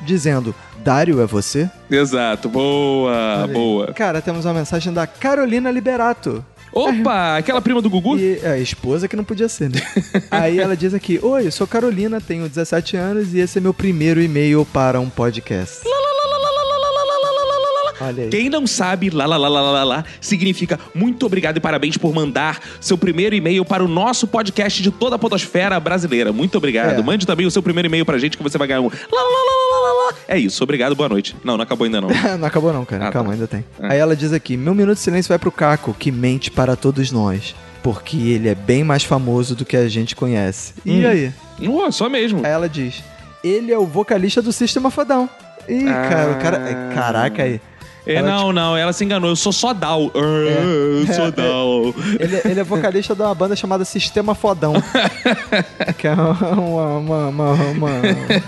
Speaker 2: dizendo: Dário, é você?
Speaker 1: Exato. Boa, Tá boa.
Speaker 2: Cara, temos uma mensagem da Carolina Liberato.
Speaker 1: Opa, aquela prima do Gugu?
Speaker 2: E é, a esposa que não podia ser, né? Aí ela diz aqui: Oi, eu sou Carolina, tenho 17 anos e esse é meu primeiro e-mail para um podcast. Olha aí.
Speaker 1: Quem não sabe, lá, lá, lá, lá, lá, lá, lá, significa muito obrigado e parabéns por mandar seu primeiro e-mail para o nosso podcast de toda a podosfera brasileira. Muito obrigado.
Speaker 2: É.
Speaker 1: Mande também o seu primeiro e-mail pra gente que você vai ganhar um. Lá, lá, lá, lá, lá, lá. É isso, obrigado, boa noite. Não, não acabou ainda não.
Speaker 2: não acabou não, cara.
Speaker 1: Ah,
Speaker 2: Calma,
Speaker 1: tá.
Speaker 2: ainda tem. Aí ela diz aqui: Meu minuto de silêncio vai pro Caco, que mente para todos nós. Porque ele é bem mais famoso do que a gente conhece. E
Speaker 1: Hum.
Speaker 2: aí?
Speaker 1: Ué, só mesmo.
Speaker 2: Aí ela diz: Ele é o vocalista do Sistema Fadão. Ih, cara, o cara.
Speaker 1: Ah.
Speaker 2: Caraca aí.
Speaker 1: É,
Speaker 2: Ela
Speaker 1: não, não, ela se enganou. Eu sou só Dal. Ah, Eu sou Dal.
Speaker 2: Ele, ele é vocalista de uma banda chamada Sistema Fodão. que é uma, uma, uma- uma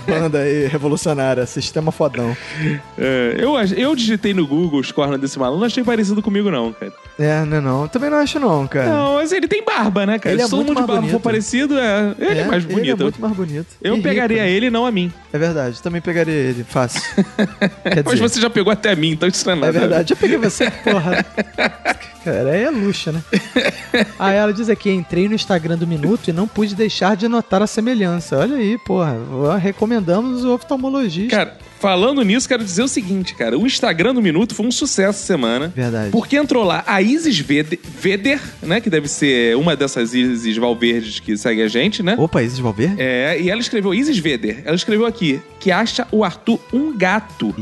Speaker 2: banda aí revolucionária, Sistema Fodão.
Speaker 1: É, eu, ach- eu digitei no Google os cornos desse maluco, não achei parecido comigo, não, cara.
Speaker 2: É, não é não. Também não acho não, cara.
Speaker 1: Não, mas É. ele tem barba, né, cara?
Speaker 2: Ele é
Speaker 1: Se todo
Speaker 2: muito
Speaker 1: mundo de
Speaker 2: mais
Speaker 1: barba for
Speaker 2: bonito.
Speaker 1: parecido, é. Ele é, né? mais bonito.
Speaker 2: Ele é muito mais bonito.
Speaker 1: Eu
Speaker 2: E
Speaker 1: pegaria
Speaker 2: rico.
Speaker 1: ele, não a mim.
Speaker 2: É verdade, também pegaria ele, fácil. Quer
Speaker 1: Mas
Speaker 2: dizer,
Speaker 1: você já pegou até a mim, então isso não é nada.
Speaker 2: É verdade, eu peguei você, porra. Cara, aí é luxo, né? Aí ela diz aqui, entrei no Instagram do Minuto e não pude deixar de notar a semelhança. Olha aí, porra, recomendamos o oftalmologista.
Speaker 1: Cara, falando nisso, quero dizer o seguinte, cara. O Instagram do Minuto foi um sucesso essa semana.
Speaker 2: Verdade.
Speaker 1: Porque entrou lá a Isis Vede- Veder, né? Que deve ser uma dessas Isis Valverdes que segue a gente, né?
Speaker 2: Opa, Isis Valverde?
Speaker 1: É, e ela escreveu, Isis Veder, ela escreveu aqui que acha o Arthur um gato.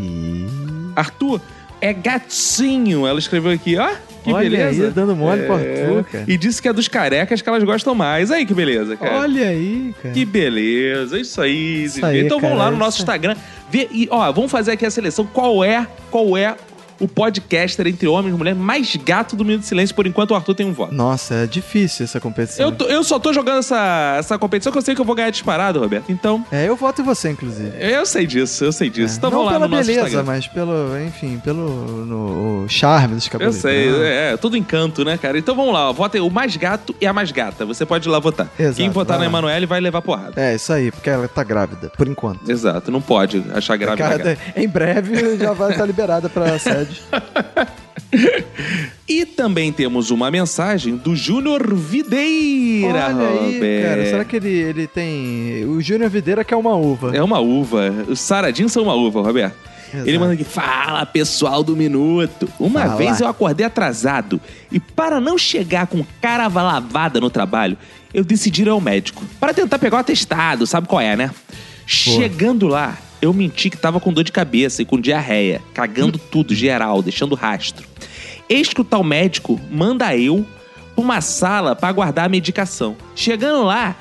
Speaker 1: Arthur é gatinho. Ela escreveu aqui, ó. Que
Speaker 2: Olha
Speaker 1: beleza.
Speaker 2: aí, dando mole pro Arthur, cara.
Speaker 1: E disse que é dos carecas que elas gostam mais. Aí que beleza, cara.
Speaker 2: Olha aí, cara.
Speaker 1: Que beleza, é isso aí. Isis
Speaker 2: Isso aí,
Speaker 1: Veder. então vamos lá
Speaker 2: cara,
Speaker 1: no
Speaker 2: isso
Speaker 1: nosso
Speaker 2: aí.
Speaker 1: Instagram ver e ó, vamos fazer aqui a seleção. Qual é, qual é o podcaster entre homens e mulheres mais gato do Minuto de Silêncio? Por enquanto o Arthur tem um voto.
Speaker 2: Nossa, é difícil essa competição. né?
Speaker 1: Eu, tô- eu só tô jogando essa, essa competição que eu sei que eu vou ganhar disparado, Roberto. Então,
Speaker 2: É, eu voto em você, inclusive.
Speaker 1: eu sei disso, eu sei disso. Então
Speaker 2: É. Não
Speaker 1: vamos lá
Speaker 2: pela
Speaker 1: no nosso
Speaker 2: beleza,
Speaker 1: Instagram.
Speaker 2: mas pelo, enfim, pelo no, o charme dos
Speaker 1: Eu
Speaker 2: cabelos.
Speaker 1: sei, é, é, tudo encanto, né, cara? Então vamos lá, ó, vota aí, o mais gato e a mais gata. Você pode ir lá votar.
Speaker 2: Exato,
Speaker 1: Quem votar
Speaker 2: vai
Speaker 1: na
Speaker 2: lá.
Speaker 1: Emanuele vai levar porrada.
Speaker 2: É, isso aí, porque ela tá grávida, por enquanto.
Speaker 1: Exato, não pode achar Tá grávida.
Speaker 2: Cara,
Speaker 1: gata.
Speaker 2: em breve já vai estar liberada pra sede.
Speaker 1: E também temos uma mensagem do Júnior Videira.
Speaker 2: Olha aí,
Speaker 1: Robert.
Speaker 2: cara, será que ele, ele tem... O Júnior Videira que é uma uva.
Speaker 1: É uma uva. Os saradinhos são uma uva, Roberto.
Speaker 2: Exato.
Speaker 1: Ele manda aqui, fala pessoal do Minuto. Uma
Speaker 2: Fala.
Speaker 1: vez eu acordei atrasado e para não chegar com cara lavada no trabalho, eu decidi ir ao médico para tentar pegar o atestado, sabe qual é, né? Chegando lá, eu menti que tava com dor de cabeça e com diarreia, cagando tudo geral, deixando rastro. Eis que o tal médico manda eu pra uma sala para guardar a medicação. Chegando lá,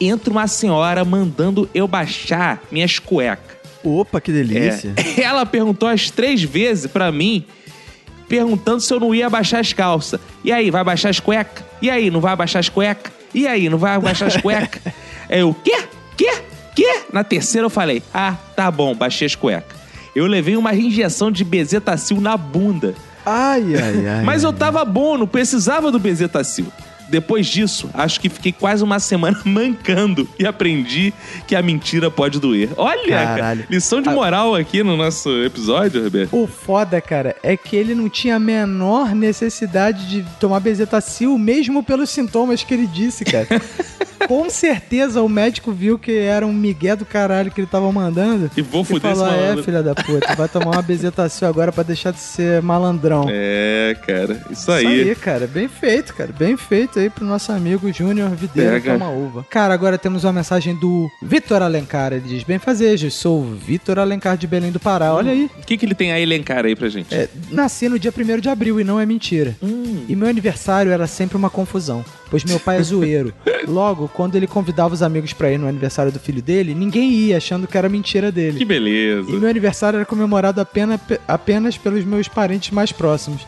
Speaker 1: entra uma senhora mandando eu baixar minhas cuecas.
Speaker 2: Opa, que delícia.
Speaker 1: É. Ela perguntou as três vezes pra mim, perguntando se eu não ia abaixar as calças. E aí, vai abaixar as cuecas? E aí, não vai abaixar as cuecas? E aí, não vai abaixar as cuecas? Aí eu, quê? Quê? Quê? Na terceira eu falei, ah, tá bom, baixei as cuecas. Eu levei uma injeção de bezetacil na bunda.
Speaker 2: Ai, ai, ai.
Speaker 1: Mas eu tava bom, não precisava do bezetacil. Depois disso, acho que fiquei quase uma semana mancando e aprendi que a mentira pode doer. Olha,
Speaker 2: Caralho. Ah.
Speaker 1: cara, lição de moral aqui no nosso episódio, Roberto.
Speaker 8: O foda, cara, é que ele não tinha a menor necessidade de tomar bezetacil, mesmo pelos sintomas que ele disse, cara. Com certeza o médico viu que era um migué do caralho que ele tava mandando.
Speaker 1: E vou
Speaker 8: E
Speaker 1: fuder esse
Speaker 8: falou, é,
Speaker 1: malandro.
Speaker 8: filha da puta, vai tomar uma bezetacil agora pra deixar de ser malandrão.
Speaker 1: É, cara, isso
Speaker 8: Isso
Speaker 1: aí.
Speaker 8: aí, cara. Bem feito, cara. Bem feito.
Speaker 2: aí pro nosso amigo Júnior Videira, que é
Speaker 1: Pega.
Speaker 2: uma uva. Cara, agora temos uma mensagem do Vitor Alencar. Ele diz: Bem-fazejos, sou o Vitor Alencar de Belém do Pará. Olha aí.
Speaker 1: O que, que ele tem a elencar aí pra gente?
Speaker 2: É, nasci no dia 1 de abril e não é mentira.
Speaker 1: Hum.
Speaker 2: E meu aniversário era sempre uma confusão, pois meu pai é zoeiro. Logo, quando ele convidava os amigos pra ir no aniversário do filho dele, ninguém ia achando que era mentira dele.
Speaker 1: Que beleza.
Speaker 2: E meu aniversário era comemorado apenas, apenas pelos meus parentes mais próximos.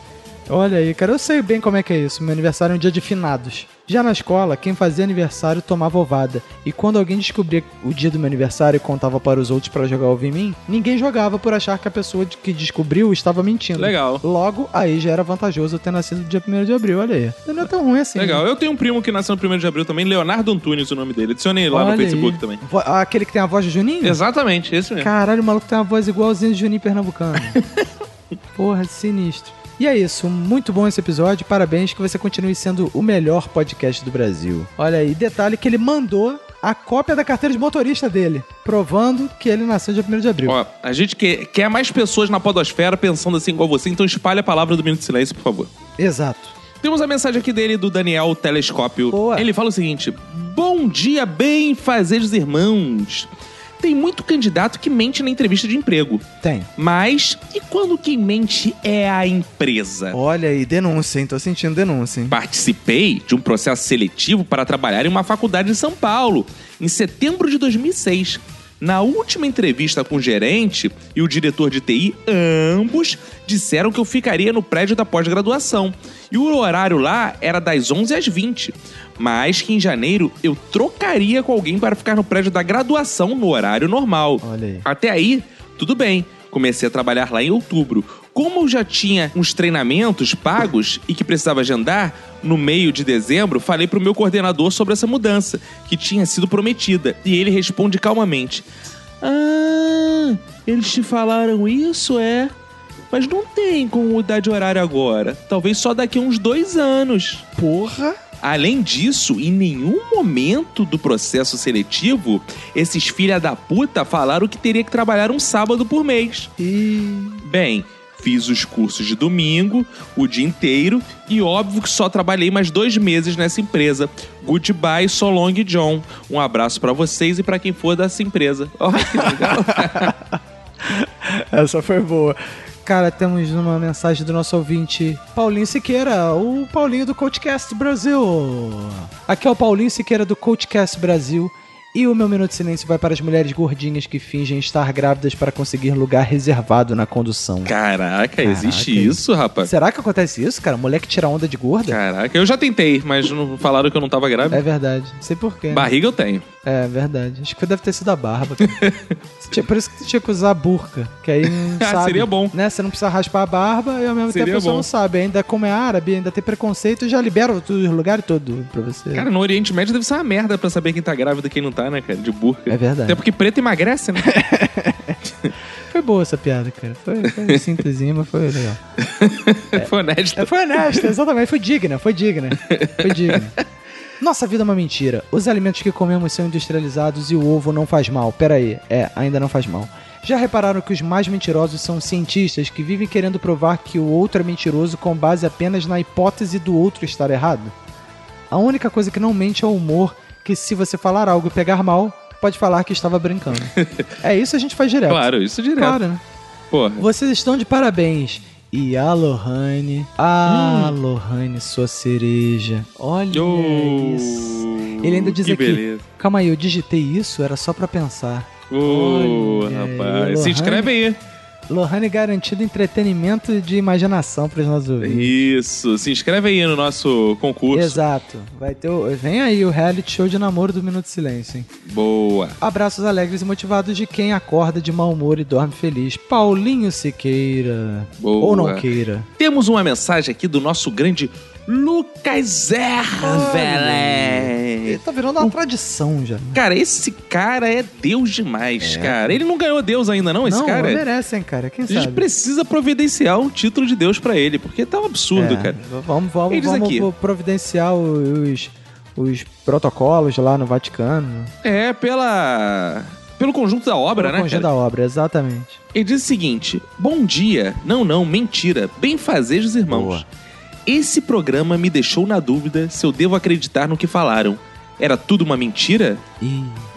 Speaker 2: Olha aí, cara, eu sei bem como é que é isso. Meu aniversário é um dia de finados. Já na escola, quem fazia aniversário tomava ovada. E quando alguém descobria o dia do meu aniversário e contava para os outros para jogar ovo em mim, ninguém jogava por achar que a pessoa de- que descobriu estava mentindo.
Speaker 1: Legal.
Speaker 2: Logo, aí já era vantajoso eu ter nascido no dia 1 de abril, olha aí. Não é tão ruim assim.
Speaker 1: Legal. Eu tenho um primo que nasceu no 1 de abril também, Leonardo Antunes, o nome dele. Adicionei lá
Speaker 2: Olha
Speaker 1: no Facebook
Speaker 2: aí.
Speaker 1: também.
Speaker 2: Vo- Aquele que tem a voz de Juninho?
Speaker 1: Exatamente, esse mesmo.
Speaker 2: Caralho, o maluco tem uma voz igualzinha de Juninho Pernambucano. Porra, sinistro. E é isso, muito bom esse episódio. Parabéns que você continue sendo o melhor podcast do Brasil. Olha aí, detalhe que ele mandou a cópia da carteira de motorista dele, provando que ele nasceu dia 1 de abril.
Speaker 1: Ó, a gente quer, quer mais pessoas na podosfera pensando assim igual você, então espalhe a palavra do Minuto de Silêncio, por favor.
Speaker 2: Exato.
Speaker 1: Temos a mensagem aqui dele do Daniel Telescópio.
Speaker 2: Boa.
Speaker 1: Ele fala o seguinte: Bom dia, bem fazeres irmãos. Tem muito candidato que mente na entrevista de emprego.
Speaker 2: Tem.
Speaker 1: Mas e quando quem mente é a empresa?
Speaker 2: Olha aí, denúncia, hein? Tô sentindo denúncia, hein?
Speaker 1: Uhum. Participei de um processo seletivo para trabalhar em uma faculdade em São Paulo, em setembro de 2006. Na última entrevista com o gerente e o diretor de TI, ambos disseram que eu ficaria no prédio da pós-graduação. E o horário lá era das 11 às 20. Mas que em janeiro eu trocaria com alguém para ficar no prédio da graduação no horário normal.
Speaker 2: Olha aí.
Speaker 1: Até aí, tudo bem. Comecei a trabalhar lá em outubro. Como eu já tinha uns treinamentos pagos e que precisava agendar, no meio de dezembro falei pro meu coordenador sobre essa mudança, que tinha sido prometida. E ele responde calmamente: Ah, eles te falaram isso, é? Mas não tem como mudar de horário agora. Talvez só daqui a uns dois anos.
Speaker 2: Porra!
Speaker 1: Além disso, em nenhum momento do processo seletivo, esses filha da puta falaram que teria que trabalhar um sábado por mês.
Speaker 2: E.
Speaker 1: Bem, fiz os cursos de domingo, o dia inteiro, e óbvio que só trabalhei mais dois meses nessa empresa. Goodbye, so long, John. Um abraço pra vocês e pra quem for dessa empresa. Olha que legal.
Speaker 2: Essa foi boa. Cara, temos uma mensagem do nosso ouvinte Paulinho Siqueira, o Paulinho do Coachcast Brasil. Aqui é o Paulinho Siqueira do Coachcast Brasil. E o meu minuto de silêncio vai para as mulheres gordinhas que fingem estar grávidas para conseguir lugar reservado na condução.
Speaker 1: Caraca, existe
Speaker 2: Caraca.
Speaker 1: isso, rapaz?
Speaker 2: Será que acontece isso, cara? Mulher que tira onda de gorda?
Speaker 1: Caraca, eu já tentei, mas não falaram que eu não tava grávida.
Speaker 2: É verdade. Não sei porquê. Né?
Speaker 1: Barriga eu tenho.
Speaker 2: É verdade. Acho que deve ter sido a barba. cara. Você tinha- Por isso que você tinha que usar a burca. Que aí não
Speaker 1: Ah,
Speaker 2: sabe,
Speaker 1: seria bom.
Speaker 2: Né? Você não precisa raspar a barba e ao mesmo
Speaker 1: Seria
Speaker 2: tempo a pessoa
Speaker 1: bom.
Speaker 2: não sabe. Ainda como é árabe, ainda tem preconceito, já libera o lugar todo pra você.
Speaker 1: Cara, no Oriente Médio deve ser uma merda pra saber quem tá grávida e quem não tá, né, cara? De burca.
Speaker 2: é
Speaker 1: Até
Speaker 2: verdade.
Speaker 1: porque preto emagrece, né?
Speaker 2: Foi boa essa piada, cara. Foi, foi simplesinha, mas foi legal.
Speaker 1: Foi honesto.
Speaker 2: É, Foi honesta, exatamente. Foi digna, foi digna. Foi digna. Nossa vida é uma mentira. Os alimentos que comemos são industrializados e o ovo não faz mal. Pera aí, é, ainda não faz mal. Já repararam que os mais mentirosos são os cientistas que vivem querendo provar que o outro é mentiroso com base apenas na hipótese do outro estar errado? A única coisa que não mente é o humor, que se você falar algo e pegar mal, pode falar que estava brincando. é isso a gente faz direto.
Speaker 1: Claro, isso é direto.
Speaker 2: Claro, né?
Speaker 1: Porra.
Speaker 2: Vocês estão de parabéns. E a Lohane, a
Speaker 1: Hum.
Speaker 2: Lohane, sua cereja. Olha
Speaker 1: Oh,
Speaker 2: isso. Ele ainda diz
Speaker 1: que
Speaker 2: aqui-
Speaker 1: beleza.
Speaker 2: Calma aí, eu digitei isso, era só pra pensar.
Speaker 1: Ô,
Speaker 2: Olha aí,
Speaker 1: rapaz. Se
Speaker 2: Lohane.
Speaker 1: inscreve aí.
Speaker 2: Lohane garantido entretenimento de imaginação pros nossos ouvintes.
Speaker 1: Isso. Se inscreve aí no nosso concurso.
Speaker 2: Exato. Vai ter o... Vem aí o reality show de namoro do Minuto de Silêncio, hein?
Speaker 1: Boa.
Speaker 2: Abraços alegres e motivados de quem acorda de mau humor e dorme feliz. Paulinho Siqueira.
Speaker 1: Boa.
Speaker 2: Ou não queira.
Speaker 1: Temos uma mensagem aqui do nosso grande Lucas Ervelé. É.
Speaker 2: Ele tá virando uma tradição já.
Speaker 1: Cara, esse cara é Deus demais, cara. Ele não ganhou Deus ainda, não, esse
Speaker 2: É. não,
Speaker 1: cara? é
Speaker 2: merece, hein, cara? Quem
Speaker 1: A gente
Speaker 2: sabe?
Speaker 1: precisa providenciar um título de Deus pra ele, porque tá um absurdo,
Speaker 2: É,
Speaker 1: cara.
Speaker 2: Vamos,
Speaker 1: Ele
Speaker 2: vamos,
Speaker 1: diz
Speaker 2: vamos
Speaker 1: aqui.
Speaker 2: providenciar os, os protocolos lá no Vaticano.
Speaker 1: É pela. pelo conjunto da obra,
Speaker 2: Pelo
Speaker 1: né?
Speaker 2: conjunto
Speaker 1: cara?
Speaker 2: da obra, exatamente.
Speaker 1: Ele diz o seguinte: Bom dia. Não, não, mentira. Bem fazer os irmãos. Esse programa me deixou na dúvida se eu devo acreditar no que falaram. Era tudo uma mentira?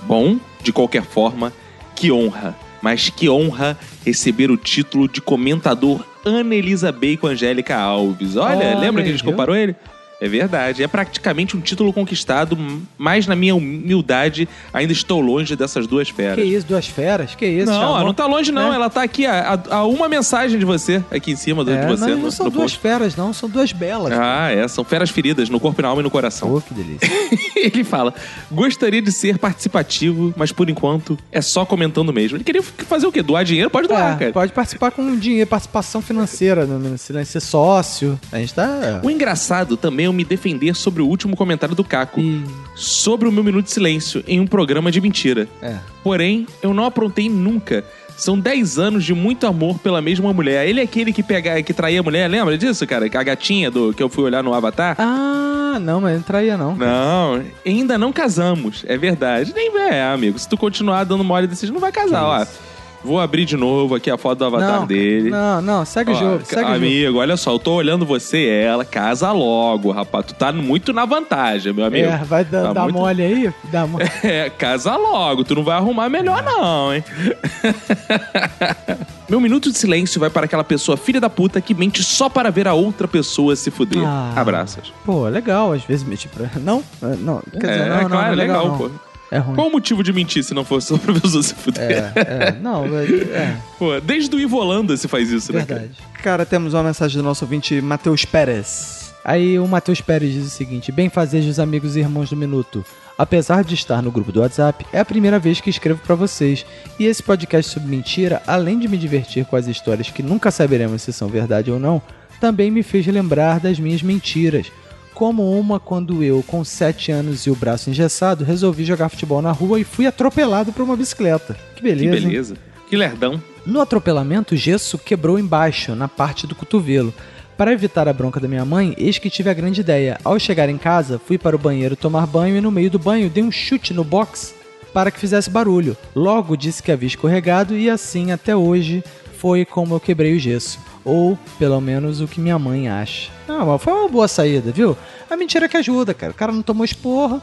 Speaker 1: Bom, de qualquer forma, que honra. Mas que honra receber o título de comentador Ana Elisa Bacon Angélica Alves. Olha,
Speaker 2: Olha
Speaker 1: lembra que
Speaker 2: aí,
Speaker 1: a gente
Speaker 2: viu?
Speaker 1: comparou ele? É verdade, é praticamente um título conquistado, mas na minha humildade ainda estou longe dessas duas
Speaker 2: Que
Speaker 1: feras.
Speaker 2: isso, duas feras? Que isso,
Speaker 1: não,
Speaker 2: chamou-
Speaker 1: ela não tá longe não, ela tá aqui a, a- a uma mensagem de você, aqui em cima do,
Speaker 2: É,
Speaker 1: de você.
Speaker 2: não,
Speaker 1: no-
Speaker 2: não são
Speaker 1: no
Speaker 2: duas
Speaker 1: post.
Speaker 2: feras, não, são duas belas.
Speaker 1: Ah, é, são feras feridas no corpo, na alma e no coração.
Speaker 8: Pô, que delícia.
Speaker 1: Ele fala: gostaria de ser participativo, mas por enquanto é só comentando mesmo. Ele queria f- fazer o quê? Doar dinheiro? Pode doar,
Speaker 2: É,
Speaker 1: cara.
Speaker 2: pode participar com dinheiro, participação financeira, né, no no silêncio, ser sócio. A gente tá.
Speaker 1: O engraçado também é eu me defender sobre o último comentário do Caco, sobre o meu minuto de silêncio em um programa de mentira.
Speaker 2: É.
Speaker 1: Porém, eu não aprontei nunca. São 10 anos de muito amor pela mesma mulher. Ele é aquele que pega, que traía a mulher, lembra disso, cara? A gatinha do que eu fui olhar no Avatar?
Speaker 2: Ah, não, mas não traía, não.
Speaker 1: Não, ainda não casamos, é verdade. Nem é, amigo. Se tu continuar dando mole desse jeito, não vai casar, ó. Vou abrir de novo aqui a foto do avatar
Speaker 2: não,
Speaker 1: dele.
Speaker 2: Não, não, segue o
Speaker 1: Ó,
Speaker 2: jogo, segue o jogo.
Speaker 1: amigo, olha só, eu tô olhando você e ela, casa logo, rapaz. Tu tá muito na vantagem, meu amigo.
Speaker 2: É, vai dar,
Speaker 1: Tá
Speaker 2: dar
Speaker 1: muito-
Speaker 2: mole aí? Dá mole.
Speaker 1: É, casa logo, tu não vai arrumar melhor não, hein? Meu minuto de silêncio vai para aquela pessoa filha da puta que mente só para ver a outra pessoa se fuder.
Speaker 2: Ah.
Speaker 1: Abraços.
Speaker 2: Pô, legal, às vezes mente pra. Não, não, quer dizer,
Speaker 1: é,
Speaker 2: não,
Speaker 1: claro,
Speaker 2: não, não é legal,
Speaker 1: legal,
Speaker 2: não.
Speaker 1: pô.
Speaker 2: É ruim.
Speaker 1: Qual o motivo de mentir se não fosse só pra pessoa se fuder?
Speaker 2: É, é, não, é,
Speaker 1: Pô, desde o Ivolanda se faz isso,
Speaker 2: é
Speaker 1: né?
Speaker 2: verdade. Cara, temos uma mensagem do nosso ouvinte, Matheus Pérez. Aí o Matheus Pérez diz o seguinte: Bem fazejos amigos e irmãos do Minuto. Apesar de estar no grupo do WhatsApp, é a primeira vez que escrevo pra vocês. E esse podcast sobre mentira, além de me divertir com as histórias que nunca saberemos se são verdade ou não, também me fez lembrar das minhas mentiras. Como uma quando eu, com 7 anos e o braço engessado, resolvi jogar futebol na rua e fui atropelado por uma bicicleta. Que
Speaker 1: Que
Speaker 2: beleza. hein?
Speaker 1: beleza. Que lerdão.
Speaker 2: No atropelamento, o gesso quebrou embaixo, na parte do cotovelo. Para evitar a bronca da minha mãe, eis que tive a grande ideia. Ao chegar em casa, fui para o banheiro tomar banho e no meio do banho dei um chute no box para que fizesse barulho. Logo disse que havia escorregado e assim até hoje foi como eu quebrei o gesso. Ou, pelo menos, o que minha mãe acha. Ah, mas foi uma boa saída, viu? A mentira é que ajuda, cara. O cara não tomou esporro,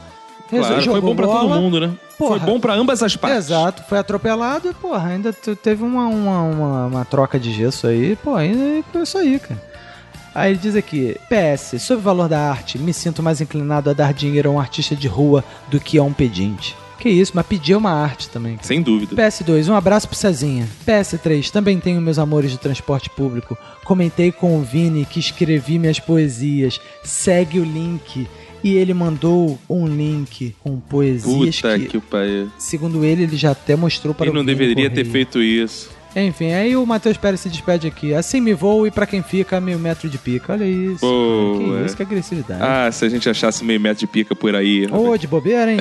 Speaker 2: resol-
Speaker 1: Claro, foi
Speaker 2: jogou
Speaker 1: bom pra todo
Speaker 2: bola.
Speaker 1: mundo, né? Foi
Speaker 2: Porra.
Speaker 1: bom pra ambas as partes.
Speaker 2: Exato, foi atropelado e, porra, ainda tu- teve uma, uma, uma, uma troca de gesso aí, pô, ainda foi isso aí, cara. Aí ele diz aqui, PS, sobre o valor da arte, me sinto mais inclinado a dar dinheiro a um artista de rua do que a um pedinte. Que isso, mas pedir é uma arte também.
Speaker 1: Sem dúvida.
Speaker 2: PS2, um abraço pro Cezinha. PS3, também tenho meus amores de transporte público. Comentei com o Vini que escrevi minhas poesias. Segue o link. E ele mandou um link com poesias
Speaker 1: Puta
Speaker 2: que
Speaker 1: que, pariu.
Speaker 2: Segundo ele, ele já até mostrou para
Speaker 1: Ele
Speaker 2: o
Speaker 1: não
Speaker 2: Vini
Speaker 1: deveria ter
Speaker 2: Correia.
Speaker 1: feito isso.
Speaker 2: Enfim, aí o Matheus Pérez se despede aqui. Assim me vou e pra quem fica, meio metro de pica. Olha isso.
Speaker 1: Boa.
Speaker 2: cara. Que isso, que agressividade.
Speaker 1: Ah, se a gente achasse meio metro de pica por aí.
Speaker 2: Ô, de bobeira, hein?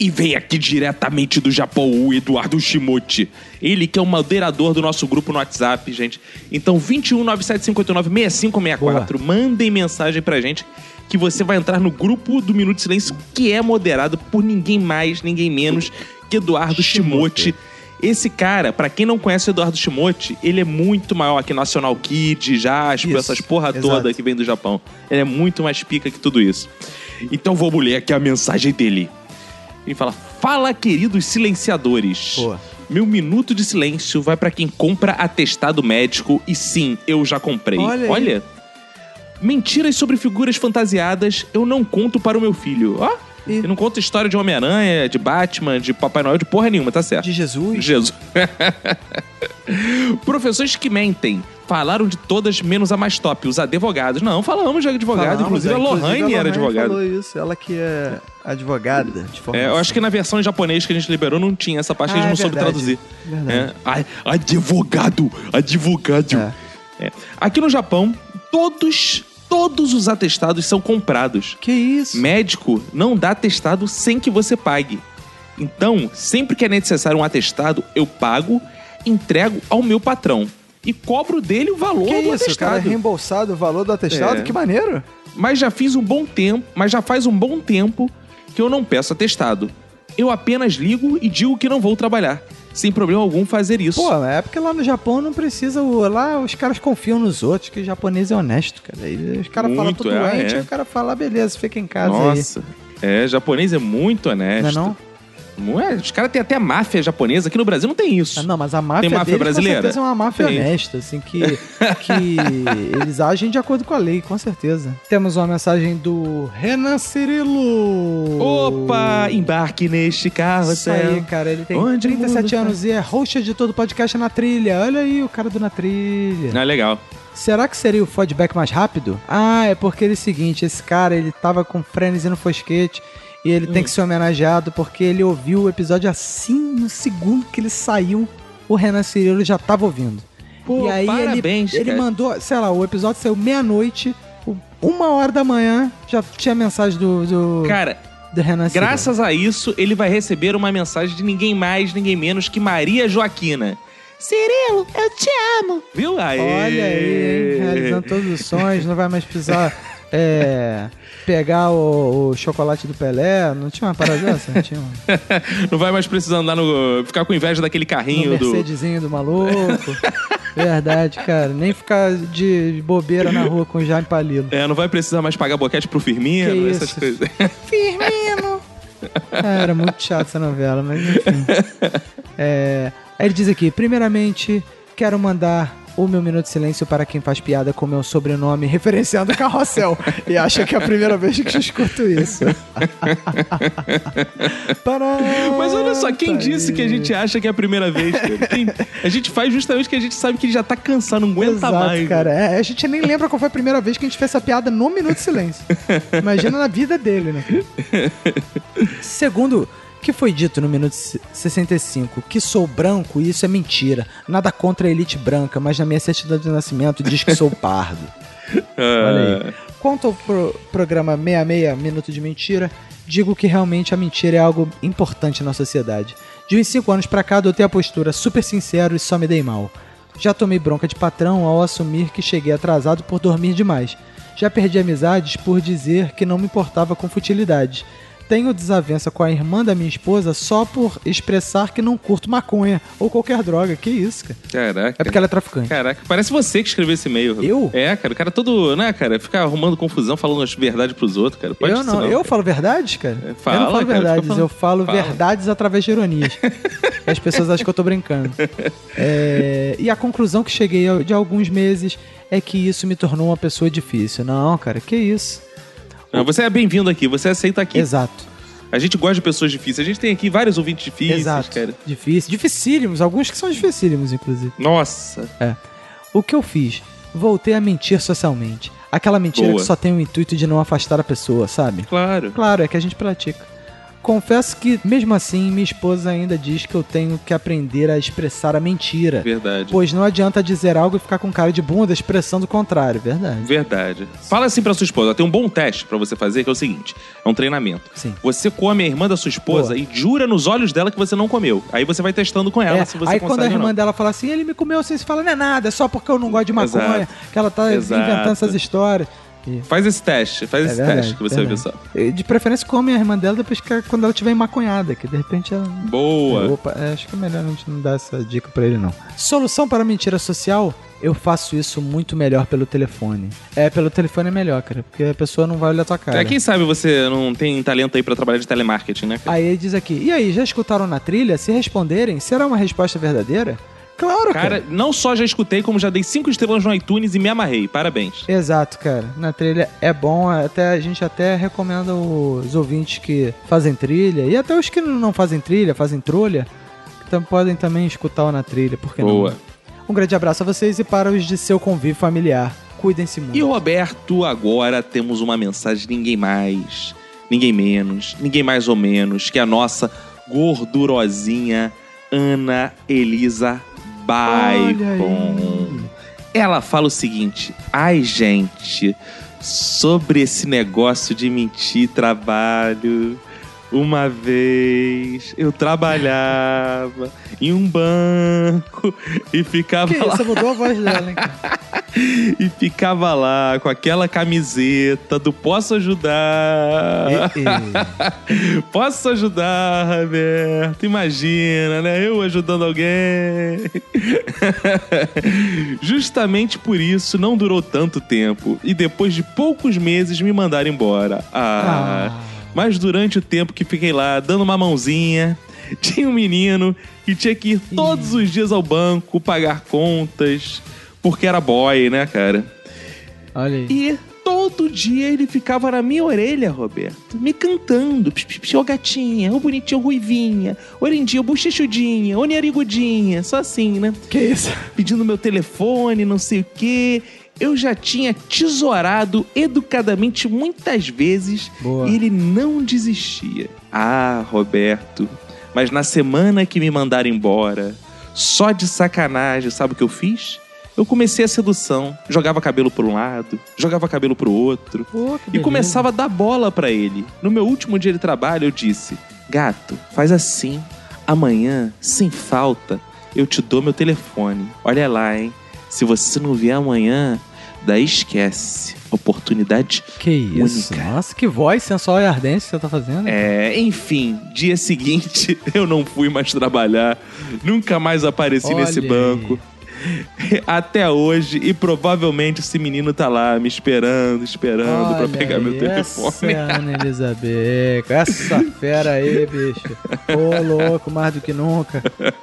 Speaker 1: E vem aqui diretamente do Japão o Eduardo Shimote. Ele que é o moderador do nosso grupo no WhatsApp, gente. Então, 21975896564. Mandem mensagem pra gente que você vai entrar no grupo do Minuto de Silêncio, que é moderado por ninguém mais, ninguém menos que Eduardo Shimote. Esse cara, pra quem não conhece o Eduardo Shimote, ele é muito maior que National Kid, Jasper,
Speaker 2: Isso,
Speaker 1: essas porra
Speaker 2: exato.
Speaker 1: toda que vem do Japão. Ele é muito mais pica que tudo isso. Então vamos ler aqui a mensagem dele. Ele fala: Fala, queridos silenciadores.
Speaker 2: Boa.
Speaker 1: Meu minuto de silêncio vai pra quem compra atestado médico e sim, eu já comprei.
Speaker 2: Olha aí.
Speaker 1: Mentiras sobre figuras fantasiadas eu não conto para o meu filho. Ó.
Speaker 2: E-
Speaker 1: Eu não conto história de Homem-Aranha, de Batman, de Papai Noel, de porra nenhuma, tá certo.
Speaker 2: De Jesus.
Speaker 1: Jesus. Professores que mentem. Falaram de todas, menos a mais top, os advogados. Não, falamos de advogado.
Speaker 12: Falamos,
Speaker 1: inclusive,
Speaker 12: é,
Speaker 1: a Lohane era
Speaker 12: Lohane
Speaker 1: advogada.
Speaker 12: falou isso, ela que é advogada. De
Speaker 1: É, eu acho que na versão em japonês que a gente liberou não tinha essa parte, que a gente
Speaker 12: Ah, é
Speaker 1: não soube
Speaker 12: verdade.
Speaker 1: traduzir. É. Ai, advogado, advogado. É. Aqui no Japão, todos, todos os atestados são comprados.
Speaker 2: Que isso?
Speaker 1: Médico não dá atestado sem que você pague. Então, sempre que é necessário um atestado, eu pago, entrego ao meu patrão e cobro dele o valor
Speaker 12: Que isso,
Speaker 1: do
Speaker 12: cara? É
Speaker 1: atestado.
Speaker 12: reembolsado o valor do atestado?
Speaker 1: É.
Speaker 12: Que maneiro.
Speaker 1: mas já fiz um bom tempo, mas já faz um bom tempo que eu não peço atestado. Eu apenas ligo e digo que não vou trabalhar. sem problema algum fazer isso.
Speaker 2: Pô, é porque lá no Japão não precisa. o- Lá os caras confiam nos outros, que o japonês é honesto, cara. Aí os caras falam
Speaker 1: Muito,
Speaker 2: tudo
Speaker 1: é,
Speaker 2: doente,
Speaker 1: é.
Speaker 2: aí o cara fala, "Ah, beleza, fica em casa aí.
Speaker 1: Nossa. É, japonês é muito
Speaker 2: Não é
Speaker 1: honesto.
Speaker 2: não?
Speaker 1: Não é? Os caras têm até máfia japonesa. Aqui no Brasil não tem isso.
Speaker 2: Ah, não, mas a máfia,
Speaker 1: máfia
Speaker 2: deles,
Speaker 1: brasileira?
Speaker 2: com certeza é uma máfia
Speaker 1: Tem.
Speaker 2: honesta, assim, que, que eles agem de acordo com a lei, com certeza. Temos uma mensagem do Renan Cirilo.
Speaker 1: Opa! Embarque neste carro,
Speaker 2: Isso aí, Ah, cara, ele tem
Speaker 1: Onde o
Speaker 2: 37
Speaker 1: mundo
Speaker 2: anos e é host de todo podcast na trilha. Olha aí o cara do Na Trilha.
Speaker 1: Ah, legal.
Speaker 2: Será que seria o feedback mais rápido? Ah, é porque ele é o seguinte, esse cara, ele tava com frenesi no fosquete e ele
Speaker 1: Hum.
Speaker 2: tem que ser homenageado porque ele ouviu o episódio assim, no segundo que ele saiu, o Renan Cirilo já tava ouvindo.
Speaker 1: Pô,
Speaker 2: e aí
Speaker 1: parabéns,
Speaker 2: ele, ele
Speaker 1: cara.
Speaker 2: mandou, sei lá, o episódio saiu meia-noite, o- uma hora da manhã, já tinha mensagem do, do,
Speaker 1: Cara,
Speaker 2: do Renan Cirilo.
Speaker 1: graças a isso, ele vai receber uma mensagem de ninguém mais, ninguém menos que Maria Joaquina. Cirilo, eu te amo. Viu? Aê.
Speaker 2: Olha aí, hein? realizando todos os sonhos, não vai mais precisar é, pegar o, o chocolate do Pelé. Não tinha uma parada dessa? Não tinha um
Speaker 1: Não vai mais precisar andar no. ficar com inveja daquele
Speaker 2: um
Speaker 1: carrinho do.
Speaker 2: Mercedesinho do maluco. Verdade, cara. Nem ficar de bobeira na rua com o Jaime Palilo.
Speaker 1: É, não vai precisar mais pagar boquete pro Firmino,
Speaker 2: Que
Speaker 1: essas
Speaker 2: isso?
Speaker 1: coisas.
Speaker 2: Firmino! Ah, era muito chato essa novela, mas enfim. É, aí ele diz aqui: primeiramente, quero mandar o meu minuto de silêncio para quem faz piada com meu sobrenome, referenciando o carrossel. e acha que é a primeira vez que eu escuto isso. Pará,
Speaker 1: Mas olha só, quem
Speaker 2: tá
Speaker 1: disse que a
Speaker 2: aí.
Speaker 1: gente acha que é a primeira vez? cara? Quem- A gente faz justamente o que a gente sabe que ele já tá cansado, não aguenta
Speaker 2: Exato,
Speaker 1: mais. né?
Speaker 2: cara. É, a gente nem lembra qual foi a primeira vez que a gente fez essa piada no Minuto de Silêncio. Imagina na vida dele, né? Segundo, que foi dito no Minuto se- 65 que sou branco e isso é mentira. Nada contra a elite branca, mas na minha certidão de nascimento diz que sou pardo.
Speaker 1: Ah.
Speaker 2: Olha aí. Quanto ao pro- programa 66, Minuto de Mentira, digo que realmente a mentira é algo importante na sociedade. De uns 5 anos pra cá, adotei a postura super sincero e só me dei mal. Já tomei bronca de patrão ao assumir que cheguei atrasado por dormir demais. Já perdi amizades por dizer que não me importava com futilidades. Tenho desavença com a irmã da minha esposa só por expressar que não curto maconha ou qualquer droga. Que isso, cara?
Speaker 1: Caraca.
Speaker 2: É porque ela é traficante.
Speaker 1: Caraca, parece você que escreveu esse e-mail.
Speaker 2: Eu?
Speaker 1: É, cara, o cara todo, né, cara, fica arrumando confusão, falando as verdades pros outros, cara. Pode
Speaker 2: eu
Speaker 1: ser
Speaker 2: não, eu falo verdades, cara.
Speaker 1: É, fala,
Speaker 2: eu não falo
Speaker 1: cara, fica
Speaker 2: verdades,
Speaker 1: falando.
Speaker 2: eu falo
Speaker 1: Fala.
Speaker 2: verdades através de ironias. As pessoas acham que eu tô brincando. É, e a conclusão que cheguei ao- de alguns meses é que isso me tornou uma pessoa difícil. Não, cara, que isso.
Speaker 1: Não, Você é bem-vindo aqui, você aceita aqui.
Speaker 2: Exato.
Speaker 1: A gente gosta de pessoas difíceis. A gente tem aqui vários ouvintes difíceis,
Speaker 2: Exato.
Speaker 1: cara.
Speaker 2: Difícil. Dificílimos, alguns que são dificílimos, inclusive.
Speaker 1: Nossa.
Speaker 2: O que eu fiz? Voltei a mentir socialmente. Aquela mentira
Speaker 1: Boa.
Speaker 2: que só tem o intuito de não afastar a pessoa, sabe?
Speaker 1: Claro.
Speaker 2: Claro, é que a gente pratica. Confesso que, mesmo assim, minha esposa ainda diz que eu tenho que aprender a expressar a mentira.
Speaker 1: Verdade.
Speaker 2: Pois não adianta dizer algo e ficar com cara de bunda expressando o contrário, verdade.
Speaker 1: Verdade. Fala assim pra sua esposa. Tem um bom teste pra você fazer, que é o seguinte: é um treinamento.
Speaker 2: Sim.
Speaker 1: Você come a irmã da sua esposa
Speaker 2: Boa.
Speaker 1: e jura nos olhos dela que você não comeu. Aí você vai testando com ela
Speaker 2: É,
Speaker 1: se você
Speaker 2: aí
Speaker 1: consegue
Speaker 2: quando a
Speaker 1: ou
Speaker 2: irmã
Speaker 1: não.
Speaker 2: dela fala assim, ele me comeu, vocês falam, não é nada, é só porque eu não gosto de
Speaker 1: Exato.
Speaker 2: maconha, que ela tá
Speaker 1: Exato.
Speaker 2: inventando essas histórias. E-
Speaker 1: Faz esse teste, faz
Speaker 2: É
Speaker 1: esse
Speaker 2: verdade,
Speaker 1: teste que você vai ver só.
Speaker 2: verdade. e De preferência come a irmã dela depois que quando ela tiver maconhada, que de repente ela
Speaker 1: Boa.
Speaker 2: Opa, é, acho que é melhor a gente não dar essa dica pra ele, não. Solução para a mentira social? Eu faço isso muito melhor pelo telefone. É, pelo telefone é melhor, cara, porque a pessoa não vai olhar tua cara.
Speaker 1: É, quem sabe você não tem talento aí pra trabalhar de telemarketing, né? cara?
Speaker 2: Aí ele diz aqui, e aí, já escutaram na trilha? Se responderem, será uma resposta verdadeira? Claro, cara.
Speaker 1: é, Cara, não só já escutei, como já dei cinco estrelas no iTunes e me amarrei. Parabéns.
Speaker 2: Exato, cara. Na trilha é bom, até a gente até recomenda os ouvintes que fazem trilha, e até os que não fazem trilha, fazem trolha, então podem também escutar o na trilha, porque não?
Speaker 1: Boa.
Speaker 2: Um grande abraço a vocês e para os de seu convívio familiar. Cuidem-se muito.
Speaker 1: E Roberto, agora temos uma mensagem de ninguém mais, ninguém menos, ninguém mais ou menos que a nossa gordurosinha Ana Elisa Baikon. Ela fala o seguinte: ai, gente, sobre esse negócio de mentir trabalho. Uma vez eu trabalhava em um banco e ficava
Speaker 8: Que isso,
Speaker 1: lá
Speaker 8: você mudou a voz
Speaker 1: Um
Speaker 8: dela, hein?
Speaker 1: e ficava lá com aquela camiseta do posso ajudar. posso ajudar, Roberto. Imagina, né? Eu ajudando alguém. Justamente por isso não durou tanto tempo e depois de poucos meses me mandaram embora. Ah. Mas durante o tempo que fiquei lá dando uma mãozinha, tinha um menino que tinha que ir todos os dias ao banco pagar contas, porque era boy, né, cara?
Speaker 8: Olha aí.
Speaker 1: E todo dia ele ficava na minha orelha, Roberto, me cantando. Psh, psh, psh, Ô gatinha, ô bonitinha, ô ruivinha, orendinha, ô bochechudinha, ô narigudinha, só assim, né?
Speaker 8: Que isso?
Speaker 1: Pedindo meu telefone, não sei o quê. Eu já tinha tesourado educadamente muitas vezes
Speaker 8: Boa.
Speaker 1: e ele não desistia. Ah, Roberto, mas na semana que me mandaram embora, só de sacanagem, sabe o que eu fiz? Eu comecei a sedução. Jogava cabelo para um lado, jogava cabelo para o outro.
Speaker 8: Pô, que
Speaker 1: E começava a dar bola pra ele. No meu último dia de trabalho, eu disse: Gato, faz assim. Amanhã, sem falta, eu te dou meu telefone. Olha lá, hein? Se você não vier amanhã, daí esquece. Oportunidade.
Speaker 8: Que isso?
Speaker 1: Única.
Speaker 8: Nossa, que voz sensual e ardente que você tá fazendo.
Speaker 1: É, enfim, dia seguinte eu não fui mais trabalhar. Nunca mais apareci
Speaker 8: Olha
Speaker 1: nesse
Speaker 8: aí.
Speaker 1: banco. Até hoje, e provavelmente esse menino tá lá me esperando, esperando pra
Speaker 8: Olha
Speaker 1: pegar meu
Speaker 8: aí,
Speaker 1: telefone.
Speaker 8: Essa é a Ana Elizabeth, essa fera aí, bicho. Ô, louco, mais do que nunca.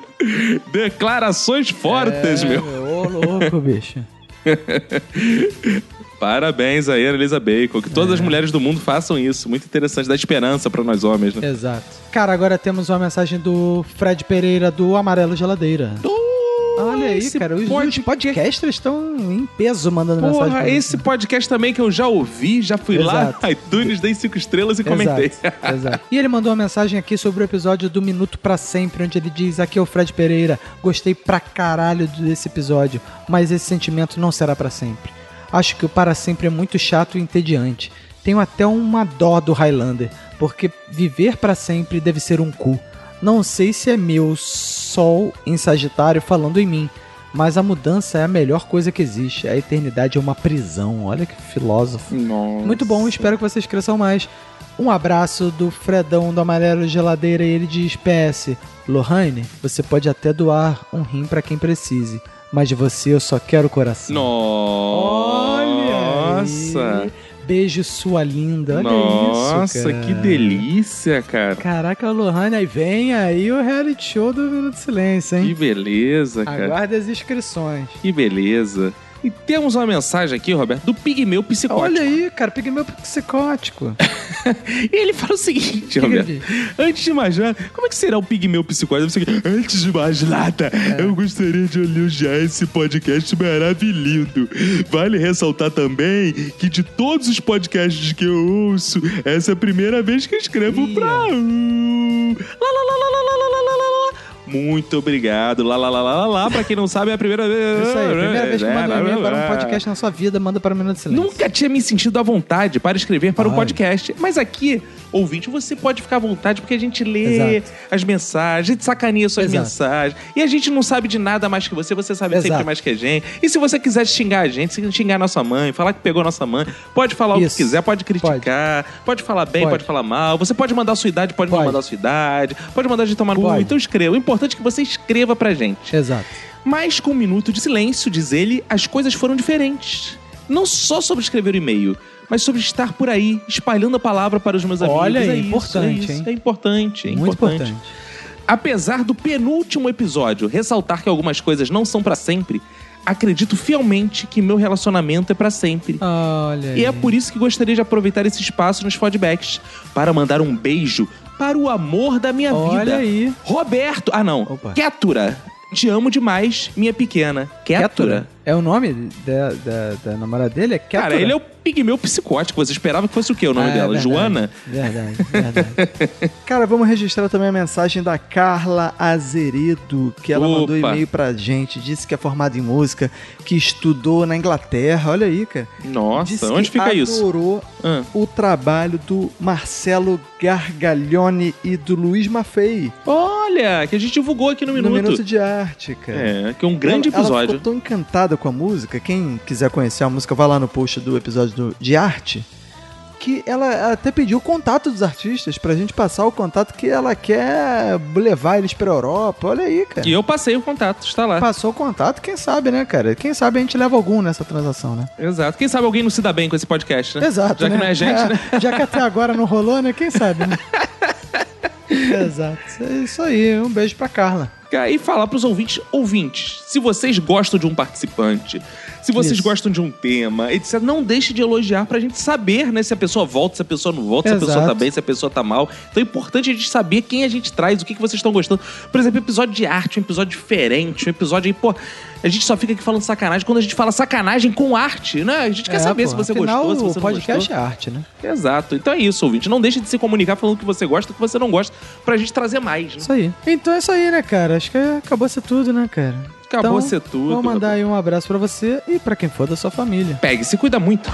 Speaker 1: Declarações fortes,
Speaker 8: É,
Speaker 1: meu.
Speaker 8: Ô, louco, bicho.
Speaker 1: Parabéns aí, Elisa Bacon. Que
Speaker 8: É.
Speaker 1: todas as mulheres do mundo façam isso. Muito interessante, dá esperança pra nós homens, né?
Speaker 8: Exato. Cara, agora temos uma mensagem do Fred Pereira, do Amarelo Geladeira. Olha aí,
Speaker 1: esse
Speaker 8: cara, os,
Speaker 1: podcast-
Speaker 8: os podcasters estão em peso mandando É, mensagem.
Speaker 1: Porra,
Speaker 8: pra mim.
Speaker 1: esse podcast também que eu já ouvi, já fui lá
Speaker 8: Exato.
Speaker 1: no iTunes, dei cinco estrelas e comentei.
Speaker 8: Exato, exato. E ele mandou uma mensagem aqui sobre o episódio do Minuto Pra Sempre, onde ele diz: Aqui é o Fred Pereira, gostei pra caralho desse episódio, mas esse sentimento não será pra sempre. Acho que o para sempre é muito chato e entediante. Tenho até uma dó do Highlander, porque viver pra sempre deve ser um cu. Não sei se é meu sol em Sagitário falando em mim, mas a mudança é a melhor coisa que existe. A eternidade é uma prisão. Olha que filósofo. Muito bom, espero que vocês cresçam mais. Um abraço do Fredão do Amarelo Geladeira e ele diz: PS, Lohane, você pode até doar um rim pra quem precise, mas de você eu só quero o coração. Olha! aí.
Speaker 1: Nossa!
Speaker 8: Beijo, sua linda. Olha
Speaker 1: Nossa,
Speaker 8: isso. Cara.
Speaker 1: que delícia, cara.
Speaker 8: Caraca, Lohane, aí vem aí o reality show do Minuto de Silêncio,
Speaker 1: Que
Speaker 8: hein?
Speaker 1: beleza, cara.
Speaker 8: Aguarde as inscrições.
Speaker 1: Que beleza. E temos uma mensagem aqui, Roberto, do Pigmeu Psicótico.
Speaker 8: Olha aí, cara, pigmeu psicótico.
Speaker 1: E ele fala o seguinte,
Speaker 8: que ele
Speaker 1: Roberto. Antes de mais nada, como é que será o pigmeu psicólogo? Você- Antes de mais nada,
Speaker 8: É.
Speaker 1: eu gostaria de elogiar esse podcast maravilhoso. Vale ressaltar também que de todos os podcasts que eu ouço, essa é a primeira vez que eu escrevo
Speaker 8: Ih,
Speaker 1: pra um. Lá, lá, lá, lá, lá, lá, lá, lá, lá, lá. Muito obrigado. Lá, lá, lá, lá, lá, lá. Pra quem não sabe, é a primeira vez. É,
Speaker 8: Isso aí, primeira vez que manda um e-mail para um podcast na sua vida, manda para o Minuto de Silêncio.
Speaker 1: Nunca tinha me sentido à vontade para escrever para o
Speaker 8: Olha.
Speaker 1: podcast. Mas aqui, ouvinte, você pode ficar à vontade porque a gente lê
Speaker 8: Exato.
Speaker 1: as mensagens, a gente sacaneia suas
Speaker 8: Exato.
Speaker 1: mensagens. E a gente não sabe de nada mais que você, você sabe sempre
Speaker 8: Exato.
Speaker 1: mais que a gente. E se você quiser xingar a gente, se xingar nossa mãe, falar que pegou nossa mãe, pode falar o que
Speaker 8: Isso.
Speaker 1: quiser, pode criticar, pode, falar bem, pode.
Speaker 8: Pode.
Speaker 1: falar mal. Você pode mandar a sua idade, pode, não
Speaker 8: Pode.
Speaker 1: mandar a sua idade, pode mandar a gente tomar no cu.
Speaker 8: Pode.
Speaker 1: Então escreva. O importante é que você escreva pra gente.
Speaker 8: Exato.
Speaker 1: Mas com um minuto de silêncio, diz ele, as coisas foram diferentes. Não só sobre escrever o e-mail, mas sobre estar por aí, espalhando a palavra para os meus amigos.
Speaker 8: Olha,
Speaker 1: é
Speaker 8: é
Speaker 1: isso,
Speaker 8: importante,
Speaker 1: é isso,
Speaker 8: hein?
Speaker 1: É importante, é
Speaker 8: Muito
Speaker 1: importante.
Speaker 8: importante.
Speaker 1: Apesar do penúltimo episódio ressaltar que algumas coisas não são pra sempre, acredito fielmente que meu relacionamento é pra sempre.
Speaker 8: Olha.
Speaker 1: E é
Speaker 8: aí.
Speaker 1: por isso que gostaria de aproveitar esse espaço nos feedbacks para mandar um beijo para o amor da minha é vida.
Speaker 8: Olha aí.
Speaker 1: Roberto. Ah, não.
Speaker 8: Opa.
Speaker 1: Kétura. Te amo demais, minha pequena. Kétura.
Speaker 8: Kétura? É o nome da, da, da namorada dele? É Kétura?
Speaker 1: Cara, ele é o pigmeu psicótico. Você esperava que fosse o quê o nome
Speaker 8: Ah, é
Speaker 1: dela?
Speaker 8: verdade.
Speaker 1: Joana?
Speaker 8: Verdade, verdade. Cara, vamos registrar também a mensagem da Carla Azeredo, que ela
Speaker 1: Opa.
Speaker 8: mandou e-mail pra gente, disse que é formada em música, que estudou na Inglaterra, olha aí, cara.
Speaker 1: Nossa,
Speaker 8: Disse
Speaker 1: onde
Speaker 8: que
Speaker 1: fica isso?
Speaker 8: adorou
Speaker 1: Ah.
Speaker 8: o trabalho do Marcelo Gargaglione e do Luiz Maffei
Speaker 1: Olha, que a gente divulgou aqui no
Speaker 8: no
Speaker 1: Minuto.
Speaker 8: Minuto de Arte, cara.
Speaker 1: É, que é um grande
Speaker 8: Ela- Ela
Speaker 1: episódio.
Speaker 8: ficou tão encantada com a música. Quem quiser conhecer a música, vai lá no post do episódio do- de arte. Que ela até pediu o contato dos artistas pra gente passar o contato que ela quer levar eles pra Europa. Olha aí, cara.
Speaker 1: E eu passei o contato, está lá.
Speaker 8: Passou o contato, quem sabe, né, cara? Quem sabe a gente leva algum nessa transação, né?
Speaker 1: Exato. Quem sabe alguém não se dá bem com esse podcast, né?
Speaker 8: Exato.
Speaker 1: Já
Speaker 8: né?
Speaker 1: que não é gente, né?
Speaker 8: Já que até agora não rolou, né? Quem sabe, né? Exato. É isso aí. Um beijo pra Carla.
Speaker 1: E falar pros ouvintes, ouvintes, se vocês gostam de um participante, se vocês
Speaker 8: Isso.
Speaker 1: gostam de um tema, etc, não deixe de elogiar pra gente saber, né, se a pessoa volta, se a pessoa não volta, se a pessoa
Speaker 8: Exato.
Speaker 1: tá bem, se a pessoa tá mal. Então é importante a gente saber quem a gente traz, o que, que vocês estão gostando. Por exemplo, episódio de arte, um episódio diferente, um episódio aí, pô, a gente só fica aqui falando sacanagem quando a gente fala sacanagem com arte, né? A gente quer
Speaker 8: É,
Speaker 1: saber
Speaker 8: pô,
Speaker 1: se você
Speaker 8: afinal,
Speaker 1: gostou, se você
Speaker 8: o
Speaker 1: não
Speaker 8: podcast
Speaker 1: gostou.
Speaker 8: é arte, né?
Speaker 1: Exato. Então é isso, ouvinte. Não deixe de se comunicar falando o que você gosta, o que você não gosta, pra gente trazer mais, né?
Speaker 8: Isso aí. Então é isso aí, né, cara? Acho que acabou ser tudo, né, cara?
Speaker 1: Acabou
Speaker 8: então,
Speaker 1: ser tudo.
Speaker 8: Vou mandar aí um abraço pra você e pra quem for da sua família.
Speaker 1: Pegue, se cuida muito.